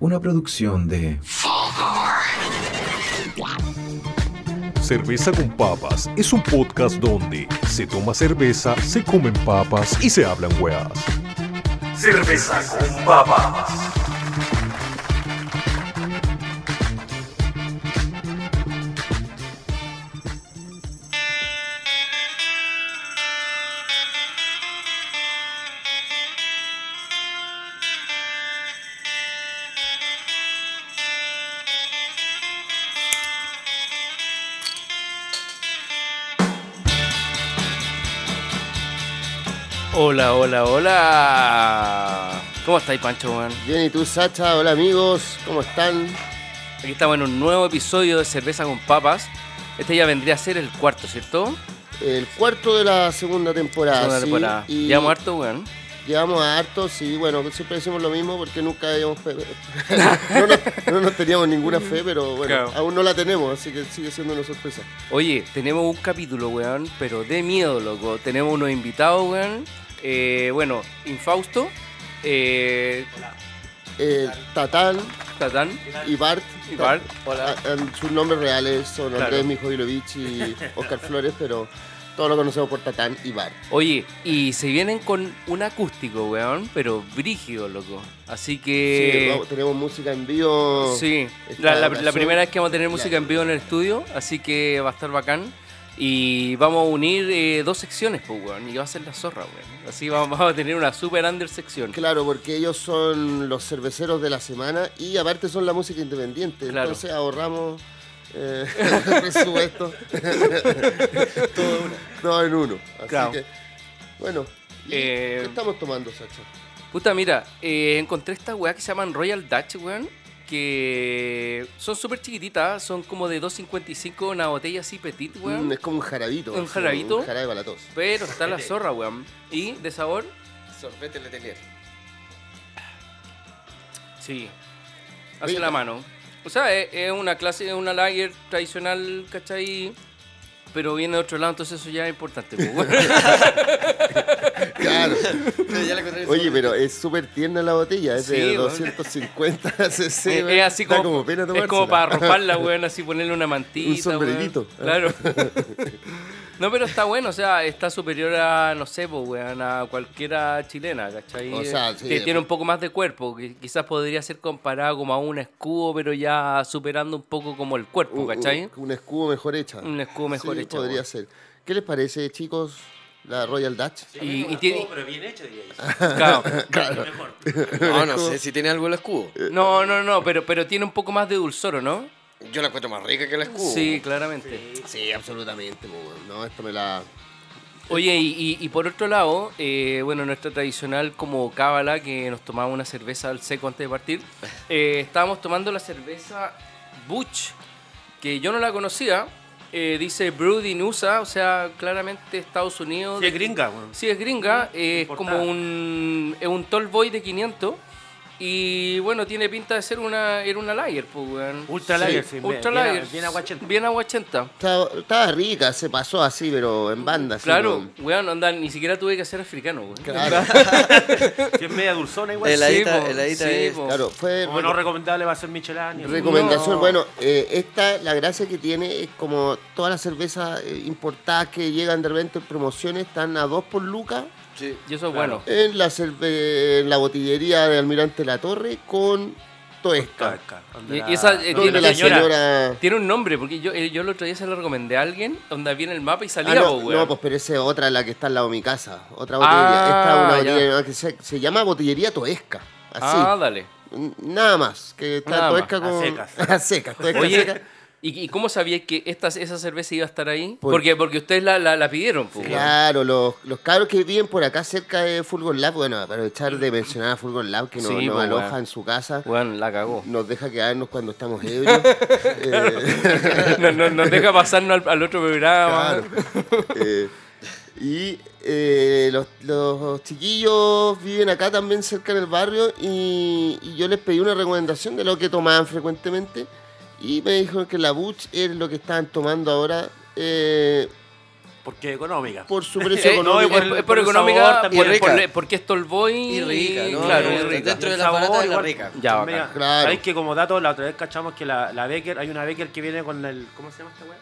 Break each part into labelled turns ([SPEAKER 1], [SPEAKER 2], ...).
[SPEAKER 1] Una producción de
[SPEAKER 2] Cerveza con Papas es un podcast donde se toma cerveza, se comen papas y se hablan weas. Cerveza con Papas.
[SPEAKER 3] Hola, hola, hola. ¿Cómo estáis, Pancho, weón?
[SPEAKER 4] Bien, ¿y tú, Sacha? Hola, amigos. ¿Cómo están?
[SPEAKER 3] Aquí estamos en un nuevo episodio de Cerveza con Papas. Este ya vendría a ser el cuarto, ¿cierto?
[SPEAKER 4] El cuarto de la segunda temporada.
[SPEAKER 3] Segunda
[SPEAKER 4] sí,
[SPEAKER 3] temporada.
[SPEAKER 4] y
[SPEAKER 3] Llevamos harto, weón.
[SPEAKER 4] Llevamos a hartos y bueno, siempre decimos lo mismo porque nunca habíamos fe. no, nos, no nos teníamos ninguna fe, pero bueno,
[SPEAKER 3] Claro.
[SPEAKER 4] aún no la tenemos, así que sigue siendo una sorpresa.
[SPEAKER 3] Oye, tenemos un capítulo, weón, pero de miedo, loco. Tenemos unos invitados, weón. Eh, bueno, Infausto, eh,
[SPEAKER 4] Eh, Tatán
[SPEAKER 3] Tatán
[SPEAKER 4] y Bart.
[SPEAKER 3] y Bart.
[SPEAKER 4] Ah, ah, sus nombres reales son
[SPEAKER 3] Claro.
[SPEAKER 4] Andrés Mijailovic y Oscar Flores, pero todos lo conocemos por Tatán y Bart.
[SPEAKER 3] Oye, y se vienen con un acústico, weón, pero brígido, loco. Así
[SPEAKER 4] Sí,
[SPEAKER 3] que...
[SPEAKER 4] vamos- tenemos música en vivo.
[SPEAKER 3] Eh, Sí, la,
[SPEAKER 4] Está
[SPEAKER 3] la-
[SPEAKER 4] la
[SPEAKER 3] la
[SPEAKER 4] sol-
[SPEAKER 3] primera vez que vamos a tener
[SPEAKER 4] la-
[SPEAKER 3] música en vivo en el estudio, así que va a estar bacán. Y vamos a unir eh, dos secciones, pues, weón, y va a ser la zorra, weón. Así vamos, vamos a tener una super under sección.
[SPEAKER 4] Claro, porque ellos son los cerveceros de la semana y aparte son la música independiente.
[SPEAKER 3] Claro.
[SPEAKER 4] Entonces ahorramos eh, presupuesto. Todo en uno. Así
[SPEAKER 3] Claro.
[SPEAKER 4] que, bueno. ¿y
[SPEAKER 3] Eh,
[SPEAKER 4] ¿Qué estamos tomando, Sacha?
[SPEAKER 3] Puta, mira, eh, encontré esta weá que se llaman Royal Dutch, weón, que son súper chiquititas, son como de 2.55 una botella así petit,
[SPEAKER 4] Mm,
[SPEAKER 3] weón.
[SPEAKER 4] es como un jarabito.
[SPEAKER 3] ¿Un
[SPEAKER 4] así,
[SPEAKER 3] jarabito?
[SPEAKER 4] Un jarabe para la tos.
[SPEAKER 3] Pero está la zorra, weón. ¿Y de sabor?
[SPEAKER 5] Sorbete Letelier.
[SPEAKER 3] Sí. Hace la mano. O sea, es, es una clase, es una lager tradicional, ¿cachai? Pero viene de otro lado, entonces eso ya es importante. pues, bueno.
[SPEAKER 4] Claro.
[SPEAKER 5] Ya le encontré el
[SPEAKER 4] Oye,
[SPEAKER 5] sabor.
[SPEAKER 4] pero es súper tierna la botella. Es
[SPEAKER 3] Sí,
[SPEAKER 4] de
[SPEAKER 3] weón.
[SPEAKER 4] 250 cc.
[SPEAKER 3] es,
[SPEAKER 4] weón.
[SPEAKER 3] Eh, es así
[SPEAKER 4] Da
[SPEAKER 3] como,
[SPEAKER 4] pena
[SPEAKER 3] es como
[SPEAKER 4] tomársela.
[SPEAKER 3] para arroparla, weón, así ponerle una mantita.
[SPEAKER 4] Un sombrerito.
[SPEAKER 3] weón. Claro. No, pero está bueno, o sea, está superior a, no sé, pues, weón, a cualquiera chilena, ¿cachai?
[SPEAKER 4] O sea, sí,
[SPEAKER 3] que
[SPEAKER 4] pues.
[SPEAKER 3] tiene un poco más de cuerpo, que quizás podría ser comparada como a un escudo, pero ya superando un poco como el cuerpo,
[SPEAKER 4] Un- un-
[SPEAKER 3] ¿cachai?
[SPEAKER 4] Un escudo mejor hecha.
[SPEAKER 3] Un escudo mejor hecha,
[SPEAKER 4] Podría
[SPEAKER 3] weón.
[SPEAKER 4] ser. ¿Qué les parece, chicos? La Royal Dutch.
[SPEAKER 3] Y- y
[SPEAKER 6] Y,
[SPEAKER 3] tiene-
[SPEAKER 6] pero bien hecho, diría yo.
[SPEAKER 3] Claro.
[SPEAKER 6] Mejor.
[SPEAKER 5] No, no sé si tiene algo el escudo.
[SPEAKER 3] No, no, no, pero, pero tiene un poco más de dulzor, ¿o no?
[SPEAKER 5] Yo la encuentro más rica que el
[SPEAKER 4] Uh.
[SPEAKER 5] escudo.
[SPEAKER 3] Sí, claramente.
[SPEAKER 4] Sí, absolutamente. pues, weón. No, esto me la.
[SPEAKER 3] Oye, y, y- y por otro lado, eh, bueno, nuestra tradicional como cábala, que nos tomaba una cerveza al seco antes de partir, eh, estábamos tomando la cerveza Butch, que yo no la conocía. eh, dice Brewed in USA, o sea, claramente Estados Unidos.
[SPEAKER 6] Sí, es
[SPEAKER 3] De-
[SPEAKER 6] gringa, weón.
[SPEAKER 3] Sí, es gringa, eh, es
[SPEAKER 6] Importada.
[SPEAKER 3] como un, es un tall boy de 500. Y bueno, tiene pinta de ser una, era una lager, pues, weón.
[SPEAKER 6] Ultra
[SPEAKER 4] Sí,
[SPEAKER 6] Lager, sí.
[SPEAKER 3] Ultra
[SPEAKER 6] bien,
[SPEAKER 3] lager.
[SPEAKER 6] Bien aguachento.
[SPEAKER 3] Bien aguachenta.
[SPEAKER 4] Estaba, estaba rica, se pasó así, pero en banda. así,
[SPEAKER 3] Claro,
[SPEAKER 4] weón.
[SPEAKER 3] weón, onda, ni siquiera tuve que ser africano, weón.
[SPEAKER 4] Claro,
[SPEAKER 6] Sí, es media dulzona igual.
[SPEAKER 5] El- Heladita-
[SPEAKER 3] po,
[SPEAKER 5] heladita
[SPEAKER 3] sí,
[SPEAKER 5] es-
[SPEAKER 3] po.
[SPEAKER 4] claro. Fue
[SPEAKER 6] Como no recomendable va a ser Michelin.
[SPEAKER 4] recomendación.
[SPEAKER 3] No.
[SPEAKER 4] Bueno, eh, esta, la gracia que tiene es como todas las cervezas eh, importadas que llegan de repente en promociones están a dos por lucas
[SPEAKER 5] Sí.
[SPEAKER 3] Y eso es bueno.
[SPEAKER 4] en la, cerve- en la botillería de Almirante La Torre con Toesca.
[SPEAKER 3] Y- y esa, eh,
[SPEAKER 4] Donde
[SPEAKER 3] tiene
[SPEAKER 4] la señora.
[SPEAKER 3] Tiene un nombre, porque yo, eh, yo el otro día se lo recomendé a alguien, donde viene el mapa y
[SPEAKER 4] Ah,
[SPEAKER 3] salía, po,
[SPEAKER 4] no,
[SPEAKER 3] weón.
[SPEAKER 4] no, pues pero esa es otra, la que está al lado de mi casa. Otra
[SPEAKER 3] Ah,
[SPEAKER 4] botillería. Esta es una
[SPEAKER 3] ya.
[SPEAKER 4] botillería que se, se llama Botillería Toesca. Así.
[SPEAKER 3] ah, dale.
[SPEAKER 4] N- Nada más. Que está
[SPEAKER 3] Nada
[SPEAKER 4] Toesca
[SPEAKER 6] más, a
[SPEAKER 4] con.
[SPEAKER 6] secas.
[SPEAKER 4] a secas, Toesca
[SPEAKER 3] Oye,
[SPEAKER 4] seca.
[SPEAKER 3] ¿y, y cómo sabías que esta, esa cerveza iba a estar ahí?
[SPEAKER 4] Por-
[SPEAKER 3] Porque, porque ustedes la, la, la pidieron, po, weón.
[SPEAKER 4] Claro, los, los cabros que viven por acá cerca de Fulgor Lab, bueno, aprovechar de mencionar a Fulgor Lab que nos,
[SPEAKER 3] Sí,
[SPEAKER 4] nos
[SPEAKER 3] pues,
[SPEAKER 4] aloja
[SPEAKER 3] weón.
[SPEAKER 4] en su casa,
[SPEAKER 3] Weón, la cagó.
[SPEAKER 4] nos deja quedarnos cuando estamos ebrios. Eh,
[SPEAKER 3] no, no, nos deja pasarnos al, al otro programa.
[SPEAKER 4] Eh, y eh, los, los chiquillos viven acá también cerca del barrio y, y yo les pedí una recomendación de lo que tomaban frecuentemente y me dijeron que la Butch es lo que estaban tomando ahora. eh,
[SPEAKER 6] Porque económica.
[SPEAKER 4] Por su
[SPEAKER 3] Sí,
[SPEAKER 4] precio
[SPEAKER 3] Eh, no,
[SPEAKER 4] económico.
[SPEAKER 3] es por, es por
[SPEAKER 6] por
[SPEAKER 3] económica,
[SPEAKER 6] sabor también.
[SPEAKER 3] por-
[SPEAKER 5] Y
[SPEAKER 3] por-
[SPEAKER 5] rica.
[SPEAKER 3] porque es Tolboy
[SPEAKER 5] Y rica, ¿no?
[SPEAKER 3] Claro,
[SPEAKER 5] Y
[SPEAKER 3] y rica.
[SPEAKER 5] Dentro de
[SPEAKER 6] El
[SPEAKER 5] la
[SPEAKER 6] sabor
[SPEAKER 5] barata de la
[SPEAKER 6] igual,
[SPEAKER 5] rica.
[SPEAKER 3] Ya, bacán.
[SPEAKER 6] media-
[SPEAKER 4] Claro.
[SPEAKER 6] Sabéis que como dato, la otra vez cachamos que la, la Becker, hay una Becker que viene con el. ¿Cómo se llama esta weá?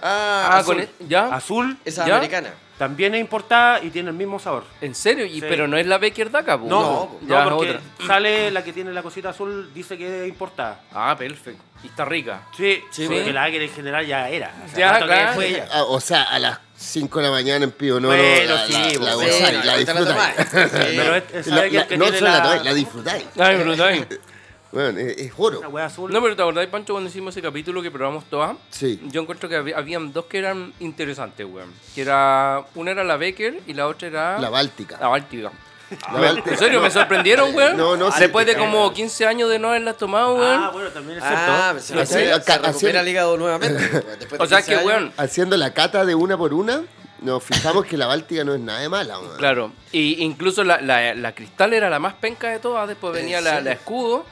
[SPEAKER 5] Ah,
[SPEAKER 3] Ah, con
[SPEAKER 5] azul.
[SPEAKER 3] e- ¿Ya?
[SPEAKER 6] Azul.
[SPEAKER 5] Esa
[SPEAKER 3] ¿Ya?
[SPEAKER 5] americana.
[SPEAKER 6] También es importada y tiene el mismo sabor.
[SPEAKER 3] ¿En serio? Y,
[SPEAKER 6] Sí.
[SPEAKER 3] Pero no es la Becker Daca, po.
[SPEAKER 6] No, no,
[SPEAKER 3] Uh, ya es
[SPEAKER 6] porque
[SPEAKER 3] otra.
[SPEAKER 6] sale la que tiene la cosita azul, dice que es importada.
[SPEAKER 3] Ah, perfecto. Y está rica.
[SPEAKER 6] Sí,
[SPEAKER 5] Sí,
[SPEAKER 6] porque
[SPEAKER 5] bueno.
[SPEAKER 6] la Becker en general ya era. O
[SPEAKER 3] Ya,
[SPEAKER 6] tanto que
[SPEAKER 3] claro.
[SPEAKER 6] fue ella.
[SPEAKER 4] Ah, o sea, a las 5 de la mañana en Pío Noro
[SPEAKER 6] Bueno,
[SPEAKER 4] la,
[SPEAKER 6] sí,
[SPEAKER 4] la, la
[SPEAKER 6] bueno.
[SPEAKER 5] Sí,
[SPEAKER 4] gozáis,
[SPEAKER 5] no,
[SPEAKER 4] la
[SPEAKER 5] ahí te la
[SPEAKER 4] disfrutáis.
[SPEAKER 5] tomáis. Sí.
[SPEAKER 6] Pero es- es
[SPEAKER 4] La-
[SPEAKER 6] Becker
[SPEAKER 4] la-
[SPEAKER 6] que
[SPEAKER 4] no
[SPEAKER 6] tiene
[SPEAKER 4] solo la
[SPEAKER 6] la-
[SPEAKER 4] tomáis, la disfrutáis.
[SPEAKER 3] Ay,
[SPEAKER 4] eh,
[SPEAKER 3] brutal.
[SPEAKER 4] Bueno, es, es
[SPEAKER 6] Una
[SPEAKER 4] oro.
[SPEAKER 6] weá azul.
[SPEAKER 3] No, pero te acordás, Pancho, cuando hicimos ese capítulo que probamos todas.
[SPEAKER 4] Sí.
[SPEAKER 3] Yo encuentro que había, habían dos que eran interesantes, weón. Que era. Una era la Becker y la otra era.
[SPEAKER 4] La báltica.
[SPEAKER 3] La Báltica.
[SPEAKER 4] La
[SPEAKER 3] Me-
[SPEAKER 4] báltica.
[SPEAKER 3] ¿En serio? ¿Me sorprendieron, weón?
[SPEAKER 4] No, no, sí.
[SPEAKER 3] Después de como 15 años de no haberlas tomado, weón.
[SPEAKER 6] Eh, ah, bueno, también es cierto.
[SPEAKER 5] Ah, se,
[SPEAKER 4] Así-
[SPEAKER 5] se,
[SPEAKER 4] acá-
[SPEAKER 5] se
[SPEAKER 4] así-
[SPEAKER 5] recupera el hígado nuevamente. después de
[SPEAKER 3] o sea
[SPEAKER 5] 15
[SPEAKER 3] que,
[SPEAKER 5] años.
[SPEAKER 3] weón.
[SPEAKER 4] Haciendo la cata de una por una, nos fijamos que la báltica no es nada de mala. man.
[SPEAKER 3] Claro. Y incluso la, la- la cristal era la más penca de todas. Después
[SPEAKER 5] ¿En
[SPEAKER 3] venía la,
[SPEAKER 5] serio?
[SPEAKER 3] la escudo.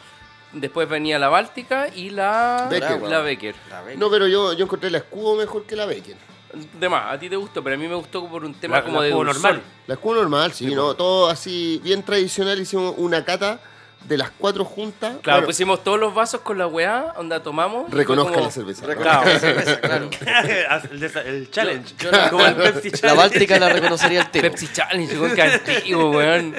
[SPEAKER 3] Después venía la Báltica y la
[SPEAKER 4] Becker.
[SPEAKER 3] la Becker.
[SPEAKER 5] La Becker.
[SPEAKER 4] No, pero yo, yo encontré la escudo mejor que la Becker.
[SPEAKER 3] De más, a ti te gustó, pero a mí me gustó por un tema
[SPEAKER 6] La-
[SPEAKER 3] como
[SPEAKER 6] la
[SPEAKER 3] de
[SPEAKER 6] escudo
[SPEAKER 3] dulzor.
[SPEAKER 6] normal.
[SPEAKER 4] La escudo normal, sí, no, todo así bien tradicional. Hicimos una cata de las cuatro juntas.
[SPEAKER 3] Claro,
[SPEAKER 4] Bueno,
[SPEAKER 3] pusimos todos los vasos con la weá, onda tomamos. y fue
[SPEAKER 4] reconozca
[SPEAKER 3] como-
[SPEAKER 4] la cerveza.
[SPEAKER 5] Reconozca
[SPEAKER 3] Claro.
[SPEAKER 5] la cerveza, claro.
[SPEAKER 6] el, desa- el challenge.
[SPEAKER 5] Yo- yo la-
[SPEAKER 6] como el Pepsi
[SPEAKER 5] La
[SPEAKER 6] Challenge.
[SPEAKER 5] Báltica la reconocería el tipo.
[SPEAKER 3] Pepsi Challenge, weón, que antiguo, weón.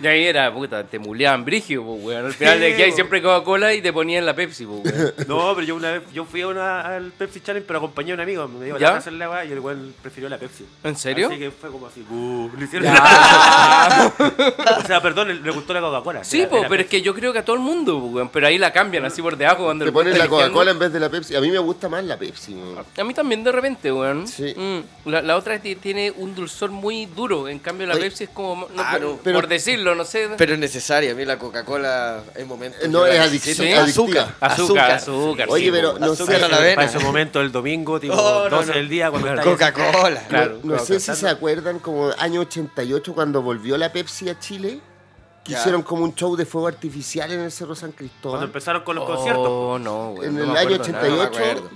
[SPEAKER 3] Y ahí era, puta, te muleaban brigio, po, weón. Al final de
[SPEAKER 6] Sí,
[SPEAKER 3] que hay
[SPEAKER 6] po.
[SPEAKER 3] siempre Coca-Cola y te ponían la Pepsi, po, weón.
[SPEAKER 6] No, pero yo una vez yo fui a una, al Pepsi Challenge, pero acompañé a un amigo. Me dijo,
[SPEAKER 3] ¿Ya?
[SPEAKER 6] la hacer la weá", y el weón prefirió la Pepsi.
[SPEAKER 3] ¿En serio?
[SPEAKER 6] Así que fue como así, "Buh", le hicieron O sea, perdón, le- le gustó la Coca-Cola.
[SPEAKER 3] Sí,
[SPEAKER 6] Era-
[SPEAKER 3] po,
[SPEAKER 6] era
[SPEAKER 3] pero es que yo creo que a todo el mundo, po, weón. Pero ahí la cambian así por debajo cuando
[SPEAKER 4] Te
[SPEAKER 3] el-
[SPEAKER 4] ponen la
[SPEAKER 3] eligiendo.
[SPEAKER 4] Coca-Cola en vez de la Pepsi. A mí me gusta más la Pepsi. man.
[SPEAKER 3] A mí también de repente, weón.
[SPEAKER 4] Sí.
[SPEAKER 3] Mm, La, la otra ti- tiene un dulzor muy duro. En cambio, la
[SPEAKER 4] Oye.
[SPEAKER 3] Pepsi es como. no,
[SPEAKER 5] Ah,
[SPEAKER 3] por,
[SPEAKER 5] no,
[SPEAKER 4] pero-
[SPEAKER 3] por decirlo, no sé.
[SPEAKER 5] Pero es necesaria, a mí la Coca-Cola es momento.
[SPEAKER 4] No,
[SPEAKER 5] yo la
[SPEAKER 4] es
[SPEAKER 5] necesito.
[SPEAKER 4] adicción-
[SPEAKER 5] Azúcar.
[SPEAKER 3] azúcar, azúcar.
[SPEAKER 4] Oye,
[SPEAKER 3] sí,
[SPEAKER 4] pero
[SPEAKER 3] po.
[SPEAKER 4] no
[SPEAKER 5] azúcar
[SPEAKER 4] sé-
[SPEAKER 5] a la
[SPEAKER 6] Para
[SPEAKER 5] vena.
[SPEAKER 6] ese momento, el domingo, tipo
[SPEAKER 5] Oh, no,
[SPEAKER 6] 12
[SPEAKER 5] no.
[SPEAKER 6] del día, cuando está ahí-
[SPEAKER 5] Coca-Cola.
[SPEAKER 6] Claro.
[SPEAKER 4] No
[SPEAKER 6] claro,
[SPEAKER 4] sé si se
[SPEAKER 6] cantando.
[SPEAKER 4] acuerdan como año 88 cuando volvió la Pepsi a Chile. Que
[SPEAKER 5] Ya.
[SPEAKER 4] hicieron como un show de fuego artificial en el Cerro San
[SPEAKER 6] Cuando
[SPEAKER 4] Cristóbal.
[SPEAKER 6] empezaron con los
[SPEAKER 3] Oh,
[SPEAKER 6] conciertos.
[SPEAKER 3] no, weón,
[SPEAKER 4] En
[SPEAKER 3] no
[SPEAKER 4] el
[SPEAKER 3] me
[SPEAKER 4] año
[SPEAKER 3] acuerdo nada.
[SPEAKER 5] No me
[SPEAKER 4] 88.
[SPEAKER 5] acuerdo.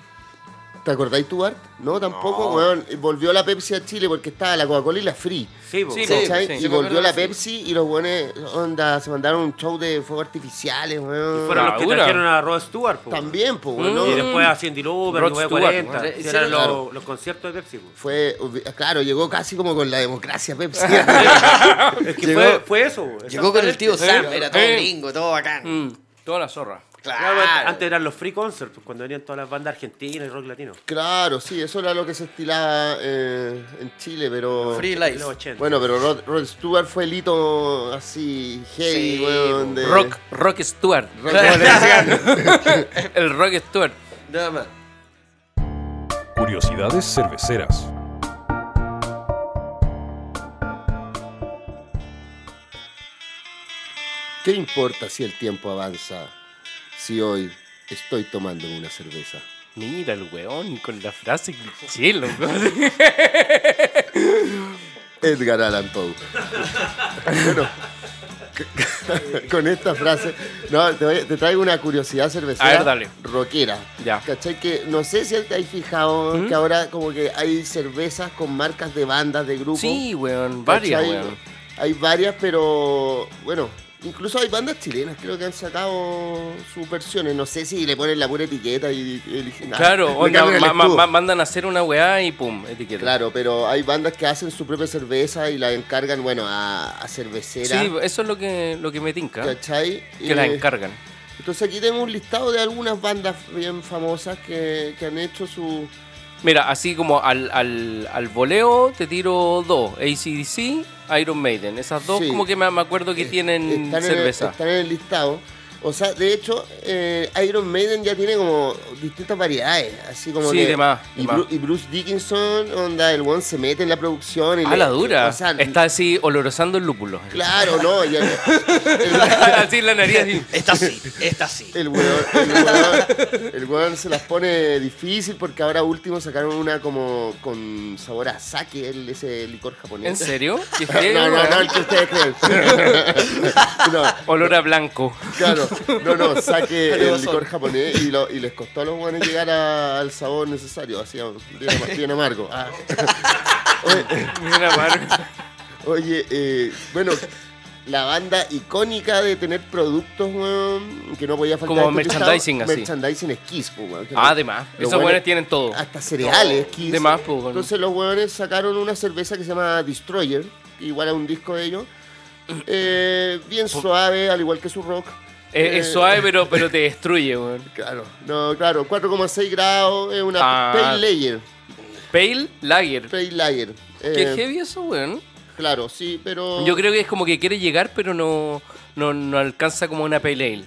[SPEAKER 4] ¿Te acordáis tú, Bart? No, tampoco.
[SPEAKER 5] No.
[SPEAKER 4] weón. volvió la Pepsi a Chile porque estaba la Coca-Cola y la Free.
[SPEAKER 6] Sí, po.
[SPEAKER 3] Sí,
[SPEAKER 5] Sí,
[SPEAKER 4] ¿cachai?
[SPEAKER 5] sí.
[SPEAKER 4] y
[SPEAKER 5] Yo me
[SPEAKER 4] volvió
[SPEAKER 5] acuerdo
[SPEAKER 4] la
[SPEAKER 5] de la
[SPEAKER 4] Pepsi y los buenos, onda, se mandaron un show de fuegos artificiales, weón.
[SPEAKER 6] Fueron los que
[SPEAKER 3] Madura.
[SPEAKER 6] trajeron a Rod Stewart, po.
[SPEAKER 4] También, pues,
[SPEAKER 3] Mm.
[SPEAKER 6] Y
[SPEAKER 4] bueno.
[SPEAKER 6] después a Cindy Lauper,
[SPEAKER 3] Rod
[SPEAKER 6] que fue
[SPEAKER 3] Stewart,
[SPEAKER 6] 40.
[SPEAKER 5] ¿no?
[SPEAKER 6] Sí,
[SPEAKER 5] Sí,
[SPEAKER 6] eran
[SPEAKER 5] claro.
[SPEAKER 6] los, los conciertos de Pepsi, po.
[SPEAKER 4] Fue, claro, llegó casi como con la democracia Pepsi.
[SPEAKER 6] Es que
[SPEAKER 5] Llegó-
[SPEAKER 6] fue, fue eso.
[SPEAKER 5] Llegó con el tío Sam,
[SPEAKER 3] Sí.
[SPEAKER 5] era todo
[SPEAKER 3] Sí.
[SPEAKER 5] gringo, todo bacán.
[SPEAKER 3] Mm, toda la zorra.
[SPEAKER 5] Claro.
[SPEAKER 3] Ah.
[SPEAKER 6] Antes eran los free concerts, pues, cuando venían todas las bandas argentinas y rock latino.
[SPEAKER 4] claro, sí, eso era lo que se estilaba eh, en Chile, pero...
[SPEAKER 5] Free
[SPEAKER 6] En los
[SPEAKER 5] Life.
[SPEAKER 6] 80.
[SPEAKER 4] Bueno, pero Rod, Rod Stewart fue el hito así, heavy,
[SPEAKER 5] Sí,
[SPEAKER 4] weón, de-
[SPEAKER 3] Rock, Rock Stewart.
[SPEAKER 4] Rock, weón.
[SPEAKER 3] El Rock Stewart.
[SPEAKER 5] Nada más.
[SPEAKER 2] Curiosidades cerveceras.
[SPEAKER 4] ¿Qué importa si el tiempo avanza? Si hoy estoy tomando una cerveza.
[SPEAKER 3] Mira el weón con la frase chilo.
[SPEAKER 4] Edgar Allan Poe. bueno, con esta frase, no, te, voy- te traigo una curiosidad cervecera.
[SPEAKER 3] A ver, dale.
[SPEAKER 4] Rockera.
[SPEAKER 3] Ya.
[SPEAKER 4] ¿Cachai? Que no sé si te has fijado que ahora como que hay cervezas con marcas de bandas, de grupos.
[SPEAKER 3] sí, weón. Varias,
[SPEAKER 4] ¿cachai?
[SPEAKER 3] weón.
[SPEAKER 4] Hay varias, pero bueno, incluso hay bandas chilenas, creo que han sacado sus versiones. No sé si le ponen la pura etiqueta y eligen. ah, le
[SPEAKER 3] Claro, onda,
[SPEAKER 4] cambian el
[SPEAKER 3] ma- ma-
[SPEAKER 4] escudo.
[SPEAKER 3] ma- mandan a hacer una weá y pum, etiqueta.
[SPEAKER 4] Claro, pero hay bandas que hacen su propia cerveza y la encargan, bueno, a, a cerveceras.
[SPEAKER 3] Sí, eso es lo que, lo que me tinca.
[SPEAKER 4] ¿Cachai?
[SPEAKER 3] Que las
[SPEAKER 4] Eh,
[SPEAKER 3] encargan.
[SPEAKER 4] Entonces aquí tengo un listado de algunas bandas bien famosas que, que han hecho su...
[SPEAKER 3] Mira, así como al, al, al voleo te tiro dos. ACDC, Iron Maiden. Esas dos
[SPEAKER 4] Sí. Eh,
[SPEAKER 3] como que me, me acuerdo que tienen
[SPEAKER 4] están en el-
[SPEAKER 3] cerveza.
[SPEAKER 4] están en el listado. O sea, de hecho, eh, Iron Maiden ya tiene como distintas variedades, así como
[SPEAKER 3] Sí,
[SPEAKER 4] que-
[SPEAKER 3] de más,
[SPEAKER 4] y,
[SPEAKER 3] de más.
[SPEAKER 4] Bru- y Bruce Dickinson, onda, el one se mete en la producción y
[SPEAKER 3] A
[SPEAKER 4] le-
[SPEAKER 3] la dura.
[SPEAKER 4] o sea,
[SPEAKER 3] Está así olorosando el lúpulo.
[SPEAKER 4] claro, no, ya-
[SPEAKER 3] así en la nariz. así.
[SPEAKER 5] Esta sí, esta sí.
[SPEAKER 4] El weón, el weón- el weón se las pone difícil porque ahora último sacaron una como con sabor a sake, el- ese licor japonés.
[SPEAKER 3] ¿En serio? ¿Qué
[SPEAKER 4] No,
[SPEAKER 3] feo,
[SPEAKER 4] no, no,
[SPEAKER 3] weón?
[SPEAKER 4] el que ustedes creen. No,
[SPEAKER 3] Olor a blanco.
[SPEAKER 4] claro. No, no, saque el
[SPEAKER 5] Calebozón.
[SPEAKER 4] licor japonés y, lo- y les costó a los guanes llegar a- al sabor necesario. Hacía bien, am- bien amargo. Ah.
[SPEAKER 3] Mira, Mario.
[SPEAKER 4] Oye, eh, bueno, la banda icónica de tener productos weón, que no podía faltar.
[SPEAKER 3] Como
[SPEAKER 4] en este
[SPEAKER 3] merchandising,
[SPEAKER 4] estado,
[SPEAKER 3] así.
[SPEAKER 4] Merchandising es Kiss, po, weón, que
[SPEAKER 3] Ah,
[SPEAKER 4] no-
[SPEAKER 3] de más.
[SPEAKER 4] los
[SPEAKER 3] Esos buenos tienen todo.
[SPEAKER 4] Hasta cereales, Kiss.
[SPEAKER 3] De más, po, weón.
[SPEAKER 4] Entonces los hueones sacaron una cerveza que se llama Destroyer, igual a un disco de ellos. Eh, bien suave, al igual que su rock.
[SPEAKER 3] Es, es
[SPEAKER 4] Eh,
[SPEAKER 3] suave, pero, pero te destruye, weón.
[SPEAKER 4] Claro, no, claro, 4,6 grados, es una
[SPEAKER 3] Ah.
[SPEAKER 4] pale layer,
[SPEAKER 3] Pale Lager.
[SPEAKER 4] pale layer.
[SPEAKER 3] Qué
[SPEAKER 4] Eh,
[SPEAKER 3] heavy eso, weón.
[SPEAKER 4] Claro, sí, pero
[SPEAKER 3] Yo creo que es como que quiere llegar, pero no, no, no alcanza como una Pale Ale.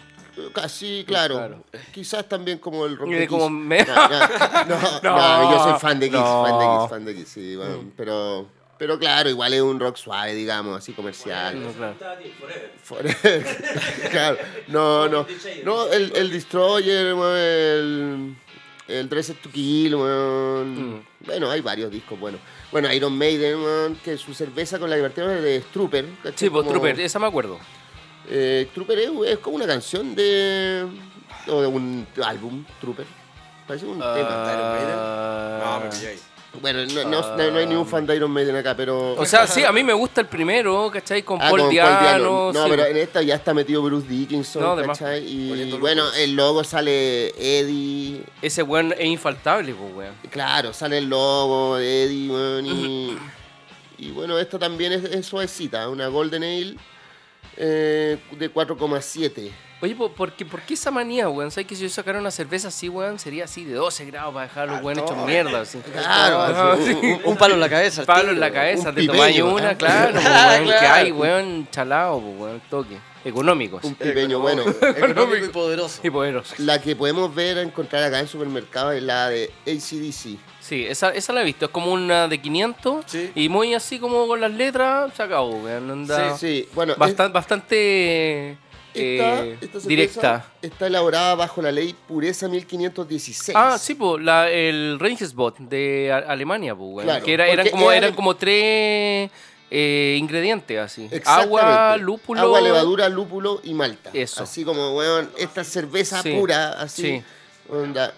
[SPEAKER 4] casi, claro.
[SPEAKER 3] Claro.
[SPEAKER 4] Quizás también como el rock
[SPEAKER 3] Y
[SPEAKER 4] de
[SPEAKER 3] como
[SPEAKER 4] Kiss.
[SPEAKER 3] me-
[SPEAKER 4] No, no, no,
[SPEAKER 3] No,
[SPEAKER 4] yo soy fan de Kiss, fan de
[SPEAKER 3] no. Mm.
[SPEAKER 4] Kiss, fan de Kiss, sí, bueno, pero, pero claro, igual es un rock suave, digamos, así comercial.
[SPEAKER 3] No, claro.
[SPEAKER 4] Forever. Claro. No, no. No, el, el Destroyer, weón, el, el 13 to Kill, weón.
[SPEAKER 3] Mm.
[SPEAKER 4] Bueno, hay varios discos buenos. Bueno, Iron Maiden, weón, que su cerveza con la libertad de Strooper. ¿cachai?
[SPEAKER 3] Sí, pues
[SPEAKER 4] Como-
[SPEAKER 3] Trooper, esa me acuerdo.
[SPEAKER 4] eh, Trooper es, es como una canción de. o de un álbum, Trooper. Parece un
[SPEAKER 5] Ah.
[SPEAKER 4] tema.
[SPEAKER 5] No, me pillé ahí.
[SPEAKER 4] Bueno, no, no- no hay ningún fan de Iron Maiden acá, pero.
[SPEAKER 3] O sea, sí, a mí me gusta el primero, ¿cachai? Con Paul
[SPEAKER 4] Ah, con Paul
[SPEAKER 3] Diano.
[SPEAKER 4] Di'Anno. No,
[SPEAKER 3] sí. pues.
[SPEAKER 4] pero en esta ya está metido Bruce Dickinson,
[SPEAKER 3] No, de más.
[SPEAKER 4] ¿cachai? Y
[SPEAKER 5] Poniendo
[SPEAKER 4] bueno,
[SPEAKER 5] locos.
[SPEAKER 4] el logo sale Eddie.
[SPEAKER 3] Ese weón es infaltable, pues, weón.
[SPEAKER 4] Claro, sale el logo de Eddie, weón, y, y bueno, esta también es, es suavecita, una Golden Ale eh, de 4,7.
[SPEAKER 3] Oye, ¿por, por qué, por qué esa manía, weón? ¿Sabes que si yo sacara una cerveza así, weón, sería así de 12 grados para dejar los weón hechos mierda? Así.
[SPEAKER 4] Claro,
[SPEAKER 3] Ah,
[SPEAKER 4] así,
[SPEAKER 3] sí.
[SPEAKER 4] un- un-
[SPEAKER 5] Un palo en la cabeza. al
[SPEAKER 3] Pablo
[SPEAKER 5] tiro.
[SPEAKER 3] en la cabeza,
[SPEAKER 4] un
[SPEAKER 3] te tomáis
[SPEAKER 4] pipeño,
[SPEAKER 3] una,
[SPEAKER 4] ¿eh?
[SPEAKER 3] claro, pues,
[SPEAKER 5] Ah,
[SPEAKER 3] weón, que
[SPEAKER 5] claro.
[SPEAKER 3] hay, weón, chalao, pues, weón, toque. Económicos
[SPEAKER 4] un pipeño bueno.
[SPEAKER 5] Económico y poderoso.
[SPEAKER 3] y poderosos.
[SPEAKER 4] La que podemos ver, encontrar acá en supermercado es la de ACDC.
[SPEAKER 3] Sí, esa, esa la he visto, es como una de 500
[SPEAKER 5] Sí.
[SPEAKER 3] y muy así como con las letras, se acabó, weón, anda
[SPEAKER 4] Sí, bueno, es-
[SPEAKER 3] bastan- bastante eh,
[SPEAKER 4] esta cerveza
[SPEAKER 3] directa.
[SPEAKER 4] Está elaborada bajo la ley Pureza 1516.
[SPEAKER 3] Ah, sí, pues, el Rangesbot de A- Alemania, pues, weón,
[SPEAKER 4] Claro,
[SPEAKER 3] que era- eran,
[SPEAKER 4] porque
[SPEAKER 3] como,
[SPEAKER 4] era-
[SPEAKER 3] eran como tres eh, ingredientes así.
[SPEAKER 4] Exactamente.
[SPEAKER 3] Agua, lúpulo.
[SPEAKER 4] Agua, levadura, lúpulo y malta.
[SPEAKER 3] Eso.
[SPEAKER 4] Así como, weón, esta cerveza
[SPEAKER 3] Sí,
[SPEAKER 4] pura, así.
[SPEAKER 3] sí.
[SPEAKER 4] Onda.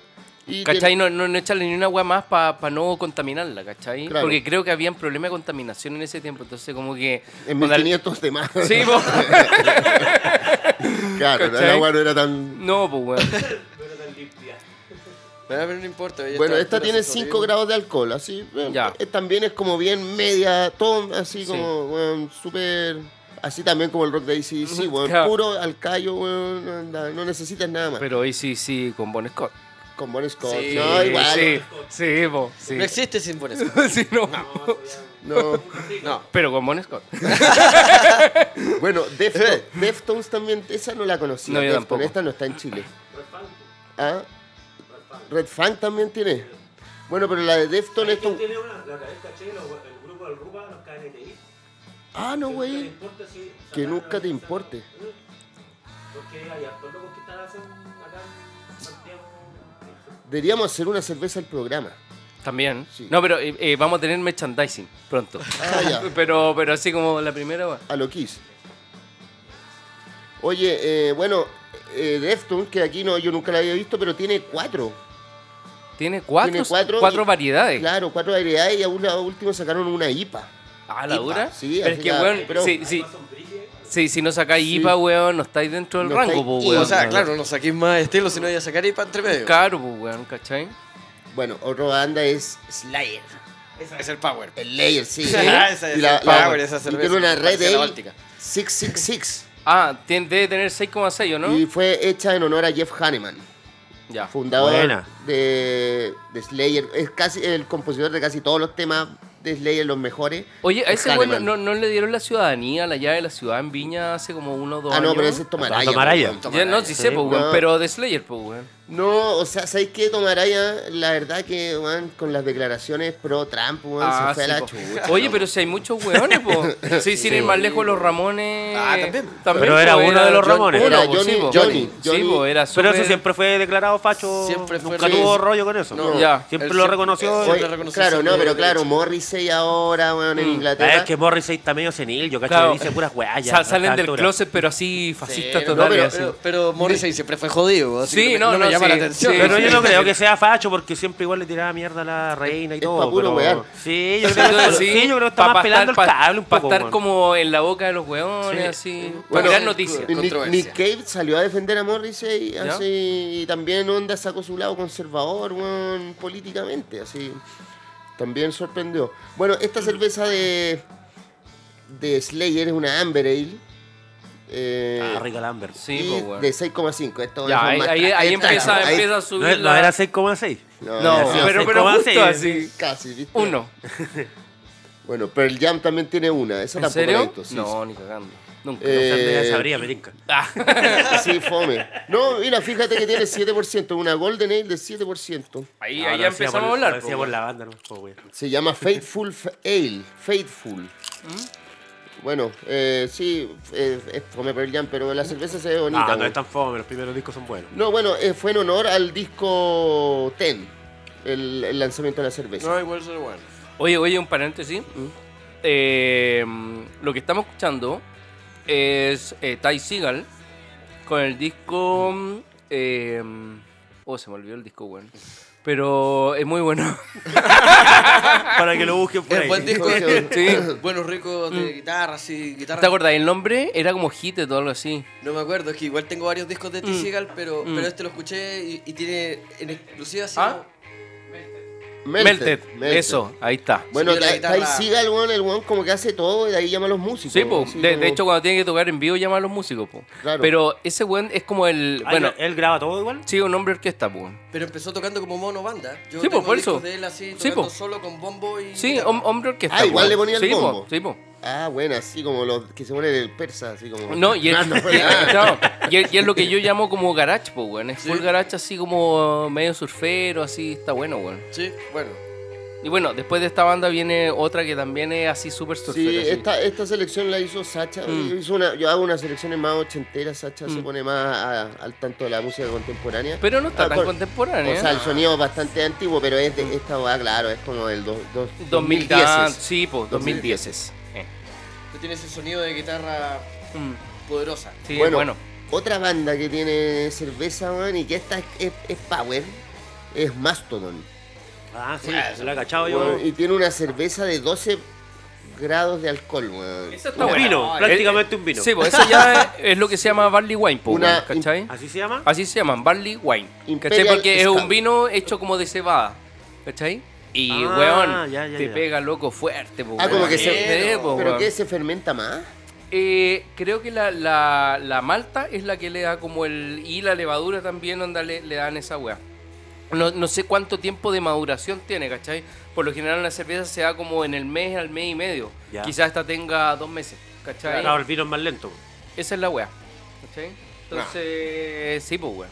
[SPEAKER 4] Y
[SPEAKER 3] ¿Cachai? No,
[SPEAKER 4] tiene-
[SPEAKER 3] no, no echarle ni una agua más para no contaminarla, ¿cachai?
[SPEAKER 4] Claro.
[SPEAKER 3] Porque creo que habían problemas de contaminación en ese tiempo, entonces como que...
[SPEAKER 4] En
[SPEAKER 3] con la-
[SPEAKER 4] 1500 de más.
[SPEAKER 3] Sí, po.
[SPEAKER 4] claro, el
[SPEAKER 3] ¿cachai?
[SPEAKER 4] agua no era tan...
[SPEAKER 3] No, pues, weón.
[SPEAKER 5] Pero no importa. ya
[SPEAKER 4] Bueno, esta
[SPEAKER 5] está, está
[SPEAKER 4] tiene
[SPEAKER 5] la
[SPEAKER 4] 5 grados de alcohol, así. weón,
[SPEAKER 3] Ya.
[SPEAKER 4] eh, También es como bien media, todo así
[SPEAKER 3] Sí.
[SPEAKER 4] como, weón, súper... Así también como el rock de ACDC, weón.
[SPEAKER 3] Claro.
[SPEAKER 4] Puro al callo, weón. onda, No necesitas nada más.
[SPEAKER 3] Pero ahí sí, sí, con Bon Scott. Eh,
[SPEAKER 4] Con Bon Scott.
[SPEAKER 5] Sí,
[SPEAKER 4] no, igual.
[SPEAKER 3] Sí, sí, po, sí.
[SPEAKER 5] No existe sin ponerse.
[SPEAKER 3] Sí, no.
[SPEAKER 4] No.
[SPEAKER 5] No.
[SPEAKER 3] Pero con Bon Scott.
[SPEAKER 4] Bueno, Deftones, Deftones también, esa no la conocía.
[SPEAKER 3] Eh. No, yo
[SPEAKER 4] Deftones,
[SPEAKER 3] tampoco.
[SPEAKER 4] Esta no está en Chile. ¿Ah? Red Funk también tiene. Bueno, pero la de Deftones esto...
[SPEAKER 1] tiene una, la otra vez caché, los- el grupo del Rupa, los KNTI,
[SPEAKER 4] Ah, no, güey.
[SPEAKER 1] importa si
[SPEAKER 4] Que
[SPEAKER 1] sacaron
[SPEAKER 4] nunca te
[SPEAKER 1] esa-
[SPEAKER 4] importe.
[SPEAKER 1] Porque hay hartos locos que están haciendo acá en Santiago.
[SPEAKER 4] Deberíamos hacer una cerveza al programa.
[SPEAKER 3] También.
[SPEAKER 4] Sí.
[SPEAKER 3] No, pero eh, eh, vamos a tener merchandising pronto.
[SPEAKER 4] Ah, ya.
[SPEAKER 3] Pero, pero así como la primera, weón.
[SPEAKER 4] A lo Kiss. Oye, eh, bueno, eh, Deftones, que aquí no, yo nunca la había visto, pero tiene cuatro.
[SPEAKER 3] Tiene cuatro,
[SPEAKER 4] Tiene
[SPEAKER 3] cuatro,
[SPEAKER 4] cuatro y-
[SPEAKER 3] variedades.
[SPEAKER 4] Claro, cuatro variedades y a una- a último sacaron una IPA.
[SPEAKER 3] Ah, la
[SPEAKER 4] IPA,
[SPEAKER 3] dura.
[SPEAKER 4] sí,
[SPEAKER 3] pero
[SPEAKER 4] así
[SPEAKER 3] es que,
[SPEAKER 4] ya,
[SPEAKER 3] weón,
[SPEAKER 4] pero-
[SPEAKER 3] sí, sí. Sí, si no sacáis IPA, weón, no estáis dentro del
[SPEAKER 4] No
[SPEAKER 3] rango,
[SPEAKER 4] estáis-
[SPEAKER 3] pues,
[SPEAKER 4] y-
[SPEAKER 3] weón.
[SPEAKER 5] O sea,
[SPEAKER 3] No,
[SPEAKER 5] claro, no saquéis más estilo, sino ya sacar IPA entre medio.
[SPEAKER 3] Caro, pues, weón, ¿cachai?
[SPEAKER 4] Bueno, otra banda es Slayer.
[SPEAKER 5] Es el power.
[SPEAKER 4] El Layer, sí.
[SPEAKER 5] Sí, esa es
[SPEAKER 4] y la,
[SPEAKER 5] el Power,
[SPEAKER 4] la-
[SPEAKER 5] esa
[SPEAKER 4] y
[SPEAKER 5] cerveza.
[SPEAKER 4] tiene una red
[SPEAKER 5] Parecía la
[SPEAKER 4] Ale
[SPEAKER 5] Báltica.
[SPEAKER 4] 666.
[SPEAKER 3] Ah, tien- debe tener 6,6, ¿o no? Ah,
[SPEAKER 4] Y fue hecha en honor a Jeff Hanneman,
[SPEAKER 3] Ya.
[SPEAKER 4] fundador
[SPEAKER 6] Buena.
[SPEAKER 4] de, de Slayer. Es casi el compositor de casi todos los temas de Slayer, los mejores.
[SPEAKER 3] Oye, a
[SPEAKER 4] Es
[SPEAKER 3] ese weón
[SPEAKER 4] Hanneman.
[SPEAKER 3] no, no le dieron la ciudadanía, la llave de la ciudad en Viña hace como uno o dos
[SPEAKER 4] Ah,
[SPEAKER 3] años.
[SPEAKER 4] no, pero ese es Tomaraya.
[SPEAKER 6] Tomaraya.
[SPEAKER 4] weón,
[SPEAKER 3] Ya, no, sí sé,
[SPEAKER 6] Sí,
[SPEAKER 3] pues, weón,
[SPEAKER 4] no.
[SPEAKER 3] pero de Slayer, pues, weón.
[SPEAKER 4] No, o sea, ¿sabéis qué, Tomaraya? La verdad que, weón, con las declaraciones pro Trump, weón,
[SPEAKER 3] Ah,
[SPEAKER 4] se fue
[SPEAKER 3] sí,
[SPEAKER 4] a la
[SPEAKER 3] po.
[SPEAKER 4] chucha.
[SPEAKER 3] Oye, pero si hay muchos hueones, po. Sí, sin ir más lejos, los Ramones.
[SPEAKER 5] Ah, también.
[SPEAKER 6] Pero era
[SPEAKER 3] po,
[SPEAKER 6] uno de los Ramones.
[SPEAKER 3] uno,
[SPEAKER 4] Era
[SPEAKER 3] po,
[SPEAKER 4] Johnny-
[SPEAKER 3] sí, po.
[SPEAKER 4] Johnny,
[SPEAKER 3] Sí,
[SPEAKER 4] Johnny.
[SPEAKER 3] po, era
[SPEAKER 6] Pero eso
[SPEAKER 3] súper-
[SPEAKER 6] siempre fue declarado facho.
[SPEAKER 5] Siempre fue-
[SPEAKER 6] Nunca
[SPEAKER 4] Sí,
[SPEAKER 6] tuvo
[SPEAKER 4] sí.
[SPEAKER 6] rollo con eso.
[SPEAKER 5] No.
[SPEAKER 3] Ya.
[SPEAKER 5] Él
[SPEAKER 6] Siempre lo
[SPEAKER 5] siempre-
[SPEAKER 6] reconoció.
[SPEAKER 5] Oye,
[SPEAKER 6] y-
[SPEAKER 5] siempre reconoció
[SPEAKER 4] claro,
[SPEAKER 5] su
[SPEAKER 4] no, pero
[SPEAKER 5] derecho.
[SPEAKER 4] claro, Morrissey ahora, weón,
[SPEAKER 3] Mm.
[SPEAKER 4] en Inglaterra.
[SPEAKER 6] Ah, es que Morrissey está medio senil, yo cacho,
[SPEAKER 3] Claro.
[SPEAKER 6] dice puras weas ya.
[SPEAKER 3] Sal-
[SPEAKER 6] a
[SPEAKER 3] salen
[SPEAKER 6] esta
[SPEAKER 3] del
[SPEAKER 6] altura.
[SPEAKER 3] closet, pero así fascistas
[SPEAKER 4] Sí, no,
[SPEAKER 3] totales.
[SPEAKER 4] pero-
[SPEAKER 3] así.
[SPEAKER 5] Eh, Pero, pero Morrissey siempre fue jodido. así
[SPEAKER 3] Sí,
[SPEAKER 5] que
[SPEAKER 3] no,
[SPEAKER 5] no,
[SPEAKER 3] no,
[SPEAKER 5] me llama
[SPEAKER 3] sí,
[SPEAKER 5] la atención.
[SPEAKER 3] sí,
[SPEAKER 6] Pero yo
[SPEAKER 3] sí.
[SPEAKER 6] no creo que sea facho porque siempre igual le tiraba mierda a la reina y
[SPEAKER 4] es
[SPEAKER 6] todo.
[SPEAKER 4] pa' puro
[SPEAKER 6] pero-
[SPEAKER 4] wear.
[SPEAKER 6] Sí, yo
[SPEAKER 3] Sí,
[SPEAKER 6] creo que
[SPEAKER 3] sí,
[SPEAKER 6] sí, yo creo que
[SPEAKER 3] pa-
[SPEAKER 6] está
[SPEAKER 3] pa'
[SPEAKER 6] más pelando el
[SPEAKER 3] estar- pa-
[SPEAKER 6] cable un
[SPEAKER 3] pa'
[SPEAKER 6] poco.
[SPEAKER 3] estar
[SPEAKER 6] weón.
[SPEAKER 3] como en la boca de los hueones, así. Para mirar noticias.
[SPEAKER 5] Bueno,
[SPEAKER 4] Nick,
[SPEAKER 5] Controversia.
[SPEAKER 4] Nick Cave salió a defender a Morrissey
[SPEAKER 3] ¿Ya?
[SPEAKER 4] así, y también Onda sacó su lado conservador weón, políticamente, así también sorprendió. Bueno, esta cerveza de, de Slayer es una Amber Ale. eh,
[SPEAKER 6] Ah, rica la Amber.
[SPEAKER 3] Sí,
[SPEAKER 4] y
[SPEAKER 3] po, weón.
[SPEAKER 4] de 6,5. Esto
[SPEAKER 3] Ya,
[SPEAKER 4] es
[SPEAKER 3] ahí,
[SPEAKER 4] más
[SPEAKER 3] ahí-
[SPEAKER 4] tra-
[SPEAKER 3] ahí
[SPEAKER 4] es
[SPEAKER 3] empieza,
[SPEAKER 4] trago, ahí-
[SPEAKER 3] empieza a
[SPEAKER 6] No,
[SPEAKER 3] subir.
[SPEAKER 6] no
[SPEAKER 3] la-
[SPEAKER 6] era 6,6.
[SPEAKER 4] No,
[SPEAKER 3] No,
[SPEAKER 4] ya,
[SPEAKER 3] pero, pero
[SPEAKER 6] 6,6.
[SPEAKER 3] justo así.
[SPEAKER 4] casi, ¿viste?
[SPEAKER 3] Uno.
[SPEAKER 4] Bueno, Pearl Jam también tiene una. Esa
[SPEAKER 3] ¿En
[SPEAKER 4] tampoco
[SPEAKER 3] serio?
[SPEAKER 4] la he visto, sí,
[SPEAKER 3] no, ni cagando. Nunca.
[SPEAKER 4] Eh,
[SPEAKER 6] O sea, ya sabría, me tinca.
[SPEAKER 4] Sí, fome. No, mira, fíjate que tiene 7%, una Golden Ale de 7%.
[SPEAKER 3] ahí ahí
[SPEAKER 6] No, lo
[SPEAKER 3] ya
[SPEAKER 6] decía
[SPEAKER 3] empezamos
[SPEAKER 6] por-
[SPEAKER 3] a hablar.
[SPEAKER 6] Lo decía
[SPEAKER 3] po,
[SPEAKER 6] por
[SPEAKER 3] weón.
[SPEAKER 6] la banda, no po, weón.
[SPEAKER 4] Se llama Faithful F- Ale. Faithful.
[SPEAKER 3] ¿Mm?
[SPEAKER 4] Bueno, eh, sí, eh, es fome Pearl Jam, pero la cerveza se ve bonita.
[SPEAKER 6] Ah, no
[SPEAKER 4] güey.
[SPEAKER 6] es tan fome, los primeros discos son buenos.
[SPEAKER 4] No, bueno, eh, fue en honor al disco Ten, el, el lanzamiento de la cerveza.
[SPEAKER 5] No, igual solo bueno.
[SPEAKER 3] Oye, oye, un paréntesis.
[SPEAKER 4] Mm.
[SPEAKER 3] Eh, mm, lo que estamos escuchando es eh, Ty Seagal con el disco. mm, eh, mm, oh, se me olvidó el disco, bueno. Pero es muy bueno.
[SPEAKER 6] Para que lo busquen por
[SPEAKER 5] Es
[SPEAKER 6] ahí.
[SPEAKER 5] buen disco.
[SPEAKER 3] Sí.
[SPEAKER 5] Buenos ricos de guitarra, así, guitarra.
[SPEAKER 3] ¿Te acordás? El nombre era como Hit o algo así.
[SPEAKER 5] No me acuerdo, es que igual tengo varios discos de T.
[SPEAKER 3] Mm.
[SPEAKER 5] Seagal, pero,
[SPEAKER 3] Mm.
[SPEAKER 5] pero este lo escuché y, y tiene en exclusiva así.
[SPEAKER 3] Ah.
[SPEAKER 5] como-
[SPEAKER 3] Melted.
[SPEAKER 4] Melted.
[SPEAKER 3] Eso, ahí está.
[SPEAKER 4] Bueno,
[SPEAKER 5] Sí, la
[SPEAKER 4] Ty Ty
[SPEAKER 5] guitarra.
[SPEAKER 4] Seagal, weón, el weón como que hace todo y de ahí llama a los músicos.
[SPEAKER 3] Sí, po.
[SPEAKER 4] así
[SPEAKER 3] De,
[SPEAKER 4] como-
[SPEAKER 3] de hecho, cuando tiene que tocar en vivo, llama a los músicos, po.
[SPEAKER 4] Claro.
[SPEAKER 3] Pero ese weón es como el.
[SPEAKER 6] Ah,
[SPEAKER 3] Bueno,
[SPEAKER 6] ¿Él graba todo igual?
[SPEAKER 3] sí, un hombre orquesta, po.
[SPEAKER 5] Pero empezó tocando como mono banda. Yo
[SPEAKER 3] Sí, po,
[SPEAKER 5] tengo
[SPEAKER 3] por
[SPEAKER 5] discos
[SPEAKER 3] eso.
[SPEAKER 5] de él así,
[SPEAKER 3] Sí,
[SPEAKER 5] tocando
[SPEAKER 3] po.
[SPEAKER 5] solo con bombo y.
[SPEAKER 3] Sí,
[SPEAKER 5] guitarra.
[SPEAKER 3] hom- hombre orquesta.
[SPEAKER 4] Ah, igual
[SPEAKER 3] po.
[SPEAKER 4] le ponía el
[SPEAKER 3] Sí, po,
[SPEAKER 4] bombo.
[SPEAKER 3] Sí, po.
[SPEAKER 4] Ah, bueno, así como los que se ponen el persa, así como...
[SPEAKER 3] No, y
[SPEAKER 4] Ah,
[SPEAKER 3] es,
[SPEAKER 4] no,
[SPEAKER 3] y- claro, y es- y es lo que yo llamo como garage, pues, weón. Es full
[SPEAKER 5] Sí.
[SPEAKER 3] garage así como medio surfero, así, está bueno, weón.
[SPEAKER 5] Sí, bueno.
[SPEAKER 3] Y bueno, después de esta banda viene otra que también es así súper surfero.
[SPEAKER 4] Sí,
[SPEAKER 3] así.
[SPEAKER 4] esta, esta selección la hizo Sacha.
[SPEAKER 3] Mm.
[SPEAKER 4] hizo una- yo hago unas selecciones más ochenteras. Sacha se
[SPEAKER 3] Mm.
[SPEAKER 4] pone más a- al tanto de la música contemporánea.
[SPEAKER 3] Pero no está
[SPEAKER 4] Ah,
[SPEAKER 3] tan
[SPEAKER 4] por-
[SPEAKER 3] contemporánea. ¿eh?
[SPEAKER 4] o sea, el sonido es bastante
[SPEAKER 3] Ah.
[SPEAKER 4] antiguo, pero es
[SPEAKER 3] Mm.
[SPEAKER 4] de, esta va, claro, es como del do- do-
[SPEAKER 3] 2000
[SPEAKER 4] 2010.
[SPEAKER 3] tan- sí, pues, 2010.
[SPEAKER 4] 2010.
[SPEAKER 3] Eh.
[SPEAKER 5] Tú tienes ese sonido de guitarra
[SPEAKER 3] Mm,
[SPEAKER 5] poderosa.
[SPEAKER 3] Sí,
[SPEAKER 4] Bueno.
[SPEAKER 3] bueno.
[SPEAKER 4] Otra banda que tiene cerveza, man, y que esta es, es- es Power, es Mastodon.
[SPEAKER 6] Ah, sí, se lo he cachado yo.
[SPEAKER 4] Bueno, y tiene una cerveza de 12 grados de alcohol, weón.
[SPEAKER 3] Esa está
[SPEAKER 6] Un
[SPEAKER 3] buena.
[SPEAKER 6] vino,
[SPEAKER 3] Ay,
[SPEAKER 6] prácticamente un vino.
[SPEAKER 3] Sí, pues eso ya es, es lo que se llama barley wine, po,
[SPEAKER 4] Una
[SPEAKER 3] weón, ¿cachai?
[SPEAKER 6] ¿Así se llama?
[SPEAKER 3] Así se llaman, barley wine.
[SPEAKER 4] Imperial
[SPEAKER 3] ¿Cachai? Porque es un
[SPEAKER 4] Stout.
[SPEAKER 3] vino hecho como de cebada, ¿cachai? Y,
[SPEAKER 6] Ah,
[SPEAKER 3] weón,
[SPEAKER 6] ya, ya,
[SPEAKER 3] te
[SPEAKER 6] ya.
[SPEAKER 3] pega loco fuerte, po,
[SPEAKER 4] Ah, como
[SPEAKER 3] weón.
[SPEAKER 4] que se-
[SPEAKER 3] Sí, po,
[SPEAKER 4] ¿Pero
[SPEAKER 3] weón.
[SPEAKER 4] qué? ¿Se fermenta más?
[SPEAKER 3] Eh, creo que la, la, la malta es la que le da como el... Y la levadura también, onda, le, le dan esa weá. No, no sé cuánto tiempo de maduración tiene, ¿cachai? Por lo general la cerveza se da como en el mes, al mes y medio.
[SPEAKER 6] Ya.
[SPEAKER 3] Quizás esta tenga dos meses, ¿cachai?
[SPEAKER 6] Claro, el vino es más lento.
[SPEAKER 3] Esa es la weá, ¿cachai? Entonces, sí, pues weá.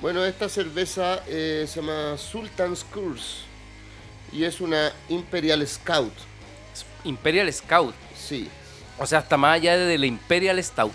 [SPEAKER 4] Bueno, esta cerveza eh, se llama Sultan's Curse y es una Imperial Scout.
[SPEAKER 3] Imperial Scout.
[SPEAKER 4] Sí.
[SPEAKER 3] O sea, hasta más allá de la Imperial Stout.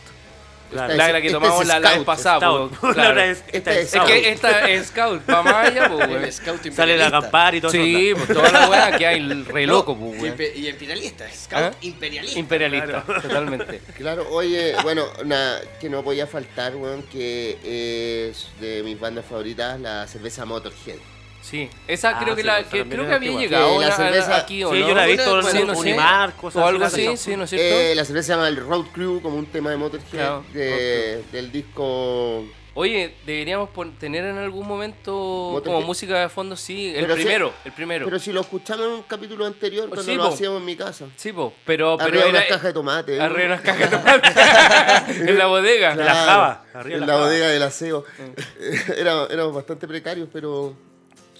[SPEAKER 6] Claro. este
[SPEAKER 4] Esta
[SPEAKER 3] La,
[SPEAKER 4] es-
[SPEAKER 3] la que
[SPEAKER 4] esta es
[SPEAKER 3] tomamos la, la vez
[SPEAKER 4] Scout.
[SPEAKER 3] pasada,
[SPEAKER 6] Stout.
[SPEAKER 3] po,
[SPEAKER 6] La
[SPEAKER 3] claro. Este
[SPEAKER 6] otra
[SPEAKER 3] es,
[SPEAKER 6] es- esta es
[SPEAKER 4] Stout.
[SPEAKER 3] que esta es Scout, para más allá, po, weón.
[SPEAKER 5] El scout
[SPEAKER 6] Sale la
[SPEAKER 5] imperialista.
[SPEAKER 6] acampar y todo
[SPEAKER 3] Sí,
[SPEAKER 6] eso.
[SPEAKER 3] pues toda la weá que hay el re loco, pues,
[SPEAKER 5] Y,
[SPEAKER 3] weón.
[SPEAKER 5] empe- y imperialista, scout
[SPEAKER 3] ¿Ah?
[SPEAKER 5] imperialista.
[SPEAKER 3] Imperialista, totalmente.
[SPEAKER 4] Claro, oye, bueno, una que no podía faltar, weón, que es de mis bandas favoritas, la cerveza Motorhead.
[SPEAKER 3] Sí, esa
[SPEAKER 6] Ah,
[SPEAKER 3] creo que
[SPEAKER 6] sí,
[SPEAKER 3] la
[SPEAKER 6] pues,
[SPEAKER 3] que creo
[SPEAKER 6] también es
[SPEAKER 3] que había
[SPEAKER 6] antigua.
[SPEAKER 3] llegado
[SPEAKER 4] Sí, la
[SPEAKER 3] a- a-
[SPEAKER 4] cerveza-
[SPEAKER 3] aquí o
[SPEAKER 6] Sí,
[SPEAKER 3] no.
[SPEAKER 6] yo la he visto en
[SPEAKER 5] Sí, no
[SPEAKER 6] un
[SPEAKER 5] sé.
[SPEAKER 6] Unimar, cosas
[SPEAKER 3] o algo
[SPEAKER 6] así.
[SPEAKER 3] así,
[SPEAKER 6] la
[SPEAKER 3] sí, ¿no es
[SPEAKER 4] Eh,
[SPEAKER 3] cierto?
[SPEAKER 4] la cerveza se llama el Road Crew, como un tema de Motorhead,
[SPEAKER 3] Claro,
[SPEAKER 4] de- del disco...
[SPEAKER 3] Oye, deberíamos pon- tener en algún momento
[SPEAKER 4] Motorhead.
[SPEAKER 3] como música de fondo, sí, el
[SPEAKER 4] Pero sí-
[SPEAKER 3] primero, el primero.
[SPEAKER 4] Pero si lo escuchamos en un capítulo anterior, cuando
[SPEAKER 3] Sí,
[SPEAKER 4] lo
[SPEAKER 3] po.
[SPEAKER 4] hacíamos en mi casa.
[SPEAKER 3] sí, po, pero pero
[SPEAKER 4] Arriba
[SPEAKER 3] era eh,
[SPEAKER 4] unas cajas de tomate. weón.
[SPEAKER 3] arriba unas cajas de tomate. en la bodega.
[SPEAKER 4] Claro.
[SPEAKER 6] java, arriba
[SPEAKER 4] en
[SPEAKER 6] la
[SPEAKER 4] la
[SPEAKER 6] java.
[SPEAKER 4] bodega del aseo.
[SPEAKER 3] Mm.
[SPEAKER 4] Era- éramos bastante precarios, pero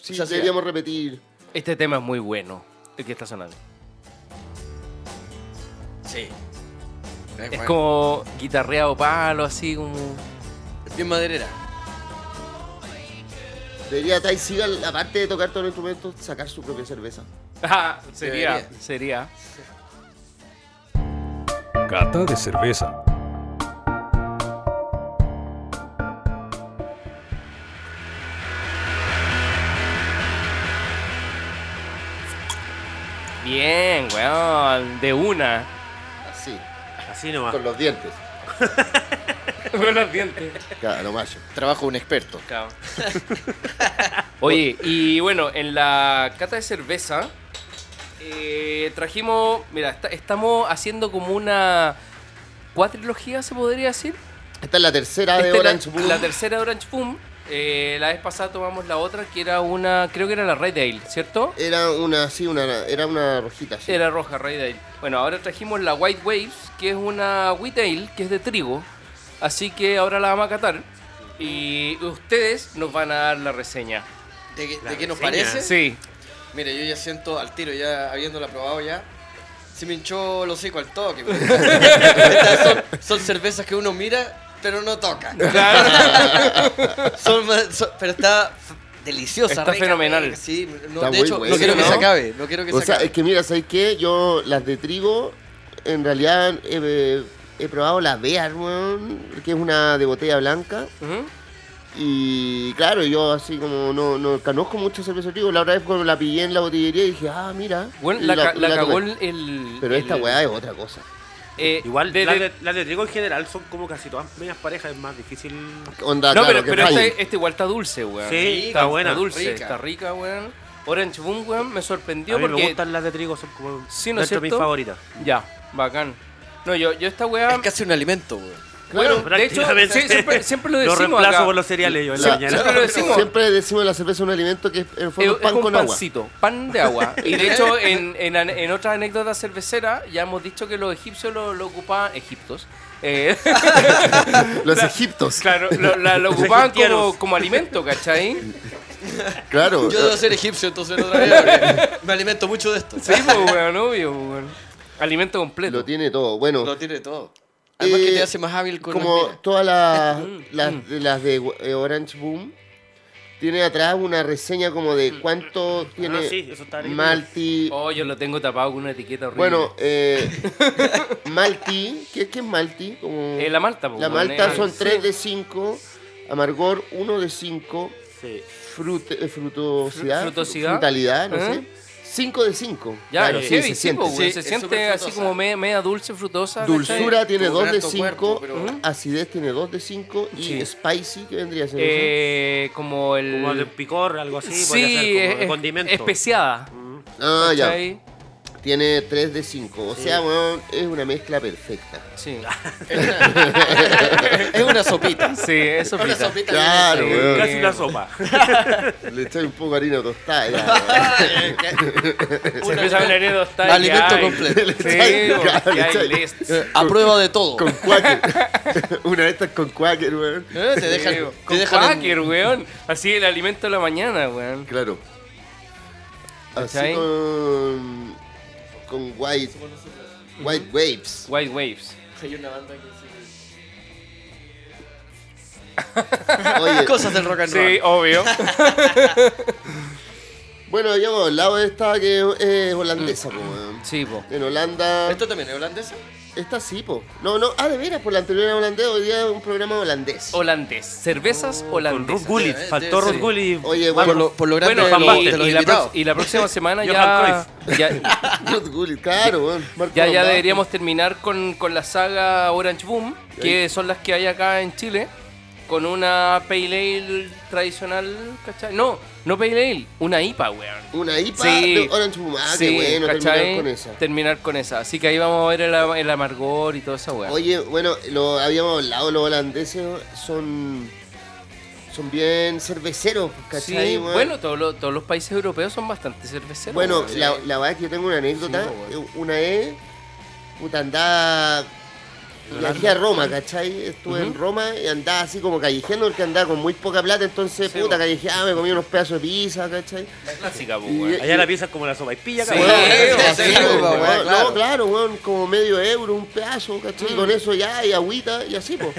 [SPEAKER 4] sí,
[SPEAKER 5] Se hacía.
[SPEAKER 4] deberíamos repetir.
[SPEAKER 3] Este tema es muy bueno, el que está sonando.
[SPEAKER 5] Sí. Es,
[SPEAKER 3] Es
[SPEAKER 5] bueno.
[SPEAKER 3] como guitarreado palo así como
[SPEAKER 5] Bien maderera.
[SPEAKER 4] Debería Ty Seagal, aparte de tocar todos los instrumentos, sacar su propia cerveza.
[SPEAKER 3] Ah, sería, sería.
[SPEAKER 5] Debería.
[SPEAKER 2] Cata de cerveza.
[SPEAKER 3] Bien, weón, de una.
[SPEAKER 4] Así,
[SPEAKER 6] Así
[SPEAKER 3] Ah.
[SPEAKER 6] nomás.
[SPEAKER 4] con los dientes.
[SPEAKER 3] Con los dientes.
[SPEAKER 4] Claro, no macho.
[SPEAKER 5] Trabajo de un experto.
[SPEAKER 3] Oye, y bueno, en la cata de cerveza eh, trajimos, mira, esta- estamos haciendo como una cuatrilogía, se podría decir.
[SPEAKER 4] Esta es la tercera
[SPEAKER 3] Esta
[SPEAKER 4] de
[SPEAKER 3] es Este la-
[SPEAKER 4] Orange Boom.
[SPEAKER 3] La, tercera de Orange Boom. Eh, la vez pasada tomamos la otra que era una, creo que era la Red Ale, ¿cierto?
[SPEAKER 4] Era una, sí, una, era una rojita. sí.
[SPEAKER 3] Era roja, Red Ale. Bueno, ahora trajimos la White Waves, que es una Wheat Ale, que es de trigo. Así que ahora la vamos a catar. Y ustedes nos van a dar la reseña.
[SPEAKER 5] ¿De, qué-
[SPEAKER 6] La
[SPEAKER 5] de qué nos
[SPEAKER 6] reseña.
[SPEAKER 5] parece?
[SPEAKER 3] Sí,
[SPEAKER 5] Mira, yo ya siento al tiro, ya habiéndola probado ya. Se me hinchó el hocico al toque. pues. son, son cervezas que uno mira, pero no toca. Son más- son- pero está f- deliciosa.
[SPEAKER 3] Está
[SPEAKER 5] rica,
[SPEAKER 3] fenomenal.
[SPEAKER 5] rica, Sí, no,
[SPEAKER 4] Está
[SPEAKER 5] de
[SPEAKER 4] muy
[SPEAKER 5] hecho,
[SPEAKER 4] buena,
[SPEAKER 5] no quiero que
[SPEAKER 4] ¿no?
[SPEAKER 5] se acabe. No quiero que
[SPEAKER 4] O
[SPEAKER 5] se
[SPEAKER 4] sea,
[SPEAKER 5] acabe.
[SPEAKER 4] es que mira, ¿sabes qué? Yo las de trigo, en realidad he, he probado la Bear, weón, que es una de botella blanca.
[SPEAKER 3] Ujú.
[SPEAKER 4] Y claro, yo así como no, no conozco mucho cerveza de trigo. La otra vez cuando la pillé en la botillería dije, ah, mira.
[SPEAKER 3] Bueno,
[SPEAKER 4] Y
[SPEAKER 3] la, ca- la
[SPEAKER 4] la
[SPEAKER 3] cagó
[SPEAKER 4] tomé.
[SPEAKER 3] el, el-
[SPEAKER 4] Pero esta
[SPEAKER 3] el-
[SPEAKER 4] weá es otra cosa.
[SPEAKER 3] eh,
[SPEAKER 6] Igual,
[SPEAKER 3] de-
[SPEAKER 6] las
[SPEAKER 3] de-
[SPEAKER 6] de, las de trigo en general son como casi todas medias parejas, es más difícil.
[SPEAKER 4] Onda,
[SPEAKER 3] no,
[SPEAKER 4] Ah, claro,
[SPEAKER 3] pero,
[SPEAKER 4] que
[SPEAKER 3] pero
[SPEAKER 4] fallen.
[SPEAKER 3] este, este igual está dulce, weón.
[SPEAKER 6] Sí, está buena.
[SPEAKER 3] dulce,
[SPEAKER 5] Rica.
[SPEAKER 3] está rica, weón. Orange Boom, weón, me sorprendió
[SPEAKER 6] A mí
[SPEAKER 3] porque.
[SPEAKER 6] me gustan las de trigo, son como
[SPEAKER 3] Sí, ¿no es
[SPEAKER 6] dentro de mis
[SPEAKER 3] cierto?
[SPEAKER 6] favoritas.
[SPEAKER 3] Ya, bacán. No, yo, yo esta weá.
[SPEAKER 5] Es casi un alimento, weón.
[SPEAKER 3] Bueno, de hecho,
[SPEAKER 6] prácticamente.
[SPEAKER 3] sí, siempre, siempre lo
[SPEAKER 6] Lo
[SPEAKER 3] decimos.
[SPEAKER 6] reemplazo
[SPEAKER 3] acá.
[SPEAKER 6] por los cereales yo en la
[SPEAKER 4] Sí,
[SPEAKER 6] mañana. Ah,
[SPEAKER 3] siempre lo decimos.
[SPEAKER 4] Siempre decimos la cerveza es un alimento que es en
[SPEAKER 3] este
[SPEAKER 4] el
[SPEAKER 3] Es,
[SPEAKER 4] fondo
[SPEAKER 3] es
[SPEAKER 4] pan
[SPEAKER 3] un
[SPEAKER 4] con agua.
[SPEAKER 3] pancito, pan de agua. Y de hecho, en, en, an- en otra anécdota cervecera, ya hemos dicho que los egipcios lo, lo ocupaban. Egiptos. Eh,
[SPEAKER 4] Los egiptos,
[SPEAKER 3] claro, lo, la- lo ocupaban como,
[SPEAKER 6] egiptianos.
[SPEAKER 3] como alimento, ¿cachai?
[SPEAKER 4] claro. Ah,
[SPEAKER 5] Yo debo ser egipcio, entonces no vez Me alimento mucho de esto.
[SPEAKER 3] Sí, pues, weón, obvio, pues, weón. Alimento completo.
[SPEAKER 4] Lo tiene todo. Bueno,
[SPEAKER 5] Lo tiene todo. Además que
[SPEAKER 4] Eh,
[SPEAKER 5] te hace más hábil con
[SPEAKER 4] como
[SPEAKER 5] las minas.
[SPEAKER 4] todas las,
[SPEAKER 3] Mm,
[SPEAKER 4] las, de- las de eh, Orange Boom tiene atrás una reseña como de
[SPEAKER 3] Mm.
[SPEAKER 4] cuánto
[SPEAKER 3] Ah,
[SPEAKER 4] tiene
[SPEAKER 6] sí, eso está ahí.
[SPEAKER 4] Malti
[SPEAKER 3] Oh, yo lo tengo tapado con una etiqueta horrible.
[SPEAKER 4] bueno eh, Malti ¿qué, qué es Malti? Como-
[SPEAKER 3] Eh, la malta, pues,
[SPEAKER 4] la
[SPEAKER 3] weón,
[SPEAKER 4] Malta
[SPEAKER 3] eh,
[SPEAKER 4] son
[SPEAKER 3] sí.
[SPEAKER 4] 3 de 5 amargor 1 de 5
[SPEAKER 6] Sí.
[SPEAKER 4] frute, eh, frutosidad,
[SPEAKER 3] Frutosidad.
[SPEAKER 4] frutalidad no
[SPEAKER 3] ¿Eh?
[SPEAKER 4] sé 5 de 5
[SPEAKER 3] Ya,
[SPEAKER 4] claro,
[SPEAKER 3] es
[SPEAKER 4] sí,
[SPEAKER 3] heavy,
[SPEAKER 4] se
[SPEAKER 3] sí,
[SPEAKER 4] siente
[SPEAKER 3] pues, weón,
[SPEAKER 5] Sí,
[SPEAKER 3] se
[SPEAKER 5] es
[SPEAKER 3] siente
[SPEAKER 5] súper
[SPEAKER 3] así
[SPEAKER 5] frutosa.
[SPEAKER 3] como me- media, dulce, frutosa. ¿cachai?
[SPEAKER 4] Dulzura tiene
[SPEAKER 5] Tuvo
[SPEAKER 4] 2 de
[SPEAKER 5] harto cuerpo,
[SPEAKER 4] 5,
[SPEAKER 5] pero-
[SPEAKER 4] acidez tiene 2 de 5 y
[SPEAKER 3] Sí.
[SPEAKER 4] spicy que vendría a ser eso?
[SPEAKER 3] Eh, como el.
[SPEAKER 6] Como de picor, algo así. podría ser,
[SPEAKER 3] sí,
[SPEAKER 6] como de
[SPEAKER 3] es-
[SPEAKER 6] condimento.
[SPEAKER 3] especiada.
[SPEAKER 4] Ah, ya.
[SPEAKER 3] ¿cachai?
[SPEAKER 4] Tiene 3 de 5. O sea, weón, es una mezcla perfecta.
[SPEAKER 3] Sí,
[SPEAKER 5] Es una sopita.
[SPEAKER 3] sí, eso
[SPEAKER 5] Una
[SPEAKER 3] frita.
[SPEAKER 5] sopita.
[SPEAKER 4] Claro,
[SPEAKER 3] Sí.
[SPEAKER 4] weón.
[SPEAKER 6] Casi una sopa.
[SPEAKER 4] Le estoy un poco de harina tostada. ya,
[SPEAKER 3] Cerveza Laredo está ahí,
[SPEAKER 5] Alimento
[SPEAKER 3] ay.
[SPEAKER 5] completo.
[SPEAKER 3] Sí,
[SPEAKER 4] Le
[SPEAKER 3] porque
[SPEAKER 4] echai- le
[SPEAKER 3] hay
[SPEAKER 4] echai-
[SPEAKER 3] list.
[SPEAKER 5] A prueba de todo.
[SPEAKER 4] weón. Con Quaker. una de estas con Quaker, weón.
[SPEAKER 5] Eh, Te dejan, te
[SPEAKER 3] Con
[SPEAKER 5] dejan en-
[SPEAKER 3] Quaker, weón. Así el alimento de la mañana, weón.
[SPEAKER 4] Claro. Así
[SPEAKER 3] ¿Cachai?
[SPEAKER 4] con. Con White. White Waves.
[SPEAKER 3] White Waves.
[SPEAKER 5] Hay una banda que sí.
[SPEAKER 4] Oye,
[SPEAKER 5] Cosas del rock and roll.
[SPEAKER 3] Sí, obvio.
[SPEAKER 4] bueno, ya hemos hablado de esta que es holandesa,
[SPEAKER 3] Mm.
[SPEAKER 4] po, weón.
[SPEAKER 3] Sí, po.
[SPEAKER 4] En Holanda.
[SPEAKER 5] ¿Esto también es holandesa?
[SPEAKER 4] Esta sí, po. No, no. Ah, de veras, por la anterior era holandés. Hoy día es un programa holandés.
[SPEAKER 3] Holandés. Cervezas
[SPEAKER 6] Con Ruth
[SPEAKER 3] holandesas.
[SPEAKER 6] Gullit.
[SPEAKER 5] Sí,
[SPEAKER 6] Faltó
[SPEAKER 5] sí.
[SPEAKER 6] Ruth Gullit.
[SPEAKER 4] Oye,
[SPEAKER 5] Por
[SPEAKER 4] bueno.
[SPEAKER 5] lo, por lo grande
[SPEAKER 3] Bueno,
[SPEAKER 5] de, los-
[SPEAKER 3] y,
[SPEAKER 5] de los
[SPEAKER 3] y la
[SPEAKER 5] invitados.
[SPEAKER 3] prox- y la próxima semana ya,
[SPEAKER 6] Johan
[SPEAKER 3] ya,
[SPEAKER 4] Ruth Gullit, claro, weón. Marco
[SPEAKER 3] ya, ya
[SPEAKER 4] Lombard.
[SPEAKER 3] deberíamos terminar con, con la saga Orange Boom, que son las que hay acá en Chile, con una Pale Ale tradicional, ¿cachai? No, no Pale Ale, una IPA, weón.
[SPEAKER 4] Una IPA
[SPEAKER 3] Sí.
[SPEAKER 4] de Orange Boom. Ah, qué
[SPEAKER 3] Sí,
[SPEAKER 4] bueno
[SPEAKER 3] ¿cachai?
[SPEAKER 4] terminar con esa.
[SPEAKER 3] Terminar con esa. Así que ahí vamos a ver el, el amargor y toda esa weá.
[SPEAKER 4] Oye, bueno, lo habíamos hablado, los holandeses son son bien cerveceros, pues,
[SPEAKER 3] Sí,
[SPEAKER 4] ¿cachai? weón?
[SPEAKER 3] bueno, todos los, todos los países europeos son bastante cerveceros.
[SPEAKER 4] bueno
[SPEAKER 3] weón.
[SPEAKER 4] la, la verdad es que yo tengo una anécdota.
[SPEAKER 3] pues,
[SPEAKER 4] una es, puta, andaba... Viajé a Roma, ¿cachai? Estuve en Roma y andaba así como callejeando porque andaba con muy poca plata, entonces,
[SPEAKER 3] pues.
[SPEAKER 4] puta, callejeaba, me comía unos pedazos de pizza, ¿cachai?
[SPEAKER 3] La clásica, po,
[SPEAKER 4] Y-
[SPEAKER 3] weón.
[SPEAKER 6] Allá la pieza es como la sopa. Y pilla,
[SPEAKER 3] Sí.
[SPEAKER 6] cabrón.
[SPEAKER 4] Weón,
[SPEAKER 5] sí,
[SPEAKER 4] así,
[SPEAKER 5] sí,
[SPEAKER 4] weón,
[SPEAKER 5] weón,
[SPEAKER 4] weón.
[SPEAKER 5] claro. Mm.
[SPEAKER 4] No, claro, weón, como medio euro, un pedazo, ¿cachai? Con eso ya, y agüita, y así, pues.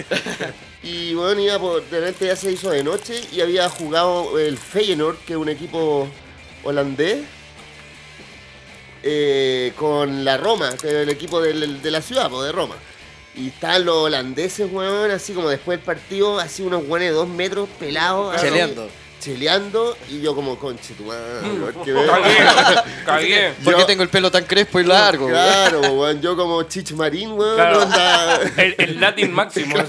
[SPEAKER 4] Y bueno, iba por, de repente ya se hizo de noche y había jugado el Feyenoord, que es un equipo holandés, eh, con la Roma, que es el equipo del- de la ciudad, pues, de Roma. Y estaban los holandeses, weón, así como después del partido, así unos weones de dos metros pelados. así,
[SPEAKER 5] Cheleando.
[SPEAKER 4] Cheleando, y yo como, conche, tu madre, weón, qué
[SPEAKER 3] Cagué, cagué.
[SPEAKER 5] ¿Por qué
[SPEAKER 4] Yo-
[SPEAKER 5] tengo el pelo tan crespo y largo? güey?
[SPEAKER 4] Claro, weón, yo como chichmarín, weón,
[SPEAKER 3] Claro.
[SPEAKER 4] onda,
[SPEAKER 3] El, el Latin máximo. así.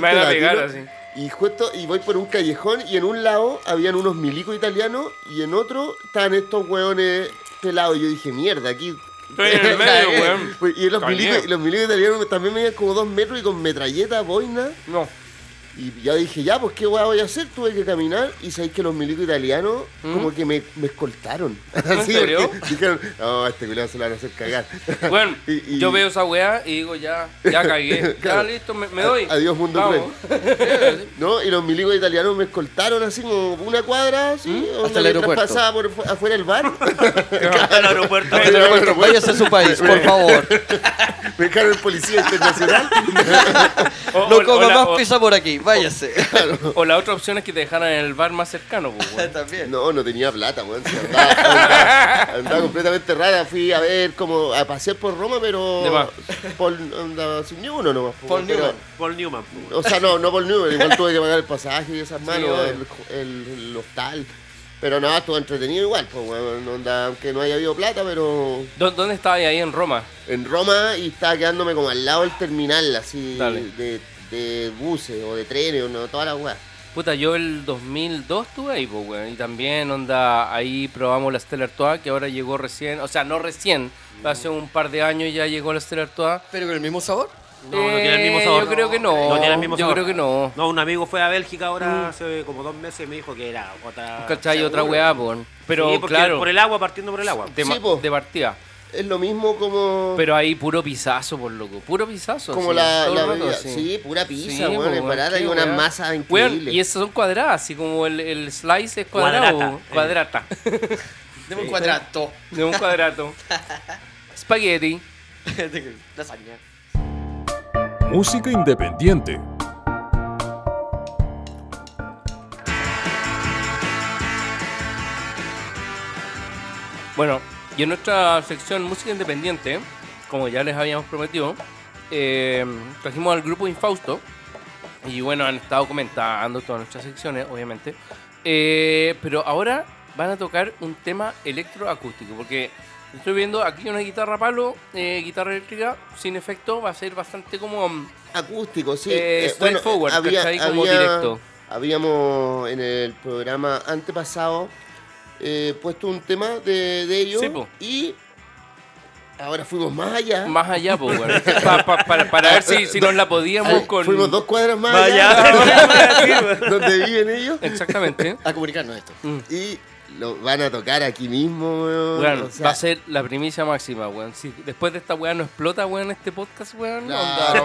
[SPEAKER 3] Me van a pegar
[SPEAKER 4] latino.
[SPEAKER 3] así.
[SPEAKER 4] Y justo, y voy por un callejón y en un lado habían unos milicos italianos y en otro estaban estos weones pelados. Y yo dije, mierda, aquí...
[SPEAKER 3] Estoy en el medio, weón.
[SPEAKER 4] Pues, Y los
[SPEAKER 3] Cagué.
[SPEAKER 4] milicos, y los milicos italianos también medían como dos metros y con metralleta, boina.
[SPEAKER 3] No.
[SPEAKER 4] Y yo dije, ya, pues qué weá voy a hacer, tuve que caminar. Y sabéis que los milicos italianos como que me, me escoltaron. Así,
[SPEAKER 3] ¿Mm? serio?
[SPEAKER 4] porque Dijeron, no, a este culiao se lo van a hacer cagar.
[SPEAKER 3] Bueno,
[SPEAKER 4] Y- y-
[SPEAKER 3] yo veo esa weá y digo, ya, ya cagué. Ya
[SPEAKER 4] Claro.
[SPEAKER 3] listo, me, me doy.
[SPEAKER 4] A- adiós, mundo
[SPEAKER 3] Vamos.
[SPEAKER 4] ¿No? Y los milicos italianos me escoltaron así como una cuadra, así, onda,
[SPEAKER 5] ¿Mm? Hasta
[SPEAKER 4] mientras
[SPEAKER 5] el aeropuerto.
[SPEAKER 4] pasaba por fu- afuera del bar.
[SPEAKER 6] Al aeropuerto.
[SPEAKER 5] Roberto, Váyase a su país, por favor.
[SPEAKER 4] me dejaron el policía internacional.
[SPEAKER 3] O, o-
[SPEAKER 5] No
[SPEAKER 3] o
[SPEAKER 5] coma
[SPEAKER 3] la,
[SPEAKER 5] más
[SPEAKER 3] o-
[SPEAKER 5] pizza por aquí, váyase.
[SPEAKER 3] o la otra opción es que te dejaran en el bar más cercano, pues, weón.
[SPEAKER 5] También.
[SPEAKER 4] No, no tenía plata, weón. sí, Andaba, andaba- andaba completamente rara. Fui a ver como a pasear por Roma,
[SPEAKER 3] De más.
[SPEAKER 4] pero por andaba sin ni uno nomás. po,
[SPEAKER 5] Paul
[SPEAKER 4] pero-
[SPEAKER 5] Newman.
[SPEAKER 6] Paul Newman. po, weón.
[SPEAKER 4] O sea, no, no por Newman, igual tuve que pagar el pasaje y esas manos,
[SPEAKER 3] obvio.
[SPEAKER 4] el, el- el hostal. Pero nada, estuvo entretenido igual, pues, weón, onda, aunque no haya habido plata, pero
[SPEAKER 3] ¿Dó- ¿Dónde estaba ahí en Roma?
[SPEAKER 4] en Roma y estaba quedándome como al lado del terminal, así,
[SPEAKER 3] Dale.
[SPEAKER 4] de, de buses o de trenes, o no, toda la weá.
[SPEAKER 3] Puta, yo el 2002 estuve ahí, pues, weón. Y también, onda, ahí probamos la Stella Artois, que ahora llegó recién. O sea, no
[SPEAKER 4] Mm.
[SPEAKER 3] recién. Hace un par de años ya llegó la Stella Artois.
[SPEAKER 5] Pero con el mismo sabor.
[SPEAKER 6] No, no tiene el mismo
[SPEAKER 3] Eh,
[SPEAKER 6] sabor.
[SPEAKER 3] Yo creo que no.
[SPEAKER 6] No tiene el mismo
[SPEAKER 3] Yo
[SPEAKER 6] sabor.
[SPEAKER 3] creo que no. Mm.
[SPEAKER 6] No, un amigo fue a Bélgica ahora hace como dos meses y me dijo que era
[SPEAKER 4] Ah,
[SPEAKER 6] otra.
[SPEAKER 3] ¿Cachai? Otra weá, pues. Pero,
[SPEAKER 6] Sí, porque
[SPEAKER 3] claro,
[SPEAKER 6] Por el agua, partiendo por el agua.
[SPEAKER 3] de,
[SPEAKER 4] Sí,
[SPEAKER 3] ma-
[SPEAKER 4] po.
[SPEAKER 3] de partida.
[SPEAKER 4] Es lo mismo como,
[SPEAKER 3] Pero ahí puro pisazo, por loco. Puro pisazo.
[SPEAKER 4] como
[SPEAKER 3] así,
[SPEAKER 4] la,
[SPEAKER 3] todo
[SPEAKER 4] la
[SPEAKER 3] el rato,
[SPEAKER 4] bebida.
[SPEAKER 3] así.
[SPEAKER 4] Sí, pura pizza,
[SPEAKER 3] Sí,
[SPEAKER 4] weón,
[SPEAKER 3] po,
[SPEAKER 4] es barata, hay
[SPEAKER 3] qué
[SPEAKER 4] una
[SPEAKER 3] weá.
[SPEAKER 4] masa
[SPEAKER 3] Weón,
[SPEAKER 4] increíble.
[SPEAKER 3] y esas son cuadradas, así como el, el slice es cuadrado. Cuadrata.
[SPEAKER 6] Cuadrata,
[SPEAKER 5] Deme un cuadrato.
[SPEAKER 3] De un cuadrato. Spaghetti.
[SPEAKER 5] Lasaña.
[SPEAKER 2] Música independiente.
[SPEAKER 3] Bueno, y en nuestra sección música independiente, como ya les habíamos prometido, eh, trajimos al grupo Infausto. Y bueno, han estado comentando todas nuestras secciones, obviamente. Eh, pero ahora van a tocar un tema electroacústico, porque estoy viendo aquí una guitarra palo, eh, guitarra eléctrica, sin efecto, va a ser bastante como... mm,
[SPEAKER 4] acústico, sí.
[SPEAKER 3] Eh, straightforward, ¿cachai? Como directo.
[SPEAKER 4] Habíamos en el programa antepasado eh, puesto un tema de, de ellos
[SPEAKER 3] Sí, po.
[SPEAKER 4] y ahora fuimos más allá.
[SPEAKER 3] Más allá, pues, weón. Pa- pa- para, para ver si, si nos la podíamos
[SPEAKER 4] Ay,
[SPEAKER 3] con...
[SPEAKER 4] Fuimos dos cuadras más
[SPEAKER 6] Vaya,
[SPEAKER 4] allá,
[SPEAKER 6] sí, weón.
[SPEAKER 4] donde viven ellos
[SPEAKER 3] Exactamente.
[SPEAKER 5] A comunicarnos esto.
[SPEAKER 4] y lo van a tocar aquí mismo, weón.
[SPEAKER 3] Weón,
[SPEAKER 4] O sea,
[SPEAKER 3] va a ser la primicia máxima, weón. Si después de esta weá no explota, weón, este podcast, weón,
[SPEAKER 4] claro,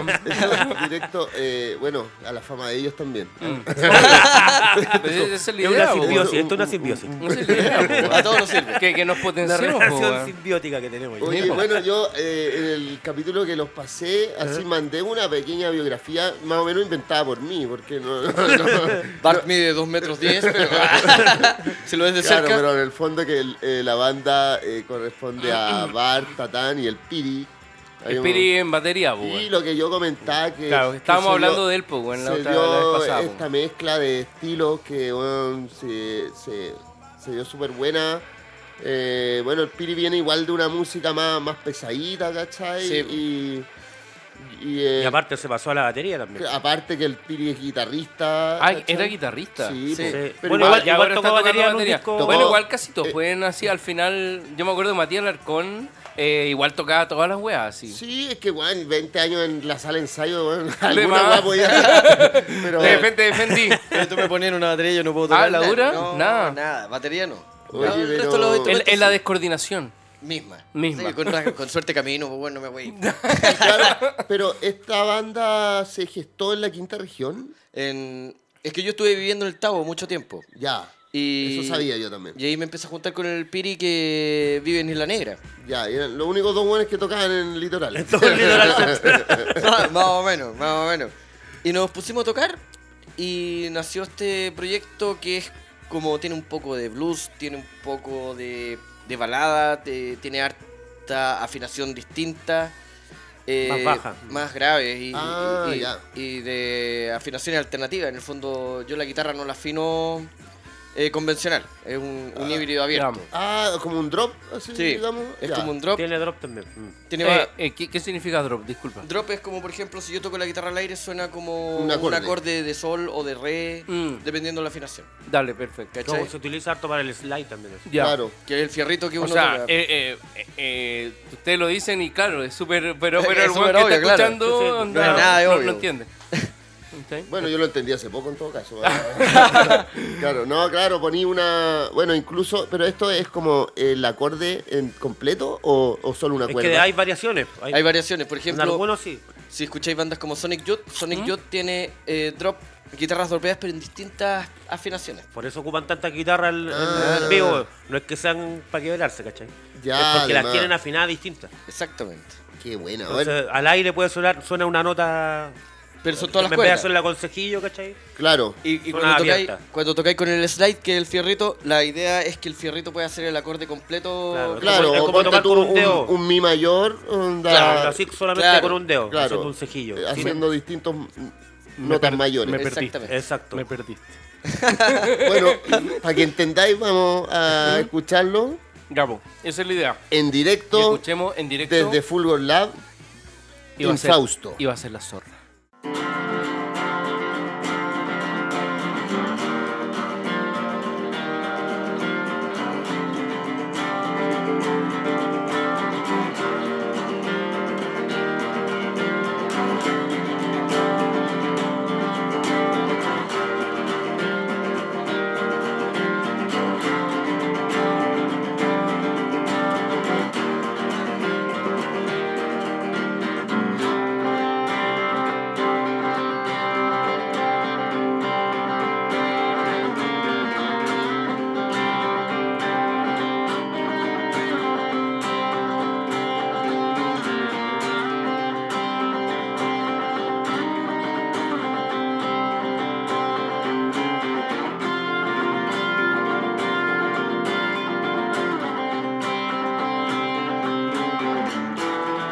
[SPEAKER 3] onda.
[SPEAKER 4] eso directo, eh, bueno, a la fama de ellos también.
[SPEAKER 3] Ah, Pues esa es la
[SPEAKER 6] Es una
[SPEAKER 3] idea, po, weón.
[SPEAKER 6] simbiosis, esto es una simbiosis.
[SPEAKER 3] Esa es la idea, po, weón.
[SPEAKER 5] A todos nos sirve.
[SPEAKER 3] Que, que nos
[SPEAKER 6] La
[SPEAKER 3] potenciemos, po,
[SPEAKER 6] relación
[SPEAKER 3] weón.
[SPEAKER 6] simbiótica que tenemos. ya.
[SPEAKER 4] Oye, bueno, yo eh, en el capítulo que los pasé, así mandé una pequeña biografía, más o menos inventada por mí, porque no. no- no-
[SPEAKER 5] Bart mide 2 metros 10, pero. si lo ves de
[SPEAKER 4] claro,
[SPEAKER 5] cerca.
[SPEAKER 4] pero en el fondo que el- eh, la banda eh, corresponde
[SPEAKER 3] Ah.
[SPEAKER 4] a Bart, Tatán y el Piri. Ahí hemos-
[SPEAKER 3] Espiri en batería, po,
[SPEAKER 4] Y
[SPEAKER 3] weón.
[SPEAKER 4] lo que yo comentaba que.
[SPEAKER 3] Claro,
[SPEAKER 4] que
[SPEAKER 3] estábamos
[SPEAKER 4] se
[SPEAKER 3] hablando
[SPEAKER 4] dio-
[SPEAKER 3] de él, po, weón, la
[SPEAKER 4] se
[SPEAKER 3] otra
[SPEAKER 4] dio
[SPEAKER 3] la vez pasada, po,
[SPEAKER 4] Esta
[SPEAKER 3] weón.
[SPEAKER 4] mezcla de estilos que, weón, se, se, se dio súper buena. Eh, bueno, el Piri viene igual de una música más, más pesadita, ¿cachai?
[SPEAKER 5] Sí.
[SPEAKER 4] Y. Y, eh, ah,
[SPEAKER 6] Y aparte se pasó a la batería también.
[SPEAKER 4] que- aparte que el Piri es guitarrista.
[SPEAKER 3] Ah,
[SPEAKER 4] ¿cachai?
[SPEAKER 3] era guitarrista.
[SPEAKER 4] Sí, Eh,
[SPEAKER 5] Sí.
[SPEAKER 4] pues.
[SPEAKER 6] Sí.
[SPEAKER 4] Pero
[SPEAKER 6] Bueno,
[SPEAKER 4] igual-
[SPEAKER 6] igual-
[SPEAKER 3] Ya ahora está
[SPEAKER 6] tocó
[SPEAKER 3] tocando
[SPEAKER 6] batería en un
[SPEAKER 3] batería.
[SPEAKER 6] disco.
[SPEAKER 4] Tocó-
[SPEAKER 3] Bueno, igual casi todos pueden así. Al final, yo me acuerdo que Matías Larcón eh, igual tocaba todas las weas así. Eh,
[SPEAKER 4] Sí, es que, weón, 20 años en la sala de ensayo, weón,
[SPEAKER 3] más.
[SPEAKER 4] alguna weá podía Pero,
[SPEAKER 3] De repente defendí.
[SPEAKER 5] Pero tú me pones en una batería y yo no puedo tocar.
[SPEAKER 3] Ah, ¿la
[SPEAKER 5] nada.
[SPEAKER 3] dura?
[SPEAKER 5] No,
[SPEAKER 3] Nada.
[SPEAKER 5] Nada, batería no.
[SPEAKER 4] Oye,
[SPEAKER 5] No, el
[SPEAKER 4] pero-
[SPEAKER 5] resto de los
[SPEAKER 3] Es
[SPEAKER 5] instrumentos
[SPEAKER 3] es la
[SPEAKER 5] sí.
[SPEAKER 3] descoordinación.
[SPEAKER 5] Misma.
[SPEAKER 3] Misma.
[SPEAKER 5] Sí, con, ra- con suerte camino, pues bueno, me voy.
[SPEAKER 4] claro, pero esta banda se gestó en la quinta región.
[SPEAKER 5] En- Es que yo estuve viviendo en el Tavo mucho tiempo.
[SPEAKER 4] Ya.
[SPEAKER 5] Y...
[SPEAKER 4] Eso sabía yo también.
[SPEAKER 5] Y ahí me empecé a juntar con el Piri que vive en Isla Negra.
[SPEAKER 4] Ya, eran los únicos dos buenos que tocaban en el litoral.
[SPEAKER 6] Todo el litoral.
[SPEAKER 5] más o menos, más o menos. Y nos pusimos a tocar y nació este proyecto que es como tiene un poco de blues, tiene un poco de, de balada, te- tiene harta afinación distinta. eh,
[SPEAKER 6] Más baja.
[SPEAKER 5] Más grave y,
[SPEAKER 4] Ah,
[SPEAKER 5] y-
[SPEAKER 4] ya.
[SPEAKER 5] y de afinaciones alternativas. En el fondo, yo la guitarra no la afino eh, convencional, es un, un híbrido abierto.
[SPEAKER 3] digamos.
[SPEAKER 4] Ah, como un drop, así,
[SPEAKER 5] Sí,
[SPEAKER 4] digamos.
[SPEAKER 5] es
[SPEAKER 4] Ya.
[SPEAKER 5] como un drop.
[SPEAKER 6] Tiene drop también. Mm.
[SPEAKER 5] tiene
[SPEAKER 3] Eh,
[SPEAKER 5] va-
[SPEAKER 3] eh, ¿qué, qué significa drop? Disculpa.
[SPEAKER 5] Drop es como, por ejemplo, si yo toco la guitarra al aire, suena como
[SPEAKER 4] Un
[SPEAKER 5] un
[SPEAKER 4] acorde.
[SPEAKER 5] acorde, de sol o de re,
[SPEAKER 3] Mm.
[SPEAKER 5] dependiendo de la afinación.
[SPEAKER 3] Dale, perfecto.
[SPEAKER 5] ¿Cachai?
[SPEAKER 6] No, se utiliza harto para el slide también. eso.
[SPEAKER 3] Ya.
[SPEAKER 4] Claro.
[SPEAKER 5] Que es el fierrito que
[SPEAKER 3] O
[SPEAKER 5] uno
[SPEAKER 3] sea,
[SPEAKER 5] toca.
[SPEAKER 3] eh, eh, eh, eh, ustedes lo dicen y claro, es súper. Pero,
[SPEAKER 5] Es-
[SPEAKER 3] pero
[SPEAKER 5] es
[SPEAKER 3] el weón
[SPEAKER 5] súper
[SPEAKER 3] que
[SPEAKER 5] obvio,
[SPEAKER 3] está
[SPEAKER 5] claro.
[SPEAKER 3] escuchando
[SPEAKER 6] Sí, sí, no
[SPEAKER 3] onda,
[SPEAKER 5] es nada de
[SPEAKER 3] no,
[SPEAKER 5] obvio.
[SPEAKER 3] no entiende. ¿Ok?
[SPEAKER 4] Bueno, yo lo entendí hace poco en todo caso. claro, no, claro, poní una. Bueno, incluso. Pero esto es como el acorde en completo o, o solo una
[SPEAKER 6] Es
[SPEAKER 4] cuerda.
[SPEAKER 6] que hay variaciones. Hay,
[SPEAKER 5] Hay variaciones, por
[SPEAKER 6] en
[SPEAKER 5] ejemplo,
[SPEAKER 6] algunos sí.
[SPEAKER 5] si escucháis bandas como Sonic Youth, Sonic Youth tiene eh, drop, guitarras dropeadas, pero en distintas afinaciones.
[SPEAKER 6] Por eso ocupan tantas guitarras en- en
[SPEAKER 4] Ah.
[SPEAKER 6] en vivo. No es que sean para quebrarse, ¿cachai?
[SPEAKER 4] Ya,
[SPEAKER 6] es porque las
[SPEAKER 4] además.
[SPEAKER 6] tienen afinadas distintas.
[SPEAKER 5] Exactamente.
[SPEAKER 4] Qué buena.
[SPEAKER 6] Entonces,
[SPEAKER 4] bueno,
[SPEAKER 6] al aire puede sonar, suena una nota.
[SPEAKER 5] Pero son todas
[SPEAKER 6] me
[SPEAKER 5] las
[SPEAKER 6] voy a
[SPEAKER 5] cuerdas.
[SPEAKER 6] hacer la consejillo, ¿cachai?
[SPEAKER 4] claro.
[SPEAKER 5] Y, y
[SPEAKER 6] Son
[SPEAKER 5] cuando, tocáis,
[SPEAKER 6] abiertas.
[SPEAKER 5] cuando tocáis con el slide, que es el fierrito, la idea es que el fierrito pueda hacer el acorde completo.
[SPEAKER 6] Claro,
[SPEAKER 4] Claro,
[SPEAKER 6] es como
[SPEAKER 4] o ponte
[SPEAKER 6] tocar
[SPEAKER 4] tú
[SPEAKER 6] con un
[SPEAKER 4] un,
[SPEAKER 6] dedo.
[SPEAKER 4] un mi mayor, onda,
[SPEAKER 6] Claro, así solamente
[SPEAKER 5] claro,
[SPEAKER 6] con un dedo,
[SPEAKER 4] claro.
[SPEAKER 6] haciendo un cejillo.
[SPEAKER 4] eh,
[SPEAKER 6] Sí,
[SPEAKER 4] haciendo distintos mm, notas mayores.
[SPEAKER 2] Me perdí.
[SPEAKER 5] Exactamente.
[SPEAKER 6] Exacto.
[SPEAKER 2] Me perdiste.
[SPEAKER 4] Bueno, para que entendáis, vamos a escucharlo
[SPEAKER 3] Ya, po. esa es la idea.
[SPEAKER 4] en
[SPEAKER 3] Que
[SPEAKER 4] directo
[SPEAKER 3] escuchemos en directo.
[SPEAKER 4] desde Fulgor Lab.
[SPEAKER 3] y va a ser-
[SPEAKER 4] Infausto.
[SPEAKER 3] Y va a ser la zorra.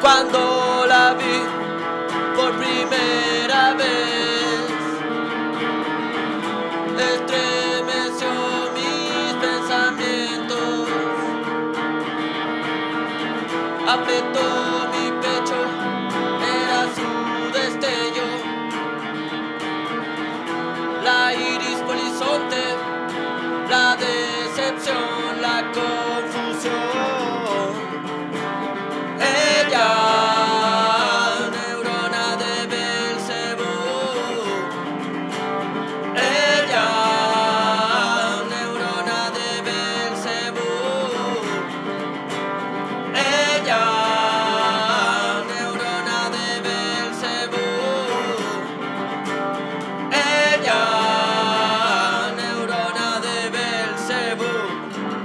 [SPEAKER 5] cuando la vi por primera vez. Estremeció mis pensamientos, apretó mi pecho, era su destello. La iris por horizonte, la decepción, la confusión. Ella, neurona de Belcebú. Ella, neurona de Belcebú. Ella, neurona de Belcebú. Ella, neurona de Belcebú.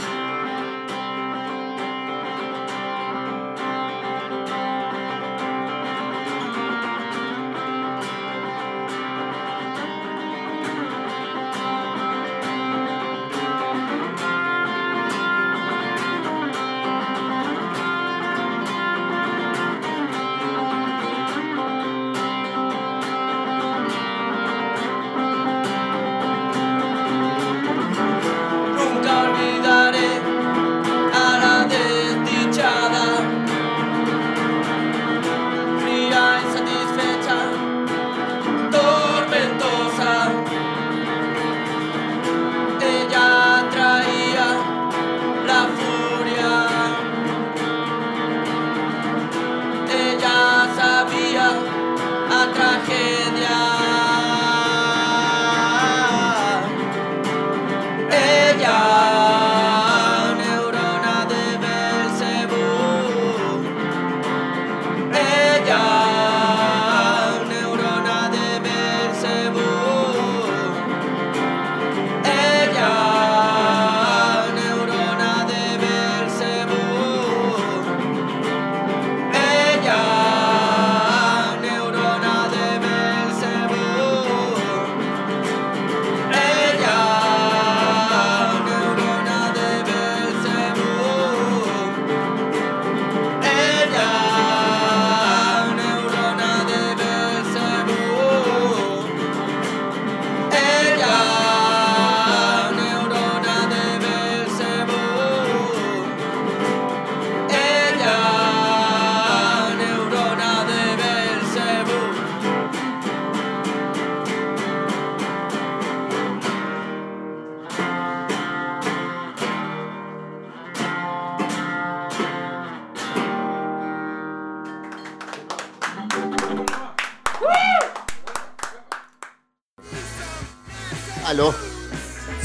[SPEAKER 4] Aló.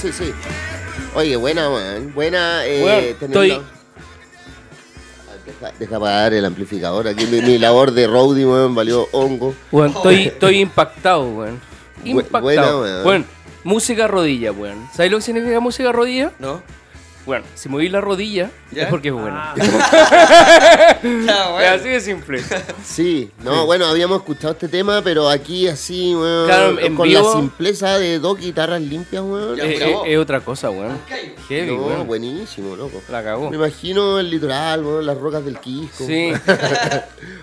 [SPEAKER 4] Sí, sí. Oye, buena, man. Buena eh,
[SPEAKER 3] Weón,
[SPEAKER 4] tenerlo.
[SPEAKER 3] estoy-
[SPEAKER 4] Ay, Deja, deja pagar el amplificador. Aquí mi, mi labor de roadie, weón, valió hongo.
[SPEAKER 3] Weón,
[SPEAKER 5] Oh.
[SPEAKER 3] estoy, estoy impactado, weón.
[SPEAKER 4] Bu- buena,
[SPEAKER 3] Impactado.
[SPEAKER 4] weón.
[SPEAKER 3] Weón, música rodilla, weón. ¿Sabes lo que significa música rodilla?
[SPEAKER 5] ¿No?
[SPEAKER 3] Bueno, si moví la rodilla
[SPEAKER 5] ¿Ya?
[SPEAKER 3] es porque
[SPEAKER 6] Ah,
[SPEAKER 3] es bueno.
[SPEAKER 5] Ya,
[SPEAKER 3] Es
[SPEAKER 5] Ah, bueno.
[SPEAKER 3] así de simple.
[SPEAKER 4] Sí, no, bueno, habíamos escuchado este tema, pero aquí así, weón,
[SPEAKER 3] Claro, en
[SPEAKER 4] con
[SPEAKER 3] vivo.
[SPEAKER 4] la simpleza de dos guitarras limpias, weón.
[SPEAKER 5] Ya,
[SPEAKER 3] Eh, eh,
[SPEAKER 5] bravo.
[SPEAKER 3] es otra cosa, weón. Heavy,
[SPEAKER 4] No,
[SPEAKER 3] weón.
[SPEAKER 4] buenísimo, loco.
[SPEAKER 3] La cagó.
[SPEAKER 4] Me imagino el litoral, weón, las rocas del Quisco.
[SPEAKER 3] Sí.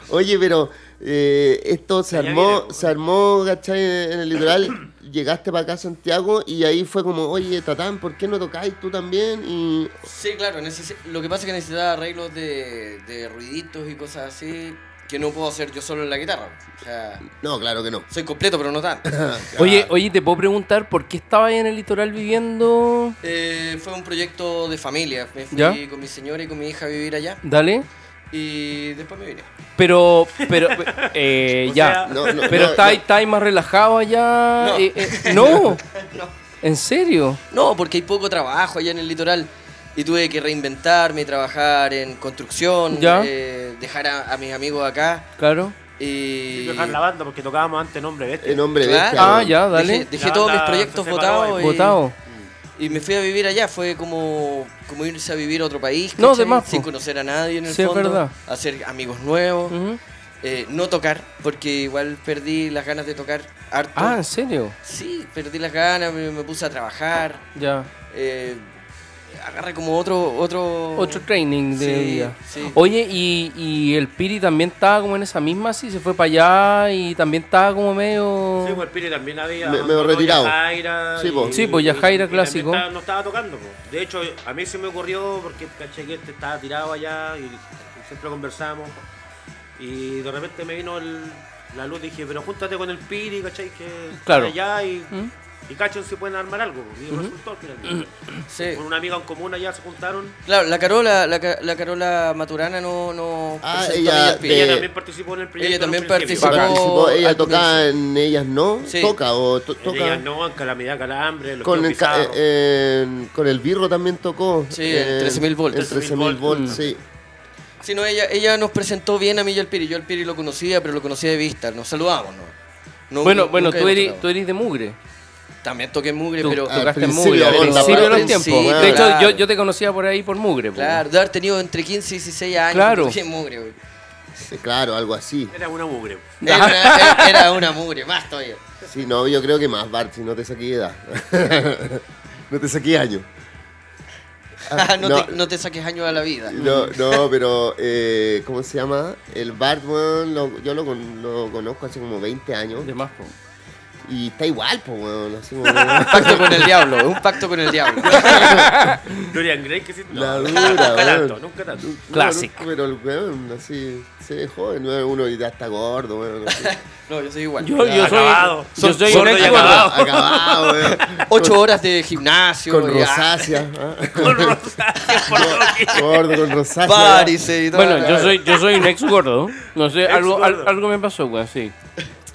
[SPEAKER 4] Oye, pero eh, esto se
[SPEAKER 6] Ya
[SPEAKER 4] armó,
[SPEAKER 6] viene, po.
[SPEAKER 4] se armó, ¿cachai? En el litoral, llegaste para acá a Santiago y ahí fue como, oye, Tatán, ¿por qué no tocáis tú también? Y
[SPEAKER 5] Sí, claro, necesi- lo que pasa es que necesitaba arreglos de, de ruiditos y cosas así que no puedo hacer yo solo en la guitarra. O sea,
[SPEAKER 4] no, claro que no.
[SPEAKER 5] soy completo, pero no tanto.
[SPEAKER 3] Oye, oye, te puedo preguntar por qué estabas en el litoral viviendo.
[SPEAKER 5] Eh, fue un proyecto de familia. Me fui
[SPEAKER 3] ¿Ya?
[SPEAKER 5] con mi señora y con mi hija a vivir allá
[SPEAKER 3] Dale.
[SPEAKER 5] y después me vine.
[SPEAKER 3] Pero, pero, eh,
[SPEAKER 6] O
[SPEAKER 3] ya.
[SPEAKER 6] sea,
[SPEAKER 4] No, no,
[SPEAKER 3] pero
[SPEAKER 4] no,
[SPEAKER 3] está, ahí-
[SPEAKER 4] no.
[SPEAKER 3] está ahí más relajado allá.
[SPEAKER 5] No.
[SPEAKER 3] Eh, eh, no. ¿En serio?
[SPEAKER 5] No, porque hay poco trabajo allá en el litoral. Y tuve que reinventarme, trabajar en construcción,
[SPEAKER 3] Ya.
[SPEAKER 5] eh, dejar a, a mis amigos acá.
[SPEAKER 3] Claro.
[SPEAKER 5] Y
[SPEAKER 6] dejar la banda porque tocábamos antes nombre bestia.
[SPEAKER 4] El hombre
[SPEAKER 5] Claro.
[SPEAKER 4] bestia,
[SPEAKER 3] Ah,
[SPEAKER 4] weón.
[SPEAKER 3] ya, dale.
[SPEAKER 5] Dejé, dejé
[SPEAKER 6] La
[SPEAKER 5] todos mis
[SPEAKER 6] banda
[SPEAKER 5] proyectos
[SPEAKER 6] se separó,
[SPEAKER 5] votados.
[SPEAKER 6] eh.
[SPEAKER 5] y-
[SPEAKER 3] Votado.
[SPEAKER 5] Y, me fui a vivir allá. Fue como, como irse a vivir a otro país.
[SPEAKER 3] No,
[SPEAKER 5] ¿cachai?
[SPEAKER 3] de más, po.
[SPEAKER 5] Sin conocer a nadie en el
[SPEAKER 3] Sí, es
[SPEAKER 5] fondo.
[SPEAKER 3] verdad.
[SPEAKER 5] Hacer amigos nuevos.
[SPEAKER 3] Ujú.
[SPEAKER 5] eh, no tocar, porque igual perdí las ganas de tocar harto.
[SPEAKER 3] Ah, ¿en serio?
[SPEAKER 5] Sí, perdí las ganas, me, me puse a trabajar.
[SPEAKER 3] Ya.
[SPEAKER 5] eh, agarré como otro... Otro,
[SPEAKER 3] Otro training de
[SPEAKER 5] Sí,
[SPEAKER 3] día.
[SPEAKER 5] sí.
[SPEAKER 3] Oye, y, y el Piri también estaba como en esa misma, así, se fue para allá y también estaba como medio.
[SPEAKER 6] Sí, pues el Piri también había.
[SPEAKER 4] Me- me he
[SPEAKER 6] abandonó
[SPEAKER 4] retirado.
[SPEAKER 6] Yajaira
[SPEAKER 4] Sí, pues.
[SPEAKER 6] y-
[SPEAKER 4] po.
[SPEAKER 3] Sí, po, Yajaira
[SPEAKER 6] y también
[SPEAKER 3] clásico.
[SPEAKER 6] estaba- no estaba tocando, po. De hecho, a mí se me ocurrió porque caché que este estaba tirado allá y siempre conversamos. Y de repente me vino el- la luz y dije, pero júntate con el Piri, ¿cachai? Que está
[SPEAKER 3] Claro.
[SPEAKER 6] allá y,
[SPEAKER 3] ¿Mm?
[SPEAKER 6] y cachen si pueden armar algo. po. Y resultó al final.
[SPEAKER 5] Sí.
[SPEAKER 6] Con una amiga en común allá se juntaron.
[SPEAKER 5] Claro, la Carola, la, Ca- la Carola Maturana no... no
[SPEAKER 4] Ah,
[SPEAKER 5] presentó
[SPEAKER 4] ella-
[SPEAKER 5] a Miguel Piri.
[SPEAKER 4] Eh,
[SPEAKER 6] ella también participó en el proyecto.
[SPEAKER 5] ella
[SPEAKER 6] en un
[SPEAKER 5] también
[SPEAKER 6] principio.
[SPEAKER 5] participó.
[SPEAKER 4] Participó, ella
[SPEAKER 5] al
[SPEAKER 4] tocaba en ellas no,
[SPEAKER 5] Sí.
[SPEAKER 4] toca o to-
[SPEAKER 6] En
[SPEAKER 4] toca.
[SPEAKER 6] Ellas no, en Calamidad Calambre, los
[SPEAKER 4] Con
[SPEAKER 6] Tíos
[SPEAKER 4] el, ca-
[SPEAKER 6] Pizarro.
[SPEAKER 4] eh, en- con el birro también tocó.
[SPEAKER 5] Sí, el 13.000 volts.
[SPEAKER 4] El 13.000 volts, sí.
[SPEAKER 5] Sí, no, ella, ella nos presentó bien a mí y al Piri. Yo al Piri lo conocía, pero lo conocía de vista. Nos saludamos, ¿no? No,
[SPEAKER 3] Bueno,
[SPEAKER 5] nunca
[SPEAKER 3] bueno, tú
[SPEAKER 5] hemos
[SPEAKER 3] eres,
[SPEAKER 5] tocado.
[SPEAKER 3] tú eres de mugre.
[SPEAKER 5] También toqué mugre,
[SPEAKER 3] Tú
[SPEAKER 5] pero...
[SPEAKER 4] Ah,
[SPEAKER 3] tocaste en
[SPEAKER 4] principio,
[SPEAKER 3] mugre. Al
[SPEAKER 4] bueno,
[SPEAKER 3] principio de
[SPEAKER 4] al
[SPEAKER 3] los tiempos.
[SPEAKER 5] principio,
[SPEAKER 3] de hecho,
[SPEAKER 5] claro.
[SPEAKER 3] yo, yo te conocía por ahí por mugre. pues. po.
[SPEAKER 5] Claro, de haber tenido entre 15 y 16 años.
[SPEAKER 3] Claro.
[SPEAKER 5] Toqué mugre, güey.
[SPEAKER 4] Sí, Eh, Claro, algo así.
[SPEAKER 6] Era una mugre.
[SPEAKER 5] Era una, era una mugre, más todavía.
[SPEAKER 4] Sí, no, yo creo que más, Bart, si no te saqué edad. no te saqué año. Ah,
[SPEAKER 5] no,
[SPEAKER 4] no.
[SPEAKER 5] Te, no te saques años a la vida.
[SPEAKER 4] No, no, pero eh, ¿cómo se llama? El Bart, weón, lo- yo lo, con- lo conozco hace como 20 años
[SPEAKER 3] De más, po.
[SPEAKER 4] y está igual, pues, weón. así como-
[SPEAKER 5] Un pacto con el diablo, es un pacto con el diablo.
[SPEAKER 6] Dorian Gray, que sí. No,
[SPEAKER 4] La dura,
[SPEAKER 6] nunca tanto,
[SPEAKER 4] weón.
[SPEAKER 6] nunca tanto.
[SPEAKER 4] No,
[SPEAKER 3] Clásico.
[SPEAKER 4] no, pero el weón, así, se ve joven, weón, uno y ya está gordo, weón. así.
[SPEAKER 5] No, yo soy igual.
[SPEAKER 3] Yo, yo soy,
[SPEAKER 6] Acabado.
[SPEAKER 3] yo
[SPEAKER 6] Son-
[SPEAKER 3] soy
[SPEAKER 6] son
[SPEAKER 3] un ex
[SPEAKER 6] de
[SPEAKER 3] gordo.
[SPEAKER 6] acabado.
[SPEAKER 4] Acabado, weón.
[SPEAKER 5] Ocho horas de gimnasio.
[SPEAKER 4] Con
[SPEAKER 5] y- ah,
[SPEAKER 4] rosácea. ¿ah?
[SPEAKER 6] Con Rosario, por Rocky.
[SPEAKER 4] Gordo, con rosácea.
[SPEAKER 5] varices y todo.
[SPEAKER 3] Bueno, yo soy, yo soy un ex gordo. No sé,
[SPEAKER 6] Ex
[SPEAKER 3] algo, al-
[SPEAKER 6] gordo.
[SPEAKER 3] algo me pasó, weón, sí.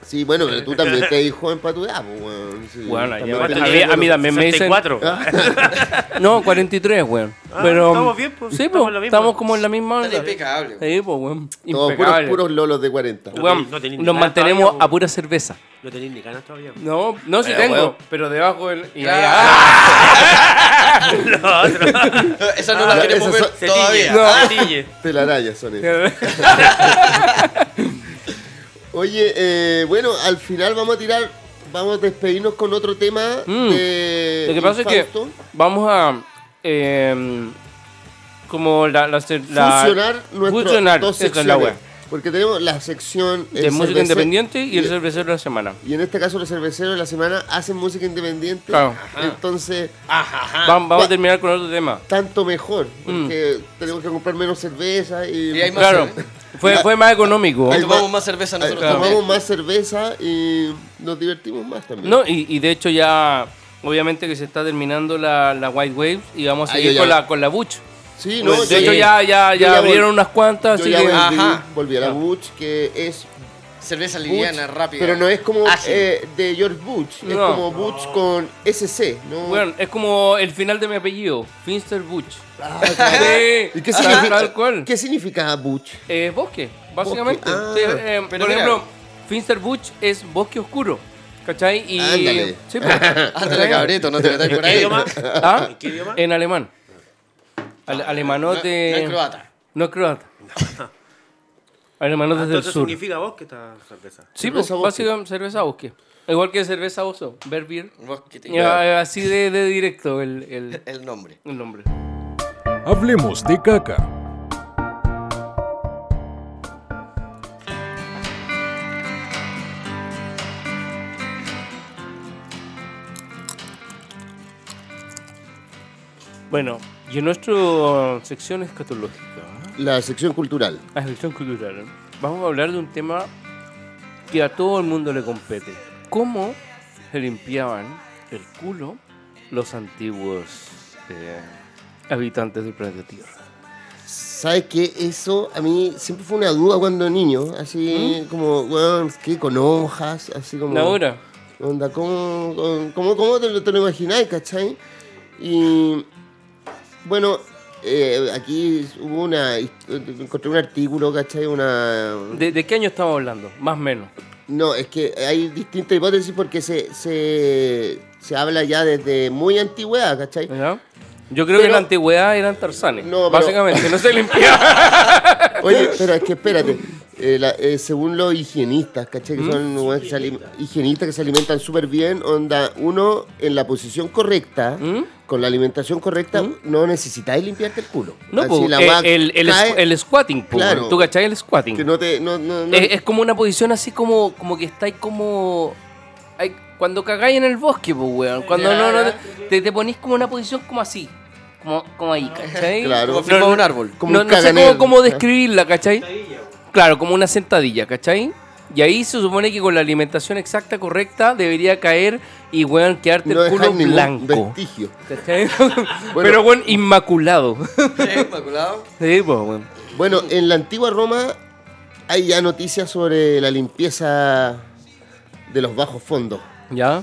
[SPEAKER 4] Sí, bueno, pero tú también te dijo en patudá, pues, weón. Sí,
[SPEAKER 3] Bueno,
[SPEAKER 4] también
[SPEAKER 3] ya-
[SPEAKER 4] te-
[SPEAKER 3] a mí- a mí también me dicen-
[SPEAKER 6] 64.
[SPEAKER 3] No, 43, weón.
[SPEAKER 6] Ah,
[SPEAKER 3] Pero,
[SPEAKER 6] estamos bien, pues,
[SPEAKER 3] Sí,
[SPEAKER 6] estamos
[SPEAKER 3] po,
[SPEAKER 6] en la misma.
[SPEAKER 3] estamos como en la misma onda.
[SPEAKER 5] Estás impecable.
[SPEAKER 3] Sí, po, weón.
[SPEAKER 4] Todos puros,
[SPEAKER 3] Impecable.
[SPEAKER 4] puros lolos de 40.
[SPEAKER 6] No
[SPEAKER 3] Weón,
[SPEAKER 6] tenéis- no tenéis ni
[SPEAKER 3] nos
[SPEAKER 6] nada
[SPEAKER 3] mantenemos
[SPEAKER 6] todavía, po.
[SPEAKER 3] a pura cerveza.
[SPEAKER 6] No tenéis ni ganas todavía. po.
[SPEAKER 3] No, no, sí
[SPEAKER 5] Pero,
[SPEAKER 3] tengo,
[SPEAKER 5] weón.
[SPEAKER 3] pero debajo del. y
[SPEAKER 5] Claro.
[SPEAKER 3] ahí- ¡Ah!
[SPEAKER 6] Lo otro.
[SPEAKER 5] Esa no la
[SPEAKER 4] Ah,
[SPEAKER 5] queremos
[SPEAKER 4] esas
[SPEAKER 5] ver
[SPEAKER 4] son-
[SPEAKER 6] Se
[SPEAKER 5] todavía.
[SPEAKER 6] tiñe,
[SPEAKER 3] No.
[SPEAKER 6] se tiñe.
[SPEAKER 4] Telarañas son esas. Oye, eh, bueno, al final vamos a tirar, vamos a despedirnos con otro tema
[SPEAKER 3] Mm.
[SPEAKER 4] de
[SPEAKER 3] Lo que pasa es que
[SPEAKER 4] Infausto.
[SPEAKER 3] vamos a. eh, como la. la, ser- la-
[SPEAKER 4] fusionar nuestras
[SPEAKER 3] fusionar,
[SPEAKER 4] dos
[SPEAKER 3] esa es la
[SPEAKER 4] secciones.
[SPEAKER 3] wea.
[SPEAKER 4] porque tenemos la sección
[SPEAKER 3] de
[SPEAKER 4] el
[SPEAKER 3] música
[SPEAKER 4] cervece-
[SPEAKER 3] independiente y el
[SPEAKER 4] y-
[SPEAKER 3] cervecero de la semana.
[SPEAKER 4] y en este caso los cerveceros de la semana hacen música independiente.
[SPEAKER 3] Claro.
[SPEAKER 4] Entonces,
[SPEAKER 3] Vamos, vamos
[SPEAKER 4] Bueno.
[SPEAKER 3] a terminar con otro tema.
[SPEAKER 4] tanto mejor. Porque
[SPEAKER 3] Mm.
[SPEAKER 4] tenemos que comprar menos cerveza y,
[SPEAKER 5] Y hay más
[SPEAKER 3] Claro,
[SPEAKER 5] cerveza.
[SPEAKER 3] fue, fue más económico.
[SPEAKER 4] Ahí
[SPEAKER 5] Tomamos
[SPEAKER 4] va.
[SPEAKER 5] más cerveza
[SPEAKER 4] Ay,
[SPEAKER 5] nosotros
[SPEAKER 4] tomamos
[SPEAKER 5] también.
[SPEAKER 4] más cerveza y nos divertimos más también.
[SPEAKER 3] No, y, y de hecho ya, obviamente que se está terminando la, la White Wave y vamos a
[SPEAKER 4] Ah,
[SPEAKER 3] seguir
[SPEAKER 4] yo
[SPEAKER 3] con
[SPEAKER 4] ya-
[SPEAKER 3] la, con la Butch.
[SPEAKER 4] Sí, no,
[SPEAKER 3] de
[SPEAKER 4] yo-
[SPEAKER 3] hecho ya, ya,
[SPEAKER 4] yo
[SPEAKER 3] ya
[SPEAKER 4] ya
[SPEAKER 3] abrieron
[SPEAKER 4] vol-
[SPEAKER 3] unas cuantas,
[SPEAKER 4] Yo
[SPEAKER 3] así
[SPEAKER 4] ya
[SPEAKER 3] que-
[SPEAKER 4] volví,
[SPEAKER 5] Ajá.
[SPEAKER 4] volví a la Butch, que es
[SPEAKER 5] Cerveza liviana,
[SPEAKER 4] Butch,
[SPEAKER 5] rápida. Ah,
[SPEAKER 4] Pero no es como
[SPEAKER 5] ágil.
[SPEAKER 4] eh, de George Butch, es
[SPEAKER 3] No.
[SPEAKER 4] como Butch con SC, ¿no?
[SPEAKER 3] Bueno, es como el final de mi apellido, Finster Butch. Sí,
[SPEAKER 4] Ah, ¿Y qué
[SPEAKER 3] tal-
[SPEAKER 4] significa,
[SPEAKER 3] Tal cual.
[SPEAKER 4] ¿Qué significa Butch?
[SPEAKER 3] Eh, bosque, básicamente.
[SPEAKER 4] Ah,
[SPEAKER 3] Sí, eh, por
[SPEAKER 5] pero mira.
[SPEAKER 3] ejemplo, Finster Butch es bosque oscuro. ¿Cachai? Y,
[SPEAKER 4] Ándale.
[SPEAKER 3] Sí, pues.
[SPEAKER 5] Ándale, cabreto, no Ah, te metáis por
[SPEAKER 6] ¿Qué
[SPEAKER 5] ahí.
[SPEAKER 6] idioma?
[SPEAKER 3] ¿Ah?
[SPEAKER 6] ¿En qué idioma?
[SPEAKER 3] En alemán. Ale-
[SPEAKER 5] No, no
[SPEAKER 3] alemanote.
[SPEAKER 5] es croata.
[SPEAKER 3] No es croata. Alemanote del
[SPEAKER 6] Entonces
[SPEAKER 3] sur.
[SPEAKER 6] significa vos que esta cerveza.
[SPEAKER 3] Sí, pues,
[SPEAKER 4] Cerveza bosque.
[SPEAKER 3] básicamente cerveza bosque. Igual que cerveza oso, ver beer.
[SPEAKER 5] Vos que te-
[SPEAKER 3] Y, ah, Así de, de directo el, el-
[SPEAKER 5] El nombre.
[SPEAKER 3] el nombre.
[SPEAKER 2] Hablemos de caca.
[SPEAKER 3] Bueno, y en nuestra sección escatológica,
[SPEAKER 4] La sección cultural.
[SPEAKER 3] la sección cultural, vamos a hablar de un tema que a todo el mundo le compete. ¿Cómo se limpiaban el culo los antiguos eh, habitantes del planeta Tierra?
[SPEAKER 4] ¿Sabes qué? Eso a mí siempre fue una duda cuando niño, así
[SPEAKER 3] ¿Mm?
[SPEAKER 4] como, weón, ¿qué? Con hojas, así como...
[SPEAKER 3] Ahora,
[SPEAKER 4] Onda, ¿cómo, cómo, cómo te, lo- te lo imagináis, cachai? Y bueno, eh, aquí hubo una. Encontré un artículo, cachai, una.
[SPEAKER 3] ¿de, de qué año estamos hablando? Más o menos.
[SPEAKER 4] No, es que hay distintas hipótesis porque se, se, se habla ya desde muy antigüedad, ¿cachai?
[SPEAKER 3] ¿ya? Yo creo que en
[SPEAKER 4] Pero-
[SPEAKER 3] la antigüedad eran tarzanes.
[SPEAKER 4] No, pero-
[SPEAKER 3] Básicamente, no se limpiaban.
[SPEAKER 4] Oye, pero es que espérate. eh, la- eh, según los higienistas, ¿cachai? Que
[SPEAKER 3] ¿Mm?
[SPEAKER 4] son weones que se alim- higienistas que se alimentan súper bien, onda, uno en la posición correcta,
[SPEAKER 3] ¿Mm?
[SPEAKER 4] con la alimentación correcta, no necesitáis limpiarte el culo.
[SPEAKER 3] No,
[SPEAKER 4] Así
[SPEAKER 3] po,
[SPEAKER 4] la
[SPEAKER 3] eh,
[SPEAKER 4] weá
[SPEAKER 3] el, el,
[SPEAKER 4] cae,
[SPEAKER 3] el squatting, po,
[SPEAKER 4] Claro.
[SPEAKER 3] ¿tú cachai el squatting?
[SPEAKER 4] que no te... No, no, no-
[SPEAKER 3] Es, es como una posición así como, como que estáis como. ay, cuando cagáis en el bosque, pues, weón. Cuando
[SPEAKER 5] Ya,
[SPEAKER 3] no, no
[SPEAKER 5] ya.
[SPEAKER 3] te, te ponís como una posición como así. Como, como ahí, ¿cachai?
[SPEAKER 4] Claro.
[SPEAKER 5] Como
[SPEAKER 4] No,
[SPEAKER 5] firmado un árbol.
[SPEAKER 4] como
[SPEAKER 3] no
[SPEAKER 4] un
[SPEAKER 3] no sé
[SPEAKER 4] caganero,
[SPEAKER 3] cómo, cómo
[SPEAKER 4] ¿no?
[SPEAKER 3] describirla, ¿cachai? Claro, como una sentadilla, ¿cachai? Y ahí se supone que con la alimentación exacta, correcta, debería caer y, weón, quedarte
[SPEAKER 4] no
[SPEAKER 3] el culo
[SPEAKER 4] dejáis ningún
[SPEAKER 3] blanco.
[SPEAKER 4] vestigio.
[SPEAKER 3] ¿Cachai? Pero, weón, inmaculado.
[SPEAKER 5] Inmaculado.
[SPEAKER 3] sí, pues, weón.
[SPEAKER 4] Bueno, en la antigua Roma hay ya noticias sobre la limpieza de los bajos fondos.
[SPEAKER 3] ¿Ya?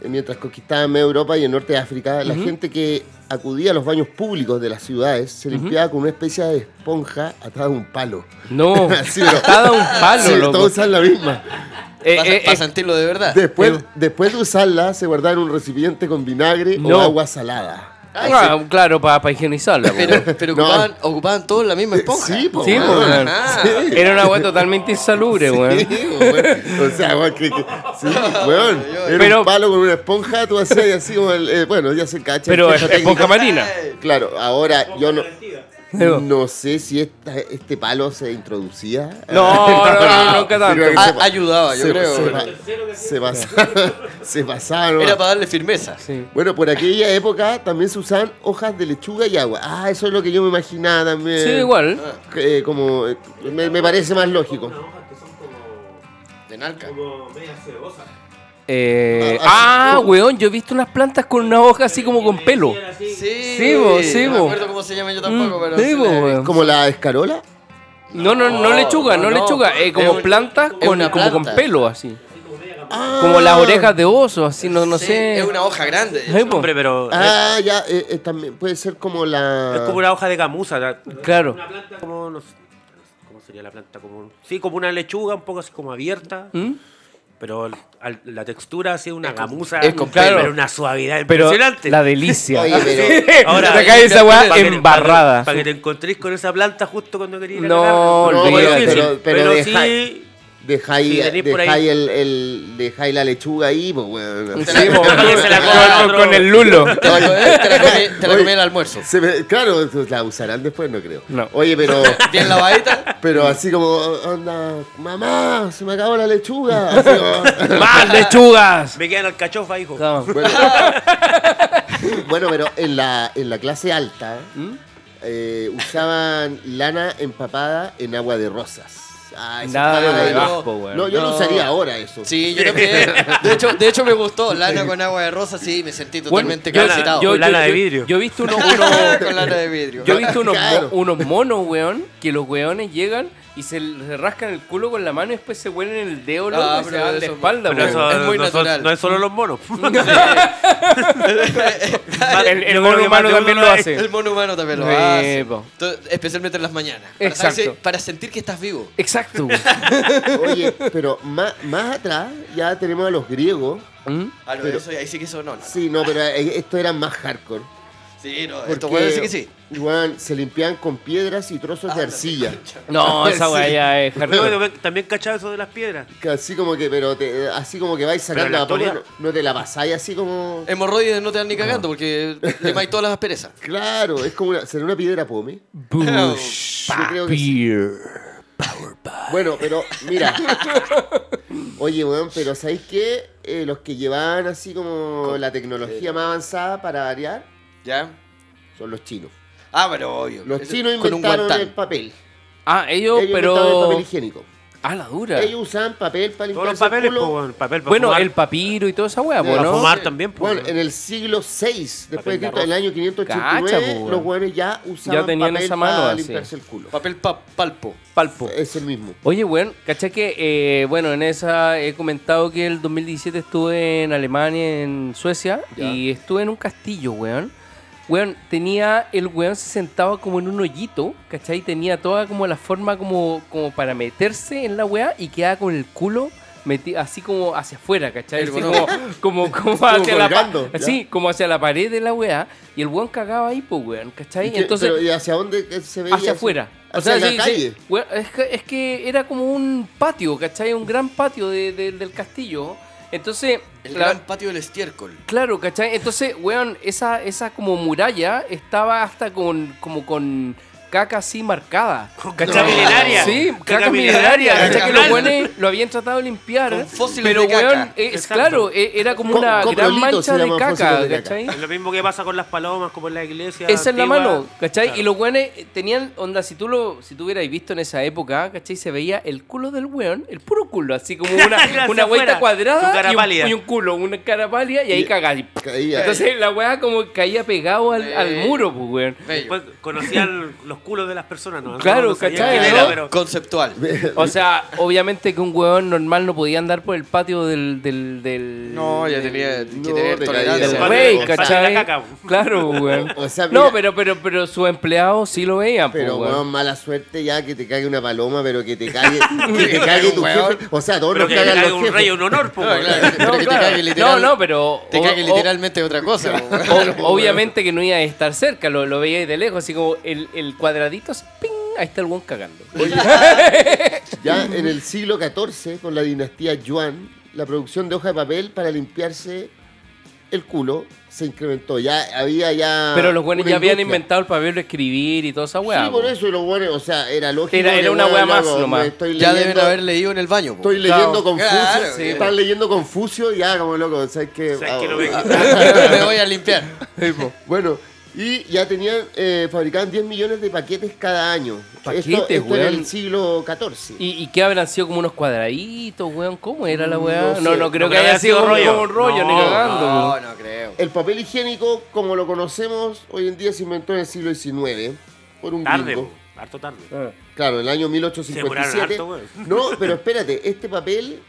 [SPEAKER 4] Eh, mientras conquistaban medio Europa y el norte de África, la gente que acudía a los baños públicos de las ciudades se limpiaba con una especie de esponja atada a un palo.
[SPEAKER 3] No,
[SPEAKER 4] Sí, pero-
[SPEAKER 3] atada a un palo,
[SPEAKER 4] Sí,
[SPEAKER 3] loco.
[SPEAKER 4] todos usaban la misma.
[SPEAKER 3] Eh,
[SPEAKER 5] para,
[SPEAKER 3] eh, eh,
[SPEAKER 5] sentirlo de verdad.
[SPEAKER 4] Después, después de usarla, se guardaba en un recipiente con vinagre
[SPEAKER 3] No.
[SPEAKER 4] o agua salada.
[SPEAKER 3] Ah, claro, para higienizarla. po.
[SPEAKER 5] Pero, pero
[SPEAKER 4] No.
[SPEAKER 5] ocupaban, ocupaban todos la misma esponja.
[SPEAKER 4] Sí, po,
[SPEAKER 3] Sí,
[SPEAKER 4] weón.
[SPEAKER 3] po, weón.
[SPEAKER 5] Ah.
[SPEAKER 3] Era una weá totalmente insalubre,
[SPEAKER 4] Sí,
[SPEAKER 3] weón.
[SPEAKER 4] po, weón. O sea, weón, que, que- sí, weón. Era
[SPEAKER 3] Pero-
[SPEAKER 4] un palo con una esponja, tú hacías y así, como el- eh, bueno, ya se cacha.
[SPEAKER 3] Pero es,
[SPEAKER 4] esta
[SPEAKER 3] es poca
[SPEAKER 4] técnica.
[SPEAKER 3] marina.
[SPEAKER 4] Claro, ahora yo no...
[SPEAKER 3] Digo,
[SPEAKER 4] No sé si esta- este palo se introducía.
[SPEAKER 3] No, no, no, nunca tanto.
[SPEAKER 4] Pero que
[SPEAKER 5] Ah,
[SPEAKER 4] se pa-
[SPEAKER 5] ayudaba, yo
[SPEAKER 4] se-
[SPEAKER 5] creo.
[SPEAKER 4] Se,
[SPEAKER 5] Era
[SPEAKER 4] pa- se basa- se basaba nomás.
[SPEAKER 5] para darle firmeza.
[SPEAKER 3] Sí.
[SPEAKER 4] Bueno, por aquella época también se usaban hojas de lechuga y agua. Ah, eso es lo que yo me imaginaba también.
[SPEAKER 3] Sí, igual.
[SPEAKER 4] Eh, como, eh, me, me parece más lógico.
[SPEAKER 1] Unas hojas que son como,
[SPEAKER 5] De narca.
[SPEAKER 1] como medias cebosas.
[SPEAKER 3] Eh,
[SPEAKER 4] Ah,
[SPEAKER 3] ah, weón, yo he visto unas plantas con una hoja así como con pelo.
[SPEAKER 1] Sí.
[SPEAKER 3] Sí, bo, sí,
[SPEAKER 5] No
[SPEAKER 3] bo.
[SPEAKER 5] me acuerdo cómo se llama yo tampoco,
[SPEAKER 3] Mm,
[SPEAKER 5] pero.
[SPEAKER 3] sí,
[SPEAKER 5] se
[SPEAKER 3] bo,
[SPEAKER 5] le-
[SPEAKER 3] weón.
[SPEAKER 4] Como la escarola.
[SPEAKER 3] No, no, no lechuga, no,
[SPEAKER 5] no, no.
[SPEAKER 3] lechuga. eh, como
[SPEAKER 5] Es un-
[SPEAKER 3] plantas
[SPEAKER 5] es
[SPEAKER 3] con,
[SPEAKER 5] una
[SPEAKER 3] como con
[SPEAKER 5] planta.
[SPEAKER 3] pelo así.
[SPEAKER 4] Ah,
[SPEAKER 3] Como las orejas de oso, así, no, no
[SPEAKER 5] Sí,
[SPEAKER 3] sé.
[SPEAKER 5] Es una hoja grande.
[SPEAKER 3] Sí, po.
[SPEAKER 6] Hombre, pero
[SPEAKER 4] Ah, ya, eh, eh, también puede ser como la.
[SPEAKER 6] es como una hoja de gamuza. la-
[SPEAKER 3] Claro.
[SPEAKER 6] Como, no sé, ¿Cómo sería la planta? Como, sí, como una lechuga, un poco así como abierta.
[SPEAKER 3] ¿Mm?
[SPEAKER 6] Pero al- al- la textura así una gamuza.
[SPEAKER 5] es
[SPEAKER 6] con
[SPEAKER 5] complejo.
[SPEAKER 6] Pero una suavidad
[SPEAKER 3] Pero
[SPEAKER 6] impresionante.
[SPEAKER 3] la delicia.
[SPEAKER 4] Oye, pero.
[SPEAKER 6] Ahora,
[SPEAKER 3] te cae esa weá
[SPEAKER 6] para que-
[SPEAKER 3] embarrada.
[SPEAKER 6] Para, que te encontréis con esa planta justo cuando querías ir a
[SPEAKER 3] No,
[SPEAKER 6] cagar,
[SPEAKER 3] no,
[SPEAKER 6] es
[SPEAKER 3] pero-
[SPEAKER 6] difícil,
[SPEAKER 4] pero- pero deja-
[SPEAKER 6] sí.
[SPEAKER 4] Dejáis
[SPEAKER 6] Sí, venís por
[SPEAKER 4] dejáis
[SPEAKER 6] ahí.
[SPEAKER 4] el, el, dejáis la lechuga ahí, pues, weón.
[SPEAKER 3] Sí, po,
[SPEAKER 6] se la coma
[SPEAKER 3] con-
[SPEAKER 6] otro.
[SPEAKER 3] con el lulo.
[SPEAKER 5] Te la comí- te la comí- te la comí
[SPEAKER 4] Oye.
[SPEAKER 5] en el almuerzo.
[SPEAKER 4] Se me- claro, la usarán después, no creo.
[SPEAKER 3] No.
[SPEAKER 4] Oye, pero.
[SPEAKER 5] Bien lavadita.
[SPEAKER 4] Pero así como, onda, mamá, se me acabó la lechuga. Así como-
[SPEAKER 3] ¡Más lechugas!
[SPEAKER 6] Me quedan alcachofa, hijo.
[SPEAKER 4] bueno, Bueno, pero en la, en la clase alta eh, usaban lana empapada en agua de rosas. Ah, eso
[SPEAKER 3] Nada
[SPEAKER 4] está
[SPEAKER 3] de
[SPEAKER 4] bueno.
[SPEAKER 3] huevas, po, weón.
[SPEAKER 4] No, yo lo
[SPEAKER 5] No.
[SPEAKER 4] usaría ahora eso.
[SPEAKER 5] Sí, yo también. De hecho, de hecho me gustó. Lana con agua de rosa, sí, me sentí totalmente
[SPEAKER 3] Bueno, yo-
[SPEAKER 5] capacitado. Ah,
[SPEAKER 3] yo-
[SPEAKER 7] Con lana
[SPEAKER 3] yo-
[SPEAKER 7] de
[SPEAKER 3] yo-
[SPEAKER 7] vidrio.
[SPEAKER 3] Yo he visto unos, unos-
[SPEAKER 5] con lana de vidrio.
[SPEAKER 3] yo he visto unos, mo-
[SPEAKER 4] Claro.
[SPEAKER 3] unos monos, weón, que los weones llegan y se, se rascan el culo con la mano y después se huelen el dedo, loco,
[SPEAKER 5] Ah,
[SPEAKER 3] y se
[SPEAKER 5] pero
[SPEAKER 3] van de
[SPEAKER 5] eso-
[SPEAKER 3] espalda,
[SPEAKER 7] Pero
[SPEAKER 3] weón.
[SPEAKER 7] eso
[SPEAKER 5] es muy
[SPEAKER 7] no, son-
[SPEAKER 5] natural.
[SPEAKER 7] no es solo los monos.
[SPEAKER 3] El, el
[SPEAKER 7] Yo creo
[SPEAKER 3] mono
[SPEAKER 7] que más
[SPEAKER 3] humano
[SPEAKER 7] de
[SPEAKER 3] también
[SPEAKER 7] uno
[SPEAKER 3] lo
[SPEAKER 7] la-
[SPEAKER 3] hace.
[SPEAKER 5] El mono humano también lo
[SPEAKER 3] Sí,
[SPEAKER 5] hace.
[SPEAKER 3] po.
[SPEAKER 5] Entonces, especialmente en las mañanas. Para,
[SPEAKER 3] Exacto.
[SPEAKER 5] saberse- para sentir que estás vivo.
[SPEAKER 3] Exacto. weón.
[SPEAKER 4] Oye, pero más, más atrás ya tenemos a los griegos.
[SPEAKER 3] ¿Mm?
[SPEAKER 5] Ah, no,
[SPEAKER 4] Pero-
[SPEAKER 5] eso ahí sí que eso no. no.
[SPEAKER 4] Sí, no, pero eh, esto era más hardcore.
[SPEAKER 5] Sí, no,
[SPEAKER 4] Porque,
[SPEAKER 5] esto puede decir que sí. Ah,
[SPEAKER 4] weón, se limpiaban con piedras y trozos de arcilla.
[SPEAKER 3] No, esa weá ya es
[SPEAKER 7] No,
[SPEAKER 3] hardcore.
[SPEAKER 7] yo me- también cachaba eso de las piedras.
[SPEAKER 4] Que Así como que, pero te- así como que vais
[SPEAKER 7] Pero
[SPEAKER 4] sacando
[SPEAKER 7] la
[SPEAKER 4] a poco, no,
[SPEAKER 7] actualidad-
[SPEAKER 4] no te la pasáis así como.
[SPEAKER 5] Hemorroides no te dan ni cagando porque le todas las asperezas.
[SPEAKER 4] Claro, es como una. ¿Será una piedra pome?
[SPEAKER 3] Bush.
[SPEAKER 4] Yo creo que sí. Bueno, pero mira. Oye, weón, pero ¿sabéis qué? Eh, los que llevaban así como la tecnología más avanzada para variar
[SPEAKER 5] ¿Ya?
[SPEAKER 4] son los chinos.
[SPEAKER 5] Ah, pero obvio.
[SPEAKER 4] Los
[SPEAKER 5] Eso-
[SPEAKER 4] chinos
[SPEAKER 5] con un
[SPEAKER 4] inventaron
[SPEAKER 5] guantán.
[SPEAKER 4] el papel.
[SPEAKER 3] Ah, ellos,
[SPEAKER 4] Ellos inventaron el
[SPEAKER 3] pero.
[SPEAKER 4] papel higiénico.
[SPEAKER 3] Ah, la dura.
[SPEAKER 4] Ellos usaban papel para
[SPEAKER 7] Todos
[SPEAKER 4] limpiar
[SPEAKER 7] los papeles,
[SPEAKER 4] el culo.
[SPEAKER 7] po, weón, papel para
[SPEAKER 3] Bueno,
[SPEAKER 7] fumar.
[SPEAKER 3] el papiro y toda esa weá, po,
[SPEAKER 4] Para
[SPEAKER 3] ¿no?
[SPEAKER 7] fumar también, po,
[SPEAKER 4] Bueno,
[SPEAKER 7] weón.
[SPEAKER 4] en el siglo VI, después de
[SPEAKER 3] de
[SPEAKER 4] Cristo,
[SPEAKER 3] arroz.
[SPEAKER 4] en el año 589,
[SPEAKER 3] Cacha, po, weón.
[SPEAKER 4] los hueones ya usaban
[SPEAKER 3] Ya tenían
[SPEAKER 4] papel
[SPEAKER 3] esa mano
[SPEAKER 4] para
[SPEAKER 3] así.
[SPEAKER 4] limpiarse el culo.
[SPEAKER 5] Papel pa- palpo.
[SPEAKER 3] Palpo.
[SPEAKER 4] Es el mismo.
[SPEAKER 3] Oye, weón, caché que, eh, bueno, en esa he comentado que el 2017 estuve en Alemania, en Suecia, y estuve en un castillo, weón. Weón, tenía, el weón se sentaba como en un hoyito, ¿cachai? Tenía toda como la forma como, como para meterse en la weá y quedaba con el culo meti- así como hacia afuera, ¿cachai?
[SPEAKER 5] El
[SPEAKER 3] Así
[SPEAKER 5] bonobo.
[SPEAKER 3] como, como, como hacia la pa-
[SPEAKER 4] colgando, ya.
[SPEAKER 3] sí, como hacia la pared de la weá, y el weón cagaba ahí, pues, weón, ¿cachai?
[SPEAKER 4] ¿Y, qué-
[SPEAKER 3] Entonces,
[SPEAKER 4] pero, ¿y hacia dónde se veía?
[SPEAKER 3] hacia
[SPEAKER 4] eso?
[SPEAKER 3] afuera. O sea,
[SPEAKER 4] Hacia la
[SPEAKER 3] sí, sí.
[SPEAKER 4] calle.
[SPEAKER 3] Bueno, es, que, es que era como un patio, ¿cachai? Un gran patio de- de- del castillo. Entonces,
[SPEAKER 5] El
[SPEAKER 3] la-
[SPEAKER 5] gran patio del estiércol.
[SPEAKER 3] claro, ¿cachai? Entonces, weón, esa, esa como muralla estaba hasta con, como con caca así marcada.
[SPEAKER 7] Con cacha milenaria.
[SPEAKER 3] Sí,
[SPEAKER 7] Con
[SPEAKER 3] caca milenaria.
[SPEAKER 5] milenaria,
[SPEAKER 3] ¿cachai? Que los
[SPEAKER 5] caca.
[SPEAKER 3] weones lo habían tratado de limpiar.
[SPEAKER 5] Con fósiles
[SPEAKER 3] Pero,
[SPEAKER 5] de caca.
[SPEAKER 3] weón, eh, es,
[SPEAKER 7] Exacto.
[SPEAKER 3] claro, eh, era como
[SPEAKER 4] Co-
[SPEAKER 3] una gran
[SPEAKER 4] coprolitos
[SPEAKER 3] mancha
[SPEAKER 4] se
[SPEAKER 3] de
[SPEAKER 4] llaman
[SPEAKER 3] caca,
[SPEAKER 4] fósiles de caca.
[SPEAKER 3] ¿cachai?
[SPEAKER 7] Es lo mismo que pasa con las palomas, como en la iglesia.
[SPEAKER 3] Esa es la
[SPEAKER 7] antigua.
[SPEAKER 3] mano, ¿cachai?
[SPEAKER 7] Claro.
[SPEAKER 3] Y los weones eh, tenían, onda, si tú lo, si tú hubierais visto en esa época, ¿cachai? Se veía el culo del weón, el puro culo, así como una,
[SPEAKER 7] Hacia
[SPEAKER 3] una
[SPEAKER 7] afuera,
[SPEAKER 3] vuelta
[SPEAKER 7] su
[SPEAKER 3] cuadrada
[SPEAKER 7] cara
[SPEAKER 3] y un,
[SPEAKER 7] pálida.
[SPEAKER 3] y un culo, una cara pálida y ahí
[SPEAKER 4] Y-
[SPEAKER 3] cagás.
[SPEAKER 4] Caía.
[SPEAKER 3] Entonces la weá como caía pegado al, al
[SPEAKER 5] Eh.
[SPEAKER 3] muro, pues, weón.
[SPEAKER 5] Bello.
[SPEAKER 7] Después conocían los culos de las personas, ¿no?
[SPEAKER 3] Claro,
[SPEAKER 7] No sabían
[SPEAKER 3] ¿cachai,
[SPEAKER 7] quién
[SPEAKER 3] no?
[SPEAKER 7] era, pero-
[SPEAKER 5] Conceptual.
[SPEAKER 3] O sea, obviamente que un weón normal no podía andar por el patio del... del, del
[SPEAKER 5] No, ya
[SPEAKER 3] del-
[SPEAKER 5] tenía
[SPEAKER 4] No,
[SPEAKER 5] que tener
[SPEAKER 4] te
[SPEAKER 5] tolerancia.
[SPEAKER 4] caía.
[SPEAKER 3] del
[SPEAKER 7] patio-
[SPEAKER 3] rey,
[SPEAKER 7] el patio de la
[SPEAKER 3] ¿cachai?
[SPEAKER 7] caca.
[SPEAKER 3] Claro, weón.
[SPEAKER 4] O sea,
[SPEAKER 3] no,
[SPEAKER 4] mira-
[SPEAKER 3] pero, pero, pero su empleado sí lo veían, pues,
[SPEAKER 4] Pero,
[SPEAKER 3] weón.
[SPEAKER 4] weón, mala suerte ya que te cague una paloma, pero que te cague, que te cague tu
[SPEAKER 5] Weón.
[SPEAKER 4] jefe. O sea, todos
[SPEAKER 7] Pero
[SPEAKER 4] nos
[SPEAKER 7] que le
[SPEAKER 4] cagan
[SPEAKER 7] caiga
[SPEAKER 4] los Ah,
[SPEAKER 7] un
[SPEAKER 4] jefes.
[SPEAKER 7] rey un honor, po,
[SPEAKER 5] No,
[SPEAKER 7] weón.
[SPEAKER 5] claro, pero que te
[SPEAKER 3] claro.
[SPEAKER 5] cague literal-
[SPEAKER 3] No, no, pero-
[SPEAKER 5] Te cague
[SPEAKER 3] o-
[SPEAKER 5] literalmente otra cosa. weón.
[SPEAKER 3] O- obviamente que no iba a estar cerca, lo, lo veía de lejos, así como el, el cuadradito, así, ¡ping! ahí está el buen cagando.
[SPEAKER 4] Ya en el siglo XIV, con la dinastía Yuan, la producción de hoja de papel para limpiarse el culo se incrementó. Ya había ya.
[SPEAKER 3] Pero los buenos
[SPEAKER 4] una
[SPEAKER 3] ya habían
[SPEAKER 4] industria.
[SPEAKER 3] inventado el papel de escribir y toda esa weá.
[SPEAKER 4] Sí, por
[SPEAKER 3] po.
[SPEAKER 4] eso y los buenos, o sea, era lógico.
[SPEAKER 3] Era- era
[SPEAKER 4] que,
[SPEAKER 3] una
[SPEAKER 4] bueno,
[SPEAKER 3] wea más
[SPEAKER 4] loco, me
[SPEAKER 3] nomás.
[SPEAKER 4] Estoy
[SPEAKER 5] Ya
[SPEAKER 4] leyendo,
[SPEAKER 5] deben haber leído en el baño. po.
[SPEAKER 4] Estoy leyendo Confucio.
[SPEAKER 5] Claro, sí.
[SPEAKER 4] Están leyendo Confucio y ya, como loco, ¿sabes qué?
[SPEAKER 7] ¿Sabes qué?
[SPEAKER 4] Ah,
[SPEAKER 7] No me-
[SPEAKER 5] Me voy a limpiar.
[SPEAKER 4] Bueno, y ya tenían, eh, fabricaban 10 millones de paquetes cada año.
[SPEAKER 3] Paquetes,
[SPEAKER 4] esto, esto en
[SPEAKER 3] weón.
[SPEAKER 4] el siglo XIV.
[SPEAKER 3] ¿Y, ¿Y qué habrán sido como unos cuadraditos, weón? ¿Cómo era la weá?
[SPEAKER 4] No sé.
[SPEAKER 3] No, no creo
[SPEAKER 7] No
[SPEAKER 3] que
[SPEAKER 7] creo
[SPEAKER 3] haya
[SPEAKER 7] haya sido
[SPEAKER 3] sido como
[SPEAKER 7] rollo.
[SPEAKER 3] un rollo, ni
[SPEAKER 7] No,
[SPEAKER 3] cagando. po.
[SPEAKER 5] No, no creo.
[SPEAKER 4] El papel higiénico, como lo conocemos hoy en día, se inventó en el siglo XIX por un
[SPEAKER 7] Tarde,
[SPEAKER 4] gringo.
[SPEAKER 7] po, harto tarde.
[SPEAKER 4] Ah, Claro, en el año
[SPEAKER 7] Se
[SPEAKER 4] 1857.
[SPEAKER 7] demoraron harto,
[SPEAKER 4] no, pero espérate, este papel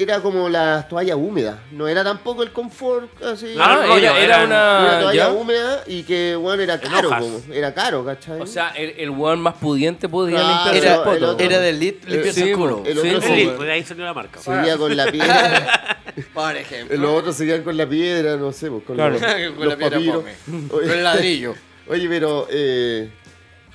[SPEAKER 4] era como las toallas húmedas. No era tampoco el confort así.
[SPEAKER 7] Ah,
[SPEAKER 3] Ah,
[SPEAKER 7] rollo,
[SPEAKER 3] era, era
[SPEAKER 7] eran-
[SPEAKER 4] una
[SPEAKER 3] una...
[SPEAKER 4] toalla
[SPEAKER 3] ¿ya?
[SPEAKER 4] húmeda y que, bueno, era caro.
[SPEAKER 7] hojas.
[SPEAKER 4] como- era caro, ¿cachai?
[SPEAKER 3] O sea, el, el weón más pudiente podía
[SPEAKER 4] Claro,
[SPEAKER 3] limpiarse
[SPEAKER 5] Era,
[SPEAKER 3] el poto.
[SPEAKER 4] el otro-
[SPEAKER 5] era de lit limpiarse
[SPEAKER 3] Sí,
[SPEAKER 5] Eh, el culo.
[SPEAKER 4] el otro
[SPEAKER 3] sí,
[SPEAKER 7] El
[SPEAKER 4] se-
[SPEAKER 7] Lidl, de ahí salió la marca.
[SPEAKER 4] seguía con la piedra.
[SPEAKER 5] Por ejemplo.
[SPEAKER 4] los otros seguían con la piedra, no sé, pues, con los,
[SPEAKER 5] Con
[SPEAKER 4] los
[SPEAKER 5] la piedra
[SPEAKER 4] papiros.
[SPEAKER 5] pome.
[SPEAKER 4] Oye.
[SPEAKER 5] Con el ladrillo.
[SPEAKER 4] Oye, pero eh,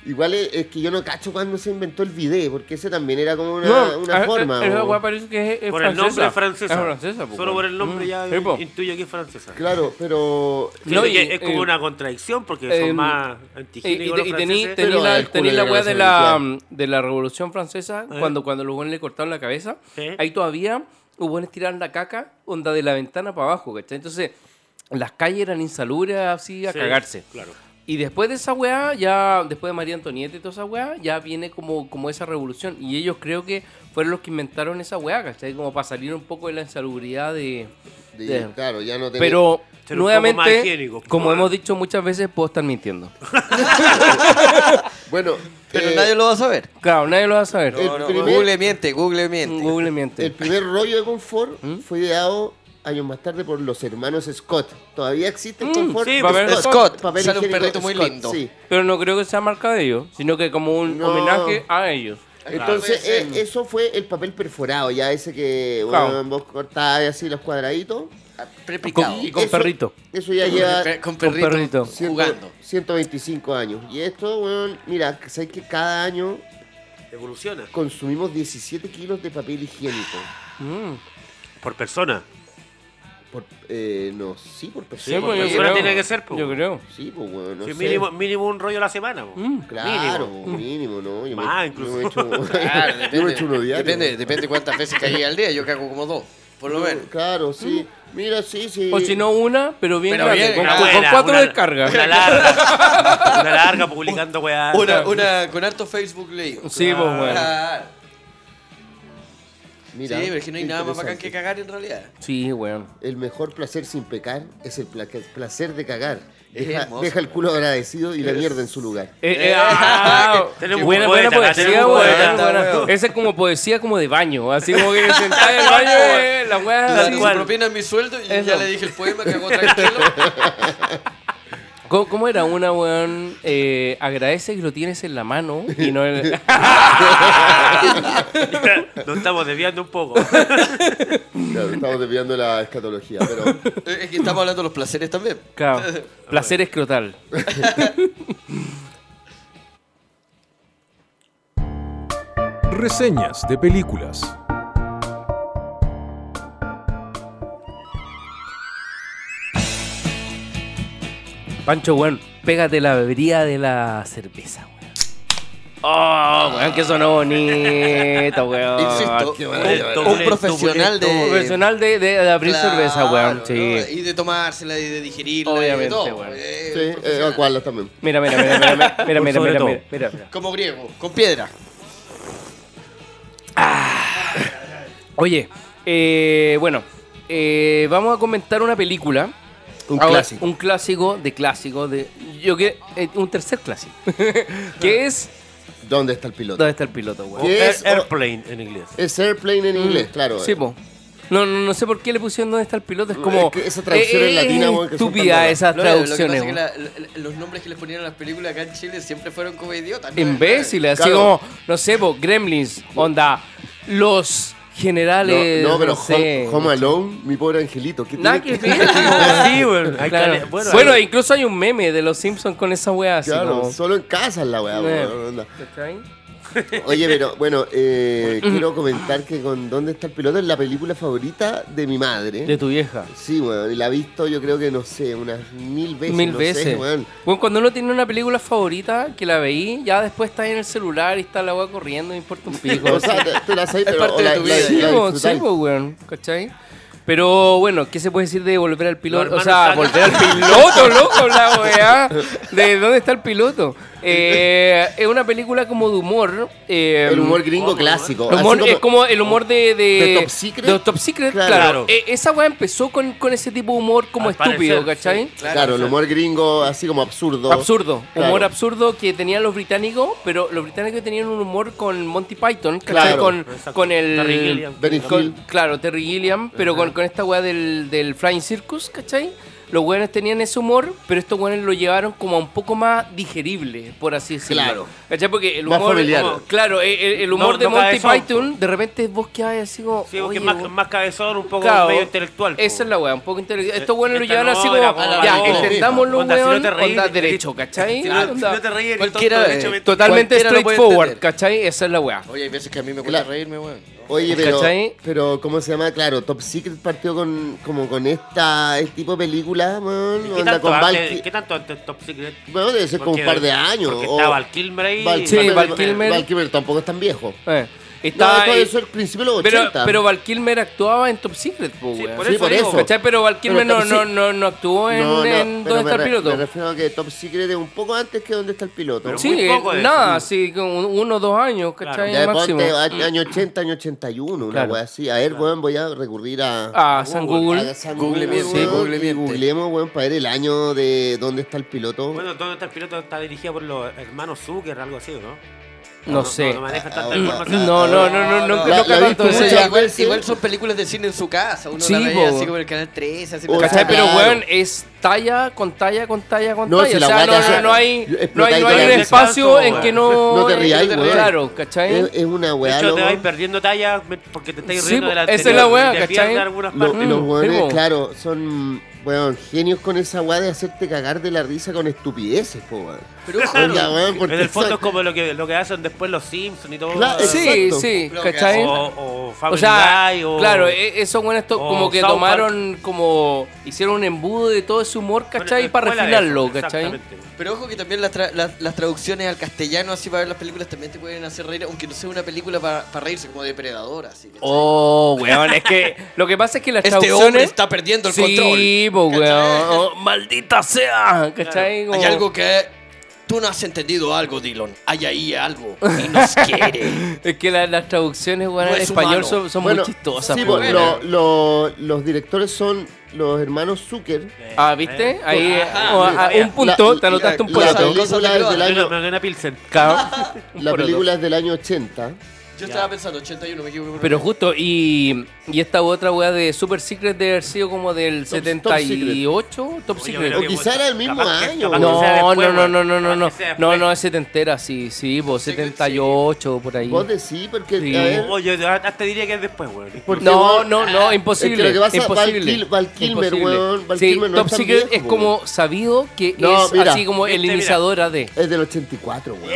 [SPEAKER 4] igual es, es que yo no cacho cuando se inventó el video, porque ese también era como una,
[SPEAKER 3] No,
[SPEAKER 4] una
[SPEAKER 3] a-
[SPEAKER 4] forma.
[SPEAKER 3] Esa
[SPEAKER 4] o-
[SPEAKER 3] weá parece que es, es
[SPEAKER 7] Por el
[SPEAKER 3] francesa.
[SPEAKER 7] nombre es francesa.
[SPEAKER 3] Es francesa, po,
[SPEAKER 7] Solo por el nombre
[SPEAKER 3] Mm.
[SPEAKER 7] ya
[SPEAKER 3] Sí, po.
[SPEAKER 7] intuyo que es francesa.
[SPEAKER 4] Claro, pero
[SPEAKER 7] Sí,
[SPEAKER 3] No,
[SPEAKER 7] que
[SPEAKER 3] y,
[SPEAKER 7] es como
[SPEAKER 3] eh,
[SPEAKER 7] una contradicción porque
[SPEAKER 3] eh,
[SPEAKER 7] son más
[SPEAKER 3] Y, y,
[SPEAKER 7] antihigiénicos
[SPEAKER 3] y
[SPEAKER 7] los
[SPEAKER 3] tení,
[SPEAKER 7] franceses.
[SPEAKER 3] tení
[SPEAKER 4] Pero
[SPEAKER 3] la,
[SPEAKER 4] el culo
[SPEAKER 3] tení
[SPEAKER 4] de
[SPEAKER 3] la
[SPEAKER 4] la
[SPEAKER 3] weá
[SPEAKER 4] raza
[SPEAKER 3] de la, mm,
[SPEAKER 4] militar.
[SPEAKER 3] de la Revolución Francesa,
[SPEAKER 7] ¿Eh?
[SPEAKER 3] cuando, cuando los buenos le cortaron la cabeza,
[SPEAKER 7] ¿Sí?
[SPEAKER 3] ahí todavía los buenos tiraban la caca, onda de la ventana para abajo, ¿cachai? Entonces, las calles eran insalubres así a
[SPEAKER 7] Sí,
[SPEAKER 3] cagarse.
[SPEAKER 7] Claro.
[SPEAKER 3] Y después de esa weá, ya después de María Antonieta y toda esa weá, ya viene como, como esa revolución. Y ellos creo que fueron los que inventaron esa weá, ¿cachai? Como para salir un poco de la insalubridad de...
[SPEAKER 4] De-
[SPEAKER 3] de-
[SPEAKER 4] Claro, ya no tenés-
[SPEAKER 3] Pero
[SPEAKER 7] Ser un poco más
[SPEAKER 3] nuevamente,
[SPEAKER 7] higiénico.
[SPEAKER 3] como hemos dicho muchas veces, puedo estar mintiendo.
[SPEAKER 4] Bueno,
[SPEAKER 5] Pero
[SPEAKER 4] eh,
[SPEAKER 5] nadie lo va a saber.
[SPEAKER 3] Claro, nadie lo va a saber. Mm,
[SPEAKER 4] el
[SPEAKER 5] No, no,
[SPEAKER 4] primer-
[SPEAKER 5] Google este. miente, Google miente.
[SPEAKER 3] Google miente.
[SPEAKER 4] El primer rollo de confort
[SPEAKER 5] ¿Mm?
[SPEAKER 4] fue ideado años más tarde por los hermanos Scott. Todavía existe el
[SPEAKER 5] Mm,
[SPEAKER 4] confort.
[SPEAKER 3] sí, papel Scott.
[SPEAKER 4] papel
[SPEAKER 5] Sale un
[SPEAKER 4] higiénico
[SPEAKER 5] perrito muy
[SPEAKER 4] Scott,
[SPEAKER 5] lindo.
[SPEAKER 4] sí.
[SPEAKER 3] Pero no creo que sea marca de ellos, sino que como un
[SPEAKER 4] No.
[SPEAKER 3] homenaje a ellos.
[SPEAKER 5] Ah,
[SPEAKER 4] Entonces, eh, eso fue el papel perforado, ya ese que
[SPEAKER 3] Claro.
[SPEAKER 4] bueno, vos cortabas así los cuadraditos.
[SPEAKER 5] Prepicado.
[SPEAKER 3] Y con perrito.
[SPEAKER 4] Eso ya lleva
[SPEAKER 5] Pe- Con
[SPEAKER 3] Con
[SPEAKER 5] perrito,
[SPEAKER 3] perrito.
[SPEAKER 4] ciento-
[SPEAKER 5] jugando.
[SPEAKER 4] 125 años. Y esto, bueno, mira, sabes que cada año
[SPEAKER 7] Evoluciona.
[SPEAKER 4] consumimos 17 kilos de papel higiénico.
[SPEAKER 3] Mm.
[SPEAKER 7] Por persona.
[SPEAKER 4] Por, eh, no, sí, por
[SPEAKER 3] Sí,
[SPEAKER 4] persona.
[SPEAKER 3] pues, yo
[SPEAKER 7] persona
[SPEAKER 3] creo.
[SPEAKER 7] tiene que ser, po.
[SPEAKER 3] Yo creo.
[SPEAKER 4] Sí, pues bueno, no
[SPEAKER 7] Sí,
[SPEAKER 4] sé.
[SPEAKER 7] mínimo, mínimo un rollo a la semana. po.
[SPEAKER 3] Mm.
[SPEAKER 4] Claro, pues, mínimo, ¿no? Yo
[SPEAKER 7] Más,
[SPEAKER 4] me,
[SPEAKER 7] incluso.
[SPEAKER 4] Yo me he hecho,
[SPEAKER 5] Claro,
[SPEAKER 4] yo me he hecho uno
[SPEAKER 5] depende,
[SPEAKER 4] diario.
[SPEAKER 5] depende, depende cuántas veces caí al día. Yo cago como dos, por lo menos. Mm.
[SPEAKER 4] Claro, sí. Mira, sí, sí.
[SPEAKER 3] O si no una, pero bien
[SPEAKER 5] Pero
[SPEAKER 3] grande,
[SPEAKER 5] bien
[SPEAKER 3] con,
[SPEAKER 7] Una
[SPEAKER 5] grande.
[SPEAKER 3] con
[SPEAKER 7] buena,
[SPEAKER 3] cuatro
[SPEAKER 7] una-
[SPEAKER 3] descargas.
[SPEAKER 7] Una larga. una larga publicando weá.
[SPEAKER 5] Una, una con harto Facebook leído.
[SPEAKER 3] Sí, pues
[SPEAKER 7] Ah.
[SPEAKER 3] bueno.
[SPEAKER 5] Claro.
[SPEAKER 4] Mira,
[SPEAKER 5] Ah, sí, pero es que no hay
[SPEAKER 4] qué
[SPEAKER 5] nada más bacán que
[SPEAKER 4] interesante.
[SPEAKER 5] cagar en realidad.
[SPEAKER 3] Sí, weón.
[SPEAKER 4] El mejor placer sin pecar es el pla- placer de cagar.
[SPEAKER 5] Es
[SPEAKER 4] Deja,
[SPEAKER 5] hermoso.
[SPEAKER 4] deja el culo agradecido y la mierda en su lugar.
[SPEAKER 3] Eh, eh, ah,
[SPEAKER 7] Tenemos
[SPEAKER 3] buena,
[SPEAKER 7] un
[SPEAKER 3] buena
[SPEAKER 7] poeta, acá
[SPEAKER 3] poesía,
[SPEAKER 7] tenemos un
[SPEAKER 3] weón.
[SPEAKER 7] poeta,
[SPEAKER 3] buena.
[SPEAKER 5] weón.
[SPEAKER 3] Esa es como poesía como de baño. Así como que sentada en el baño, eh, la weá.
[SPEAKER 5] La,
[SPEAKER 3] así.
[SPEAKER 5] su propina es mi sueldo y
[SPEAKER 3] Eso.
[SPEAKER 5] ya le dije el poema, cagó tranquilo.
[SPEAKER 3] ¿Cómo, cómo era una, weón? Eh, agradece que lo tienes en la mano y no en-
[SPEAKER 7] Nos estamos desviando un poco.
[SPEAKER 4] Claro, estamos desviando la escatología, pero
[SPEAKER 5] es que estamos hablando de los placeres también.
[SPEAKER 3] Claro. Placer escrotal.
[SPEAKER 2] Reseñas de películas.
[SPEAKER 3] Pancho, weón, pégate la bebría de la cerveza, weón. Oh, weón, que sonó bonito, weón.
[SPEAKER 5] Insisto,
[SPEAKER 4] qué
[SPEAKER 5] un-
[SPEAKER 4] maravilla,
[SPEAKER 5] un, profesional de.
[SPEAKER 3] Como profesional de, de- de abrir
[SPEAKER 5] Claro,
[SPEAKER 3] cerveza, weón.
[SPEAKER 5] ¿no?
[SPEAKER 3] Sí.
[SPEAKER 5] Y de tomársela y de digerirla. y de
[SPEAKER 3] Obviamente,
[SPEAKER 5] todo,
[SPEAKER 3] weón.
[SPEAKER 5] eh,
[SPEAKER 4] sí, eh,
[SPEAKER 5] profesional.
[SPEAKER 4] acuarlas también.
[SPEAKER 3] Mira, mira, mira, mira, mira, mira, mira,
[SPEAKER 7] sobre
[SPEAKER 3] mira,
[SPEAKER 7] todo.
[SPEAKER 3] mira, mira, mira.
[SPEAKER 5] Como griego, con piedra.
[SPEAKER 3] Oye, eh, bueno, eh, vamos a comentar una película.
[SPEAKER 4] Un
[SPEAKER 3] Ahora,
[SPEAKER 4] clásico.
[SPEAKER 3] Un clásico de clásico de. Yo que. eh, un tercer clásico. que es.
[SPEAKER 4] ¿Dónde está el piloto?
[SPEAKER 3] ¿Dónde está el piloto, weón?
[SPEAKER 4] ¿Qué es?
[SPEAKER 7] Airplane en inglés.
[SPEAKER 4] Es airplane en inglés, claro.
[SPEAKER 3] Mm.
[SPEAKER 4] eh.
[SPEAKER 3] Sí, pues, po. No, no, no sé por qué le pusieron dónde está el piloto. Es como. "Eh,
[SPEAKER 4] Es que esa traducción en latina, weón, que son tan
[SPEAKER 3] Estúpida
[SPEAKER 4] raras.
[SPEAKER 3] esas
[SPEAKER 5] Lo- lo que pasa
[SPEAKER 3] traducciones.
[SPEAKER 5] es
[SPEAKER 3] weón.
[SPEAKER 5] que la- la- los nombres que les ponían a las películas acá en Chile siempre fueron como idiotas. ¿no?
[SPEAKER 3] imbéciles, así
[SPEAKER 4] Claro.
[SPEAKER 3] como, no sé, po, Gremlins, onda, los generales.
[SPEAKER 4] No, no, pero
[SPEAKER 3] sé.
[SPEAKER 4] Home, Home Alone, mi pobre angelito. ¿qué
[SPEAKER 3] Nada que
[SPEAKER 4] tiene
[SPEAKER 3] ver, po. Sí, weón,
[SPEAKER 7] Hay
[SPEAKER 3] claro.
[SPEAKER 7] cale-
[SPEAKER 3] Bueno,
[SPEAKER 7] bueno,
[SPEAKER 3] e incluso hay un meme de los Simpsons con esa wea así.
[SPEAKER 4] Claro,
[SPEAKER 3] como-
[SPEAKER 4] solo en casa es la weá,
[SPEAKER 3] Eh.
[SPEAKER 4] weón, onda.
[SPEAKER 3] ¿Cachai?
[SPEAKER 4] Oye, pero bueno, eh, quiero comentar que con ¿Dónde está el piloto? es la película favorita de mi madre.
[SPEAKER 3] De tu vieja.
[SPEAKER 4] Sí, weón, y la he visto yo creo que, no sé, unas mil veces.
[SPEAKER 3] Mil
[SPEAKER 4] no sé,
[SPEAKER 3] veces.
[SPEAKER 4] weón.
[SPEAKER 3] Bueno, cuando uno tiene una película favorita que la veí, ya después estás en el celular y está la wea corriendo, no importa un pico.
[SPEAKER 4] O sea, te- tú la sabes, pero
[SPEAKER 5] parte
[SPEAKER 4] o
[SPEAKER 5] de
[SPEAKER 4] la-
[SPEAKER 5] tu
[SPEAKER 4] la-
[SPEAKER 5] vida.
[SPEAKER 3] Sí,
[SPEAKER 4] la
[SPEAKER 3] bo,
[SPEAKER 4] disfrutáis.
[SPEAKER 3] sí, bo, weón, ¿cachai? Pero bueno, ¿qué se puede decir de volver al piloto? O
[SPEAKER 7] Los
[SPEAKER 3] sea,
[SPEAKER 7] hermanos
[SPEAKER 3] volver al piloto, loco, la weá. ¿De dónde está el piloto? Eh, es una película como de humor. eh,
[SPEAKER 4] El humor gringo clásico.
[SPEAKER 3] el humor-
[SPEAKER 4] así
[SPEAKER 3] es como el humor de, de,
[SPEAKER 4] ¿De Top Secret?
[SPEAKER 3] de Top Secret, claro.
[SPEAKER 4] Claro.
[SPEAKER 3] Eh, esa weá empezó con, con ese tipo de humor como
[SPEAKER 7] Al
[SPEAKER 3] estúpido,
[SPEAKER 7] parecer,
[SPEAKER 3] ¿cachai?
[SPEAKER 7] sí.
[SPEAKER 4] Claro, el humor gringo, así como absurdo.
[SPEAKER 3] Absurdo,
[SPEAKER 4] Claro.
[SPEAKER 3] humor absurdo que tenían los británicos, pero los británicos tenían un humor con Monty Python, ¿cachai?
[SPEAKER 4] Claro.
[SPEAKER 3] Con,
[SPEAKER 7] Exacto.
[SPEAKER 3] con el.
[SPEAKER 7] Terry Gilliam.
[SPEAKER 4] Benny
[SPEAKER 3] con-
[SPEAKER 4] Hill.
[SPEAKER 3] claro, Terry Gilliam, pero con, con esta weá del, del Flying Circus, ¿cachai? Los weones tenían ese humor, pero estos weones lo llevaron como a un poco más digerible, por así decirlo.
[SPEAKER 4] Claro.
[SPEAKER 3] ¿Cachai? Porque el
[SPEAKER 4] Más
[SPEAKER 3] humor.
[SPEAKER 4] familiar.
[SPEAKER 3] como- claro, el, el- el humor
[SPEAKER 7] No-
[SPEAKER 3] de
[SPEAKER 7] no
[SPEAKER 3] Monty
[SPEAKER 7] cabezón,
[SPEAKER 3] Python, de repente vos quedás así como.
[SPEAKER 7] Sí, porque
[SPEAKER 3] "Oye,
[SPEAKER 7] es más,
[SPEAKER 3] weón".
[SPEAKER 7] más cabezón, un poco
[SPEAKER 3] Claro,
[SPEAKER 7] medio intelectual. po.
[SPEAKER 3] Esa es la weá, un poco intelectual. Estos buenos lo
[SPEAKER 7] esta
[SPEAKER 3] llevan
[SPEAKER 7] no,
[SPEAKER 3] así como.
[SPEAKER 7] era como
[SPEAKER 3] Ya,
[SPEAKER 7] la-
[SPEAKER 3] entendámoslo,
[SPEAKER 7] Onda, si no
[SPEAKER 3] weón.
[SPEAKER 7] te reís,
[SPEAKER 3] onda
[SPEAKER 7] eres-
[SPEAKER 3] derecho, ¿cachai?
[SPEAKER 7] Si no,
[SPEAKER 3] Onda-
[SPEAKER 7] si no te reí, eres
[SPEAKER 5] Cualquiera,
[SPEAKER 7] tonto,
[SPEAKER 5] eh,
[SPEAKER 7] derechamente.
[SPEAKER 3] Totalmente
[SPEAKER 5] Cualquiera lo puede
[SPEAKER 3] straightforward,
[SPEAKER 5] entender.
[SPEAKER 3] ¿cachai? Esa es la weá.
[SPEAKER 5] Oye, hay veces que a mí me cuesta
[SPEAKER 4] Claro.
[SPEAKER 5] reírme, weón.
[SPEAKER 4] Oye, pero,
[SPEAKER 3] ¿Cachai?
[SPEAKER 4] pero ¿cómo se llama? Claro, Top Secret partió con como con esta este tipo de películas, weón.
[SPEAKER 7] ¿Qué
[SPEAKER 4] onda,
[SPEAKER 7] tanto,
[SPEAKER 4] con Val
[SPEAKER 7] antes,
[SPEAKER 4] Ki-
[SPEAKER 7] ¿Qué tanto antes Top Secret?
[SPEAKER 4] Bueno, debe ser como un
[SPEAKER 7] Porque-
[SPEAKER 4] par de años.
[SPEAKER 7] Porque
[SPEAKER 4] o-
[SPEAKER 7] estaba el Kilmer ahí.
[SPEAKER 4] Val-
[SPEAKER 3] Sí, Val
[SPEAKER 4] Val
[SPEAKER 3] Kilmer.
[SPEAKER 4] Val Kilmer tampoco es tan viejo.
[SPEAKER 3] Eh,
[SPEAKER 4] No,
[SPEAKER 3] Está,
[SPEAKER 4] esto
[SPEAKER 3] eh,
[SPEAKER 4] debe ser principio de los
[SPEAKER 3] pero,
[SPEAKER 4] 80.
[SPEAKER 3] pero Val Kilmer actuaba en Top Secret, po,
[SPEAKER 6] Sí,
[SPEAKER 3] weón.
[SPEAKER 6] por
[SPEAKER 4] Sí,
[SPEAKER 6] eso
[SPEAKER 4] por
[SPEAKER 6] digo,
[SPEAKER 4] eso.
[SPEAKER 3] ¿Cachai? Pero Val Kilmer
[SPEAKER 4] Pero
[SPEAKER 3] no,
[SPEAKER 4] Top
[SPEAKER 3] no,
[SPEAKER 4] Sec-
[SPEAKER 3] no, no actuó en,
[SPEAKER 4] No,
[SPEAKER 3] en
[SPEAKER 4] no, pero
[SPEAKER 3] ¿Dónde está
[SPEAKER 4] me
[SPEAKER 3] el
[SPEAKER 4] re-
[SPEAKER 3] piloto?
[SPEAKER 4] Me refiero a que Top Secret es un poco antes que ¿Dónde está el piloto?
[SPEAKER 6] Pero
[SPEAKER 3] sí,
[SPEAKER 6] muy poco de
[SPEAKER 3] nada, así como un- uno o dos años, ¿cachai?
[SPEAKER 4] Ya
[SPEAKER 3] Máximo. Mm.
[SPEAKER 4] ponte a- año 80, año 81, una
[SPEAKER 3] Claro.
[SPEAKER 4] wea así. A ver, weón, voy a recurrir a...
[SPEAKER 3] A San Ah, Google.
[SPEAKER 4] a San
[SPEAKER 5] Google miente,
[SPEAKER 4] weón,
[SPEAKER 5] sí, Google
[SPEAKER 4] y
[SPEAKER 5] miente.
[SPEAKER 4] Googleemos, weón, para ver el año de dónde está el piloto.
[SPEAKER 6] Bueno,
[SPEAKER 7] este
[SPEAKER 6] ¿dónde está el piloto? Está dirigido por los hermanos Zucker, algo así, ¿no?
[SPEAKER 3] No sé.
[SPEAKER 6] No, maneja
[SPEAKER 4] Ah,
[SPEAKER 6] tanta
[SPEAKER 4] bueno.
[SPEAKER 6] información.
[SPEAKER 3] No, no, no, no, nunca
[SPEAKER 4] La-
[SPEAKER 3] nunca
[SPEAKER 4] la
[SPEAKER 3] tanto
[SPEAKER 4] viste
[SPEAKER 3] ese-
[SPEAKER 4] mucho.
[SPEAKER 5] Igual, igual-
[SPEAKER 4] sí.
[SPEAKER 5] igual son películas de cine en su casa. Uno
[SPEAKER 3] Sí,
[SPEAKER 5] la veía
[SPEAKER 3] po.
[SPEAKER 5] así como en el canal 13. Así,
[SPEAKER 4] O
[SPEAKER 5] pero-
[SPEAKER 3] ¿Cachai? Pero,
[SPEAKER 4] Claro.
[SPEAKER 3] weón, es talla con talla con talla con
[SPEAKER 4] No,
[SPEAKER 3] talla.
[SPEAKER 4] si
[SPEAKER 3] o
[SPEAKER 4] la
[SPEAKER 3] sea,
[SPEAKER 4] weá
[SPEAKER 3] no,
[SPEAKER 4] te
[SPEAKER 3] no,
[SPEAKER 4] hace-
[SPEAKER 3] no hay, no hay, no hay
[SPEAKER 4] explotáis
[SPEAKER 3] un
[SPEAKER 4] la
[SPEAKER 3] espacio
[SPEAKER 6] canción,
[SPEAKER 3] en
[SPEAKER 6] weón.
[SPEAKER 3] que no.
[SPEAKER 4] No te Eh, riáis,
[SPEAKER 5] weón.
[SPEAKER 3] Claro, ¿cachai?
[SPEAKER 4] Es, es una
[SPEAKER 6] De
[SPEAKER 4] weá,
[SPEAKER 6] hecho, te
[SPEAKER 4] loco.
[SPEAKER 6] vais perdiendo talla me- porque te estáis
[SPEAKER 3] Sí,
[SPEAKER 6] riendo de la
[SPEAKER 3] esa es
[SPEAKER 6] anterior,
[SPEAKER 3] la weá,
[SPEAKER 6] y te
[SPEAKER 3] ¿cachai?
[SPEAKER 6] pierdes algunas
[SPEAKER 4] Lo-
[SPEAKER 6] partes.
[SPEAKER 4] los
[SPEAKER 3] Mm,
[SPEAKER 4] weones,
[SPEAKER 3] sí, po.
[SPEAKER 4] claro, son weón, genios con esa weá de hacerte cagar de la risa con estupideces, po, weón.
[SPEAKER 5] Pero ojo,
[SPEAKER 4] Oiga, weón, porque
[SPEAKER 6] En el fondo
[SPEAKER 4] son-
[SPEAKER 6] es como lo que, lo que hacen después los Simpsons y todo. eh,
[SPEAKER 4] Claro,
[SPEAKER 6] o,
[SPEAKER 3] Sí,
[SPEAKER 4] Exacto.
[SPEAKER 3] sí,
[SPEAKER 5] Lo que
[SPEAKER 3] ¿cachai?
[SPEAKER 5] hace-
[SPEAKER 6] o, Family
[SPEAKER 3] O sea,
[SPEAKER 6] Guy, o-
[SPEAKER 3] claro, e- esos buenos esto
[SPEAKER 6] o
[SPEAKER 3] como que
[SPEAKER 6] South
[SPEAKER 3] tomaron, como hicieron un embudo de todo ese humor,
[SPEAKER 6] Bueno,
[SPEAKER 3] ¿cachai? Para
[SPEAKER 6] escuela de
[SPEAKER 3] refinarlo,
[SPEAKER 6] eh, eso,
[SPEAKER 3] ¿cachai?
[SPEAKER 6] exactamente.
[SPEAKER 5] pero ojo que también las, tra- las, las traducciones al castellano así para ver las películas también te pueden hacer reír, aunque no sea una película para, para reírse, como depredador. Así, ¿cachai?
[SPEAKER 3] Oh, weón, es que lo que pasa es que las
[SPEAKER 5] este hombre
[SPEAKER 3] traducciones...
[SPEAKER 5] está perdiendo el control.
[SPEAKER 3] sí, po, weón. Oh, maldita sea, ¿cachai?
[SPEAKER 5] Hay
[SPEAKER 3] Como-
[SPEAKER 5] algo que tú no has entendido algo, Dylan. Hay ahí algo y nos quiere.
[SPEAKER 3] Es que la- las traducciones, weón,
[SPEAKER 5] No
[SPEAKER 3] en
[SPEAKER 5] es
[SPEAKER 3] español
[SPEAKER 5] humano.
[SPEAKER 3] son, son
[SPEAKER 4] Pues, Bueno,
[SPEAKER 3] muy chistosas,
[SPEAKER 4] sí,
[SPEAKER 3] po,
[SPEAKER 4] po,
[SPEAKER 3] weón.
[SPEAKER 4] lo- lo- los directores son los hermanos Zucker.
[SPEAKER 3] Ah,
[SPEAKER 4] Eh,
[SPEAKER 3] ¿viste? Ahí,
[SPEAKER 4] pues,
[SPEAKER 5] Ajá.
[SPEAKER 3] o- a- Oh, ah, un punto,
[SPEAKER 4] La-
[SPEAKER 3] te anotaste un
[SPEAKER 4] la-
[SPEAKER 3] punto.
[SPEAKER 4] La película es del
[SPEAKER 6] Me
[SPEAKER 4] año,
[SPEAKER 6] gané- me gané una Pilsen.
[SPEAKER 3] Cabrón. Un
[SPEAKER 4] la
[SPEAKER 3] poroto.
[SPEAKER 4] película es del año 80.
[SPEAKER 5] Yo estaba pensando, 81, me equivoqué. por
[SPEAKER 3] Pero
[SPEAKER 5] un-
[SPEAKER 3] justo, y, y esta otra weá de Super Secret debe haber sido como del
[SPEAKER 4] Top
[SPEAKER 3] 78, Top
[SPEAKER 6] Oye,
[SPEAKER 3] Secret.
[SPEAKER 6] pero
[SPEAKER 4] O
[SPEAKER 6] que-
[SPEAKER 4] quizá era el mismo
[SPEAKER 6] capaz que-
[SPEAKER 4] año,
[SPEAKER 6] capaz que
[SPEAKER 4] weón.
[SPEAKER 3] No,
[SPEAKER 6] sea después,
[SPEAKER 3] no, no,
[SPEAKER 6] weón.
[SPEAKER 3] no, no, no,
[SPEAKER 6] Capaz
[SPEAKER 3] no,
[SPEAKER 6] que sea
[SPEAKER 3] no,
[SPEAKER 6] después.
[SPEAKER 3] no, es setentera, sí, sí, pues
[SPEAKER 5] Secret,
[SPEAKER 3] 78, por ahí.
[SPEAKER 4] Vos decís, porque
[SPEAKER 3] Sí.
[SPEAKER 4] a ver,
[SPEAKER 6] Oye, hasta diría que es después, güey.
[SPEAKER 4] porque
[SPEAKER 3] No,
[SPEAKER 4] weón,
[SPEAKER 3] no, no, imposible.
[SPEAKER 4] Ah, Es que lo que pasa,
[SPEAKER 3] imposible.
[SPEAKER 4] Val Kil- Val Kilmer,
[SPEAKER 3] imposible.
[SPEAKER 4] weón, Val
[SPEAKER 3] sí,
[SPEAKER 4] Kilmer no
[SPEAKER 3] Top
[SPEAKER 4] es tan
[SPEAKER 3] Secret
[SPEAKER 4] viejo,
[SPEAKER 3] es como sabido que
[SPEAKER 4] No,
[SPEAKER 3] es
[SPEAKER 4] mira.
[SPEAKER 3] así como el
[SPEAKER 6] Viste, mira.
[SPEAKER 3] iniciador AD.
[SPEAKER 4] es del 84, weón.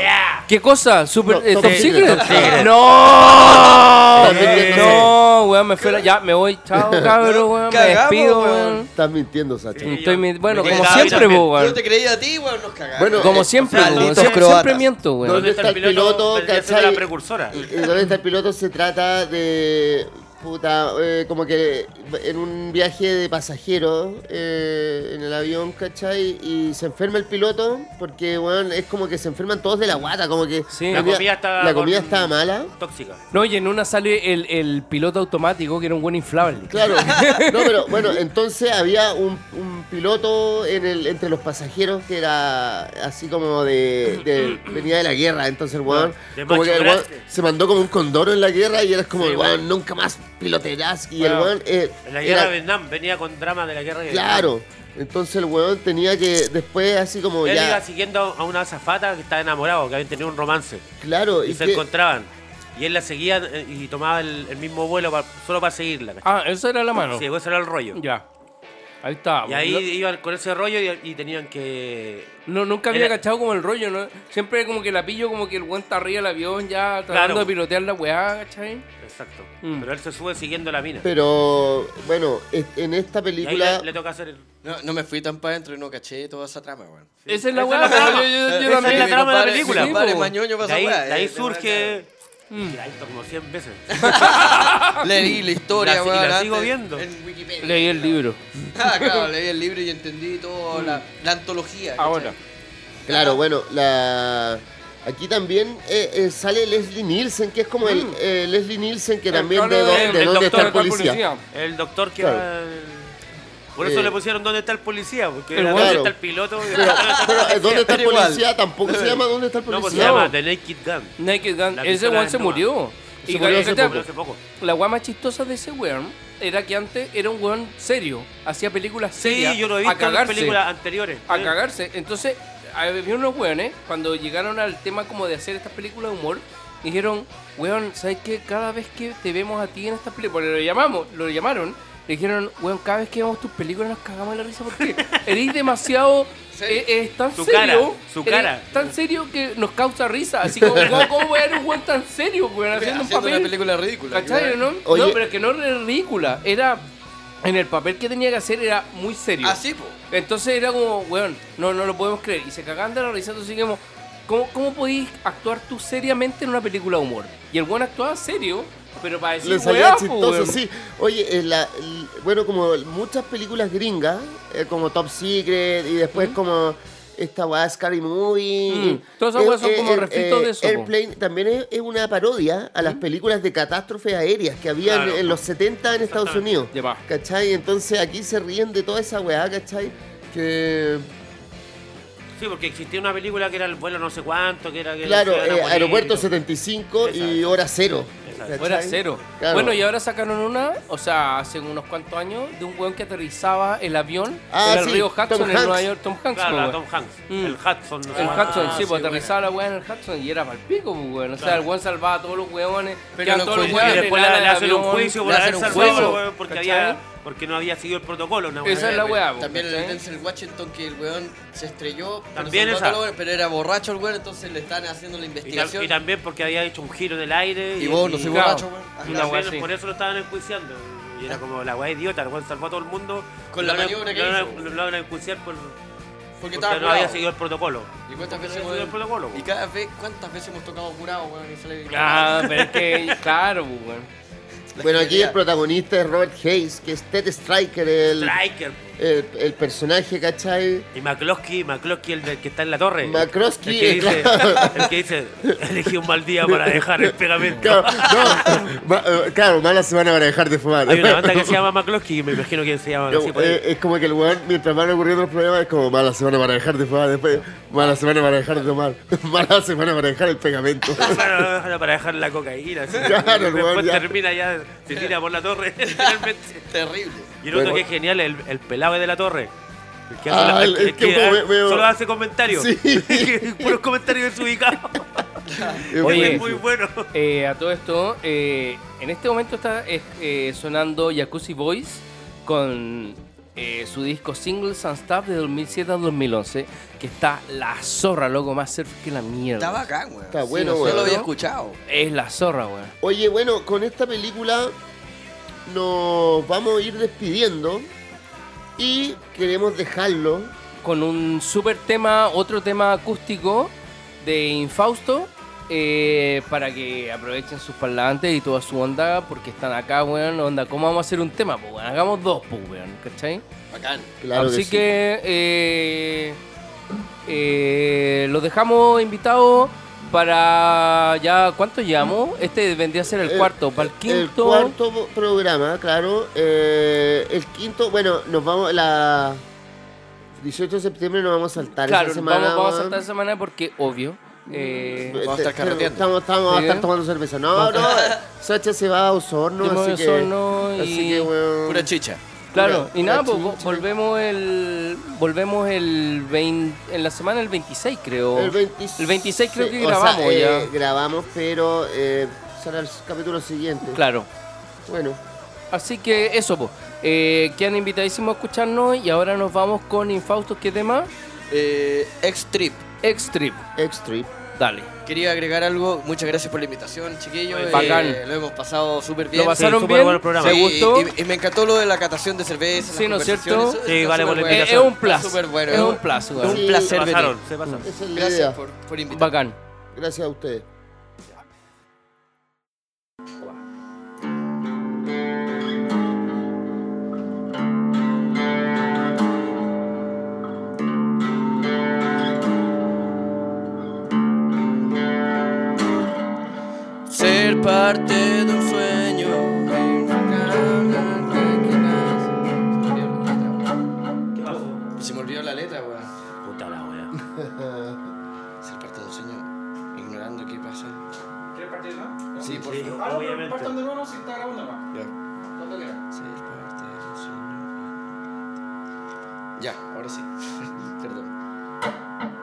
[SPEAKER 3] ¿Qué cosa? Super,
[SPEAKER 4] No,
[SPEAKER 3] eh,
[SPEAKER 4] Top
[SPEAKER 3] top,
[SPEAKER 4] Secret,
[SPEAKER 3] Secret.
[SPEAKER 4] Top Secret.
[SPEAKER 3] ¡Oh! No,
[SPEAKER 4] Estás mintiendo,
[SPEAKER 3] no, weón, me fue la. Ya, me voy, chao, cabrón, weón, me
[SPEAKER 5] Cagamos,
[SPEAKER 3] despido,
[SPEAKER 5] weón.
[SPEAKER 3] weón.
[SPEAKER 4] Estás mintiendo, Sacha.
[SPEAKER 3] Estoy mi- bueno,
[SPEAKER 5] Me
[SPEAKER 3] como
[SPEAKER 5] quedaba
[SPEAKER 3] siempre,
[SPEAKER 6] bien.
[SPEAKER 3] po,
[SPEAKER 5] Yo
[SPEAKER 3] weón.
[SPEAKER 5] te creía a ti, weón, nos cagamos.
[SPEAKER 4] Bueno,
[SPEAKER 3] Como
[SPEAKER 4] eh,
[SPEAKER 3] siempre,
[SPEAKER 5] o sea,
[SPEAKER 3] weón.
[SPEAKER 5] malditos
[SPEAKER 3] Siempre,
[SPEAKER 5] croatas.
[SPEAKER 3] siempre miento, weón.
[SPEAKER 4] ¿Dónde está el piloto,
[SPEAKER 6] vendría siendo
[SPEAKER 4] cachai?
[SPEAKER 6] la precursora.
[SPEAKER 4] Eh, ¿Dónde está el piloto? Se trata de. Puta, eh, como que en un viaje de pasajeros eh, en el avión, ¿cachai? Y se enferma el piloto porque, weón, es como que se enferman todos de la guata, como que.
[SPEAKER 3] Sí.
[SPEAKER 6] La comida estaba
[SPEAKER 4] la comida
[SPEAKER 6] con-
[SPEAKER 4] estaba mala.
[SPEAKER 6] Tóxica.
[SPEAKER 3] No, y en una sale el, el piloto automático que era un buen inflable.
[SPEAKER 4] Claro, no, pero bueno, entonces había un, un piloto en el, entre los pasajeros que era así como de, de- venía de la guerra, entonces el weón,
[SPEAKER 6] Ah, de
[SPEAKER 4] como que el
[SPEAKER 6] macho
[SPEAKER 4] weón
[SPEAKER 6] grande.
[SPEAKER 4] se mandó como un condoro en la guerra y eras como,
[SPEAKER 6] Sí,
[SPEAKER 4] el
[SPEAKER 6] weón.
[SPEAKER 4] weón, nunca más piloterás y el
[SPEAKER 6] Bueno,
[SPEAKER 4] weón... eh,
[SPEAKER 6] En la
[SPEAKER 4] era-
[SPEAKER 6] guerra de Vietnam venía con drama de la guerra de
[SPEAKER 4] Claro, entonces el weón tenía que después así como
[SPEAKER 6] Vietnam. Él iba
[SPEAKER 4] ya...
[SPEAKER 6] siguiendo a una azafata que estaba enamorado, que habían tenido un romance.
[SPEAKER 4] Claro,
[SPEAKER 6] Y
[SPEAKER 4] y
[SPEAKER 6] se
[SPEAKER 4] que-
[SPEAKER 6] encontraban. Y él la seguía eh, y tomaba el, el mismo vuelo pa- solo para seguirla. ¿cachai?
[SPEAKER 3] Ah, esa era la mano.
[SPEAKER 6] Sí, pues eso era el rollo.
[SPEAKER 3] Ya. Ahí está.
[SPEAKER 6] Y ahí iban con ese rollo y, y tenían que.
[SPEAKER 3] No, nunca había
[SPEAKER 6] Era-
[SPEAKER 3] cachado como el rollo, ¿no? Siempre como que la pillo como que el weón está arriba del avión ya tratando
[SPEAKER 6] Claro.
[SPEAKER 3] de pilotear la weá, ¿cachai?
[SPEAKER 6] Exacto.
[SPEAKER 3] Mm.
[SPEAKER 6] Pero él se sube siguiendo la mina.
[SPEAKER 4] pero bueno, es- en esta
[SPEAKER 6] Y ahí
[SPEAKER 4] película...
[SPEAKER 6] le, le toca hacer el.
[SPEAKER 5] No, no me fui tan para adentro y no caché toda esa trama, weón.
[SPEAKER 3] Esa es la
[SPEAKER 6] Esa
[SPEAKER 3] weá,
[SPEAKER 6] es la
[SPEAKER 3] pero
[SPEAKER 6] trama.
[SPEAKER 3] yo-
[SPEAKER 5] Eh,
[SPEAKER 3] yo- yo
[SPEAKER 6] Esa es
[SPEAKER 3] también-
[SPEAKER 6] la trama de la
[SPEAKER 3] Sí,
[SPEAKER 6] película.
[SPEAKER 3] po.
[SPEAKER 5] Vale, mañoño
[SPEAKER 6] De
[SPEAKER 5] pasa
[SPEAKER 6] ahí,
[SPEAKER 5] weá,
[SPEAKER 6] de ahí
[SPEAKER 5] eh,
[SPEAKER 6] surge.
[SPEAKER 3] Mm.
[SPEAKER 6] Y la he visto como 100 veces.
[SPEAKER 5] Leí la historia,
[SPEAKER 6] La- y la
[SPEAKER 5] weón.
[SPEAKER 6] sigo
[SPEAKER 5] antes
[SPEAKER 6] viendo.
[SPEAKER 5] En Wikipedia.
[SPEAKER 3] Leí el libro.
[SPEAKER 5] Ah, claro, leí el libro y entendí toda la, la antología.
[SPEAKER 6] Ah,
[SPEAKER 5] ¿cachai?
[SPEAKER 3] Ahora.
[SPEAKER 4] Claro, bueno, la... aquí también eh, eh, sale Leslie Nielsen, que es como el eh, Leslie Nielsen, que también de, do- de dónde está el policía.
[SPEAKER 6] El doctor que
[SPEAKER 4] Claro.
[SPEAKER 6] era el- Por eso
[SPEAKER 4] Eh.
[SPEAKER 6] le pusieron ¿Dónde está el policía? Porque
[SPEAKER 3] El
[SPEAKER 6] era
[SPEAKER 3] bueno.
[SPEAKER 6] ¿Dónde está el piloto?
[SPEAKER 4] Pero, pero, eh, ¿dónde está el
[SPEAKER 5] Pero igual.
[SPEAKER 4] policía? Tampoco se llama ¿Dónde está el
[SPEAKER 6] no, pues se
[SPEAKER 4] policía?
[SPEAKER 6] llama The Naked Gun.
[SPEAKER 3] Naked Gun.
[SPEAKER 6] La
[SPEAKER 3] Ese
[SPEAKER 6] pistola
[SPEAKER 3] weón se
[SPEAKER 6] desnuda.
[SPEAKER 3] murió.
[SPEAKER 4] Se
[SPEAKER 3] Y
[SPEAKER 4] murió hace
[SPEAKER 3] ¿cachai?
[SPEAKER 6] Pero hace poco.
[SPEAKER 3] La weá más chistosa de ese weón era que antes era un weón serio. Hacía películas serias.
[SPEAKER 6] Sí, yo lo he
[SPEAKER 3] a
[SPEAKER 6] visto en las
[SPEAKER 3] cagarse.
[SPEAKER 6] películas anteriores.
[SPEAKER 3] a
[SPEAKER 6] Sí.
[SPEAKER 3] cagarse. Entonces, había unos weones, cuando llegaron al tema como de hacer estas películas de humor, dijeron, weón, ¿sabes qué? Cada vez que te vemos a ti en estas películas, porque lo llamamos, lo llamaron, le dijeron, weón, cada vez que vemos tus películas nos cagamos de la risa porque eres demasiado... eh, eh, tan
[SPEAKER 6] Su
[SPEAKER 3] serio,
[SPEAKER 6] cara, su
[SPEAKER 3] eres
[SPEAKER 6] cara.
[SPEAKER 3] tan serio que nos causa risa. Así como, weón, ¿cómo voy a ver un weón tan serio, weón, haciendo un
[SPEAKER 5] Haciendo una
[SPEAKER 3] papel?
[SPEAKER 5] película ridícula.
[SPEAKER 3] ¿Cachai, no?
[SPEAKER 4] Oye.
[SPEAKER 3] No, pero es que no era ridícula. Era, en el papel que tenía que hacer era muy serio.
[SPEAKER 5] Así, po.
[SPEAKER 3] Entonces era como, weón, no, no lo podemos creer. Y se cagaban de la risa, entonces seguimos, ¿Cómo, cómo podís actuar tú seriamente en una película de humor? Y el buen actuaba serio, pero para decir,
[SPEAKER 4] Le salía
[SPEAKER 3] "Weá, po,
[SPEAKER 4] chistoso,
[SPEAKER 3] weón".
[SPEAKER 4] sí. Oye, eh, la- l- bueno, como muchas películas gringas, eh, como Top Secret y después como esta weá Scary Movie. Eh,
[SPEAKER 3] Mm. Todas esas weas son como refritos de eso, po. Mm.
[SPEAKER 4] Airplane también es, es una parodia a las películas de catástrofes aéreas que había en-
[SPEAKER 6] Claro.
[SPEAKER 4] en, los 70 en Estados Unidos.
[SPEAKER 3] Ya va.
[SPEAKER 4] ¿Cachai? Entonces aquí se ríen de toda esa weá, ¿cachai? Que.
[SPEAKER 6] Sí, porque existía una película que era el vuelo no sé cuánto, que era... Que
[SPEAKER 4] Claro,
[SPEAKER 6] se iban a
[SPEAKER 4] eh,
[SPEAKER 6] morir,
[SPEAKER 4] Aeropuerto
[SPEAKER 6] todo.
[SPEAKER 4] 75 y
[SPEAKER 6] Exacto.
[SPEAKER 4] Hora Cero.
[SPEAKER 6] Exacto.
[SPEAKER 3] Hora
[SPEAKER 4] ¿cachai?
[SPEAKER 3] cero.
[SPEAKER 4] Claro.
[SPEAKER 3] Bueno, y ahora sacaron una, o sea, hace unos cuantos años, de un weón que aterrizaba el avión
[SPEAKER 4] Ah,
[SPEAKER 3] en el
[SPEAKER 4] sí,
[SPEAKER 3] río Hudson,
[SPEAKER 4] Tom
[SPEAKER 3] en
[SPEAKER 4] Hanks.
[SPEAKER 3] Nueva York, Tom Hanks.
[SPEAKER 6] Claro,
[SPEAKER 3] po,
[SPEAKER 6] la
[SPEAKER 3] weón.
[SPEAKER 6] Tom Hanks. Ah,
[SPEAKER 3] Mm.
[SPEAKER 6] El Hudson. No sé
[SPEAKER 3] El
[SPEAKER 6] cuánto.
[SPEAKER 3] Hudson, sí, pues
[SPEAKER 5] sí,
[SPEAKER 3] aterrizaba la weá en el Hudson y era para el pico, pues, weón. O sea,
[SPEAKER 6] Claro.
[SPEAKER 3] el weón salvaba a todos los weones.
[SPEAKER 5] Pero
[SPEAKER 3] quedan
[SPEAKER 5] lo
[SPEAKER 3] todos los
[SPEAKER 5] enjuician.
[SPEAKER 3] weones
[SPEAKER 6] Y después le,
[SPEAKER 3] pelados
[SPEAKER 6] le
[SPEAKER 3] en el
[SPEAKER 6] hacen un
[SPEAKER 3] avión.
[SPEAKER 6] juicio por
[SPEAKER 5] le hacen
[SPEAKER 6] haber
[SPEAKER 5] un
[SPEAKER 6] salvado,
[SPEAKER 3] juicio,
[SPEAKER 6] weón, porque,
[SPEAKER 3] ¿cachai?
[SPEAKER 6] había, porque no había seguido el protocolo. una weá.
[SPEAKER 3] Esa es la weá, po,
[SPEAKER 5] También el
[SPEAKER 3] ¿cachai?
[SPEAKER 5] Denzel Washington, que el weón se estrelló. pero
[SPEAKER 6] También
[SPEAKER 5] salvó a
[SPEAKER 6] esa.
[SPEAKER 5] todos los weones, Pero era borracho el weón, entonces le están haciendo la
[SPEAKER 6] Y, tam-
[SPEAKER 5] investigación.
[SPEAKER 6] y
[SPEAKER 5] Y,
[SPEAKER 6] también porque había hecho un giro en el aire.
[SPEAKER 5] vos no soy
[SPEAKER 3] claro.
[SPEAKER 5] borracho, weón. Ah,
[SPEAKER 6] y
[SPEAKER 3] Una weá
[SPEAKER 6] también
[SPEAKER 3] así.
[SPEAKER 6] por eso lo estaban enjuiciando. Y era como la weá idiota, el weón salvó a todo el mundo.
[SPEAKER 5] Con la
[SPEAKER 6] Lo van a-
[SPEAKER 5] maniobra que
[SPEAKER 6] lo van a-
[SPEAKER 5] hizo.
[SPEAKER 6] Lo van a enjuiciar por,
[SPEAKER 5] Porque
[SPEAKER 6] porque
[SPEAKER 5] estaba
[SPEAKER 6] no había
[SPEAKER 5] curado.
[SPEAKER 6] seguido el protocolo.
[SPEAKER 5] ¿Y cuántas veces,
[SPEAKER 6] no había
[SPEAKER 5] weón?
[SPEAKER 6] seguido el protocolo,
[SPEAKER 5] ¿Y
[SPEAKER 6] weón.
[SPEAKER 5] cada vez, cuántas veces hemos tocado curado, weón? Y sale
[SPEAKER 3] Ah, pero es que, claro, pues, weón.
[SPEAKER 4] Bueno, aquí el protagonista es Robert Hayes, que es Ted Striker, el,
[SPEAKER 6] Striker. po.
[SPEAKER 4] el, el personaje, ¿cachai?
[SPEAKER 6] Y McCloskey, McCloskey, el del que está en la torre.
[SPEAKER 4] McCloskey, eh,
[SPEAKER 6] el que dice,
[SPEAKER 4] claro.
[SPEAKER 6] el que dice, elegí un mal día para dejar el pegamento.
[SPEAKER 4] Claro, no, ma- eh, claro, mala semana para dejar de fumar.
[SPEAKER 6] Hay una banda que pues. se llama McCloskey, me imagino que se llama
[SPEAKER 4] No,
[SPEAKER 6] así por ahí.
[SPEAKER 4] eh, es como que el weón, mientras van ocurriendo los problemas, es como mala semana para dejar de fumar, después mala semana para dejar de tomar, mala semana para dejar el pegamento.
[SPEAKER 6] Claro, para dejar la cocaína. así.
[SPEAKER 4] Claro, el
[SPEAKER 6] Después
[SPEAKER 4] weón ya.
[SPEAKER 6] termina ya, se tira por la torre, finalmente.
[SPEAKER 5] Terrible.
[SPEAKER 6] Y el otro
[SPEAKER 4] Bueno.
[SPEAKER 6] que es genial es el, el pelado de la torre. El que,
[SPEAKER 4] Ah,
[SPEAKER 6] hace la-
[SPEAKER 4] el-
[SPEAKER 6] el
[SPEAKER 4] el
[SPEAKER 6] que
[SPEAKER 4] que
[SPEAKER 6] da-
[SPEAKER 4] me- me-
[SPEAKER 6] solo hace comentarios.
[SPEAKER 4] Sí.
[SPEAKER 6] Puros comentarios desubicados.
[SPEAKER 4] Es
[SPEAKER 3] Oye,
[SPEAKER 6] Es muy bueno.
[SPEAKER 3] Eh, a todo esto, eh, en este momento está eh, eh, sonando Jacuzzi Boys con eh, su disco Singles and Stuff de 2007 a 2011, que está la zorra, loco, más surf que la mierda.
[SPEAKER 5] Está bacán, weón.
[SPEAKER 4] Está
[SPEAKER 5] Sí,
[SPEAKER 4] bueno,
[SPEAKER 5] no
[SPEAKER 4] weón,
[SPEAKER 5] lo había
[SPEAKER 4] ¿no?
[SPEAKER 5] escuchado.
[SPEAKER 3] Es la zorra, weón.
[SPEAKER 4] Oye, bueno, con esta película nos vamos a ir despidiendo y queremos dejarlo.
[SPEAKER 3] Con un super tema, otro tema acústico de Infausto, eh, para que aprovechen sus parlantes y toda su onda, porque están acá, weón. Onda, ¿cómo vamos a hacer un tema, pues, weón? Hagamos dos, pues, weón, ¿cachai?
[SPEAKER 5] Bacán.
[SPEAKER 4] Claro
[SPEAKER 3] Así
[SPEAKER 4] sí.
[SPEAKER 3] que eh, eh, los dejamos invitados para ya cuánto llevamos. Este vendría a ser el
[SPEAKER 4] El-
[SPEAKER 3] cuarto, para el quinto.
[SPEAKER 4] El cuarto po- programa, claro. Eh, el quinto, bueno, nos vamos la 18 de septiembre nos vamos a saltar
[SPEAKER 3] claro,
[SPEAKER 4] esa semana.
[SPEAKER 3] vamos, vamos a
[SPEAKER 4] weón.
[SPEAKER 3] saltar esa semana porque obvio. eh,
[SPEAKER 4] Eh,
[SPEAKER 5] Vamos a
[SPEAKER 4] te-
[SPEAKER 5] estar
[SPEAKER 4] te-
[SPEAKER 5] carreteando.
[SPEAKER 4] Estamos, estamos- vamos a estar
[SPEAKER 3] Sí.
[SPEAKER 4] tomando cerveza. No, no, Sacha se va a Osorno,
[SPEAKER 3] Yo me voy
[SPEAKER 4] así
[SPEAKER 3] a
[SPEAKER 4] que.
[SPEAKER 3] Osorno y-
[SPEAKER 4] Así que, weón.
[SPEAKER 5] Pura chicha.
[SPEAKER 3] claro,
[SPEAKER 4] pura-
[SPEAKER 3] y nada,
[SPEAKER 4] pura
[SPEAKER 3] pues, vo-
[SPEAKER 4] chicha.
[SPEAKER 3] volvemos el volvemos el 20, en la semana el 26 creo.
[SPEAKER 4] El 26,
[SPEAKER 3] El 26 creo que
[SPEAKER 4] o sea,
[SPEAKER 3] grabamos
[SPEAKER 4] eh,
[SPEAKER 3] ya.
[SPEAKER 4] Grabamos, pero eh, será el capítulo siguiente.
[SPEAKER 3] Claro.
[SPEAKER 4] Bueno,
[SPEAKER 3] Así que eso, pues. Eh, quedan invitadísimos a escucharnos y ahora nos vamos con Infaustos, ¿qué tema?
[SPEAKER 5] Eh, X-Trip.
[SPEAKER 3] Extrip.
[SPEAKER 4] X-Trip.
[SPEAKER 3] Dale.
[SPEAKER 5] Quería agregar algo. Muchas gracias por la invitación, chiquillos.
[SPEAKER 3] Oye, bacán.
[SPEAKER 5] Eh, lo hemos pasado súper bien.
[SPEAKER 3] Lo pasaron
[SPEAKER 6] súper
[SPEAKER 3] bien.
[SPEAKER 6] bueno el programa.
[SPEAKER 3] ¿Se
[SPEAKER 5] Sí,
[SPEAKER 3] gustó?
[SPEAKER 5] Y, y me encantó lo de la catación de cerveza.
[SPEAKER 3] Sí,
[SPEAKER 5] las
[SPEAKER 3] ¿no es cierto?
[SPEAKER 5] conversaciones. Eso
[SPEAKER 6] Sí,
[SPEAKER 5] está
[SPEAKER 6] vale por la
[SPEAKER 5] súper bueno.
[SPEAKER 3] es un
[SPEAKER 5] Está
[SPEAKER 3] plus.
[SPEAKER 5] súper bueno.
[SPEAKER 3] Es un plus,
[SPEAKER 5] Es
[SPEAKER 3] weón.
[SPEAKER 5] un
[SPEAKER 4] Sí.
[SPEAKER 6] Se
[SPEAKER 5] placer venir.
[SPEAKER 6] pasaron, se pasaron.
[SPEAKER 4] Esa es la idea.
[SPEAKER 5] Gracias por, por invitarme.
[SPEAKER 3] Bacán.
[SPEAKER 4] Gracias a ustedes.
[SPEAKER 5] Ser parte de un sueño. Se me olvidó la letra, weón.
[SPEAKER 6] Puta la wea.
[SPEAKER 5] Ser parte de un sueño ignorando qué pasa.
[SPEAKER 8] ¿Quieres partir de nuevo?
[SPEAKER 5] Sí, por
[SPEAKER 6] Sí,
[SPEAKER 5] favor.
[SPEAKER 8] Ah, no,
[SPEAKER 6] obviamente.
[SPEAKER 8] partan de nuevo si está grabando más.
[SPEAKER 5] Ya.
[SPEAKER 8] Cuando quieran.
[SPEAKER 5] Ser parte de un sueño. Ya, ahora sí. Perdón.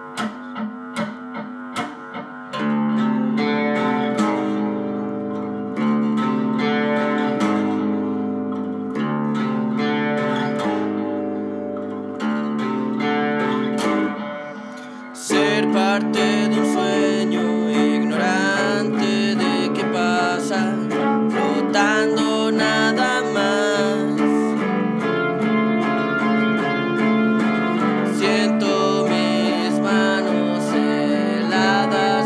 [SPEAKER 5] Ser parte de un sueño ignorante de qué pasa, flotando nada más. Siento mis manos heladas.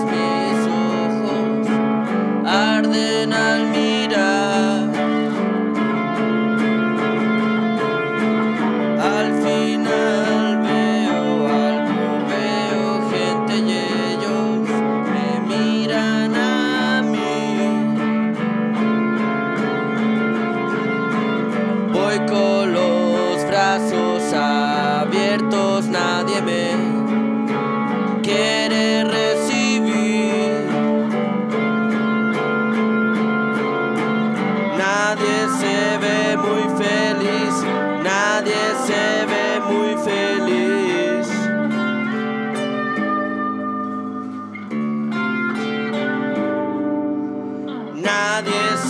[SPEAKER 5] quiere recibir. Nadie se ve muy feliz, nadie se ve muy feliz. Nadie se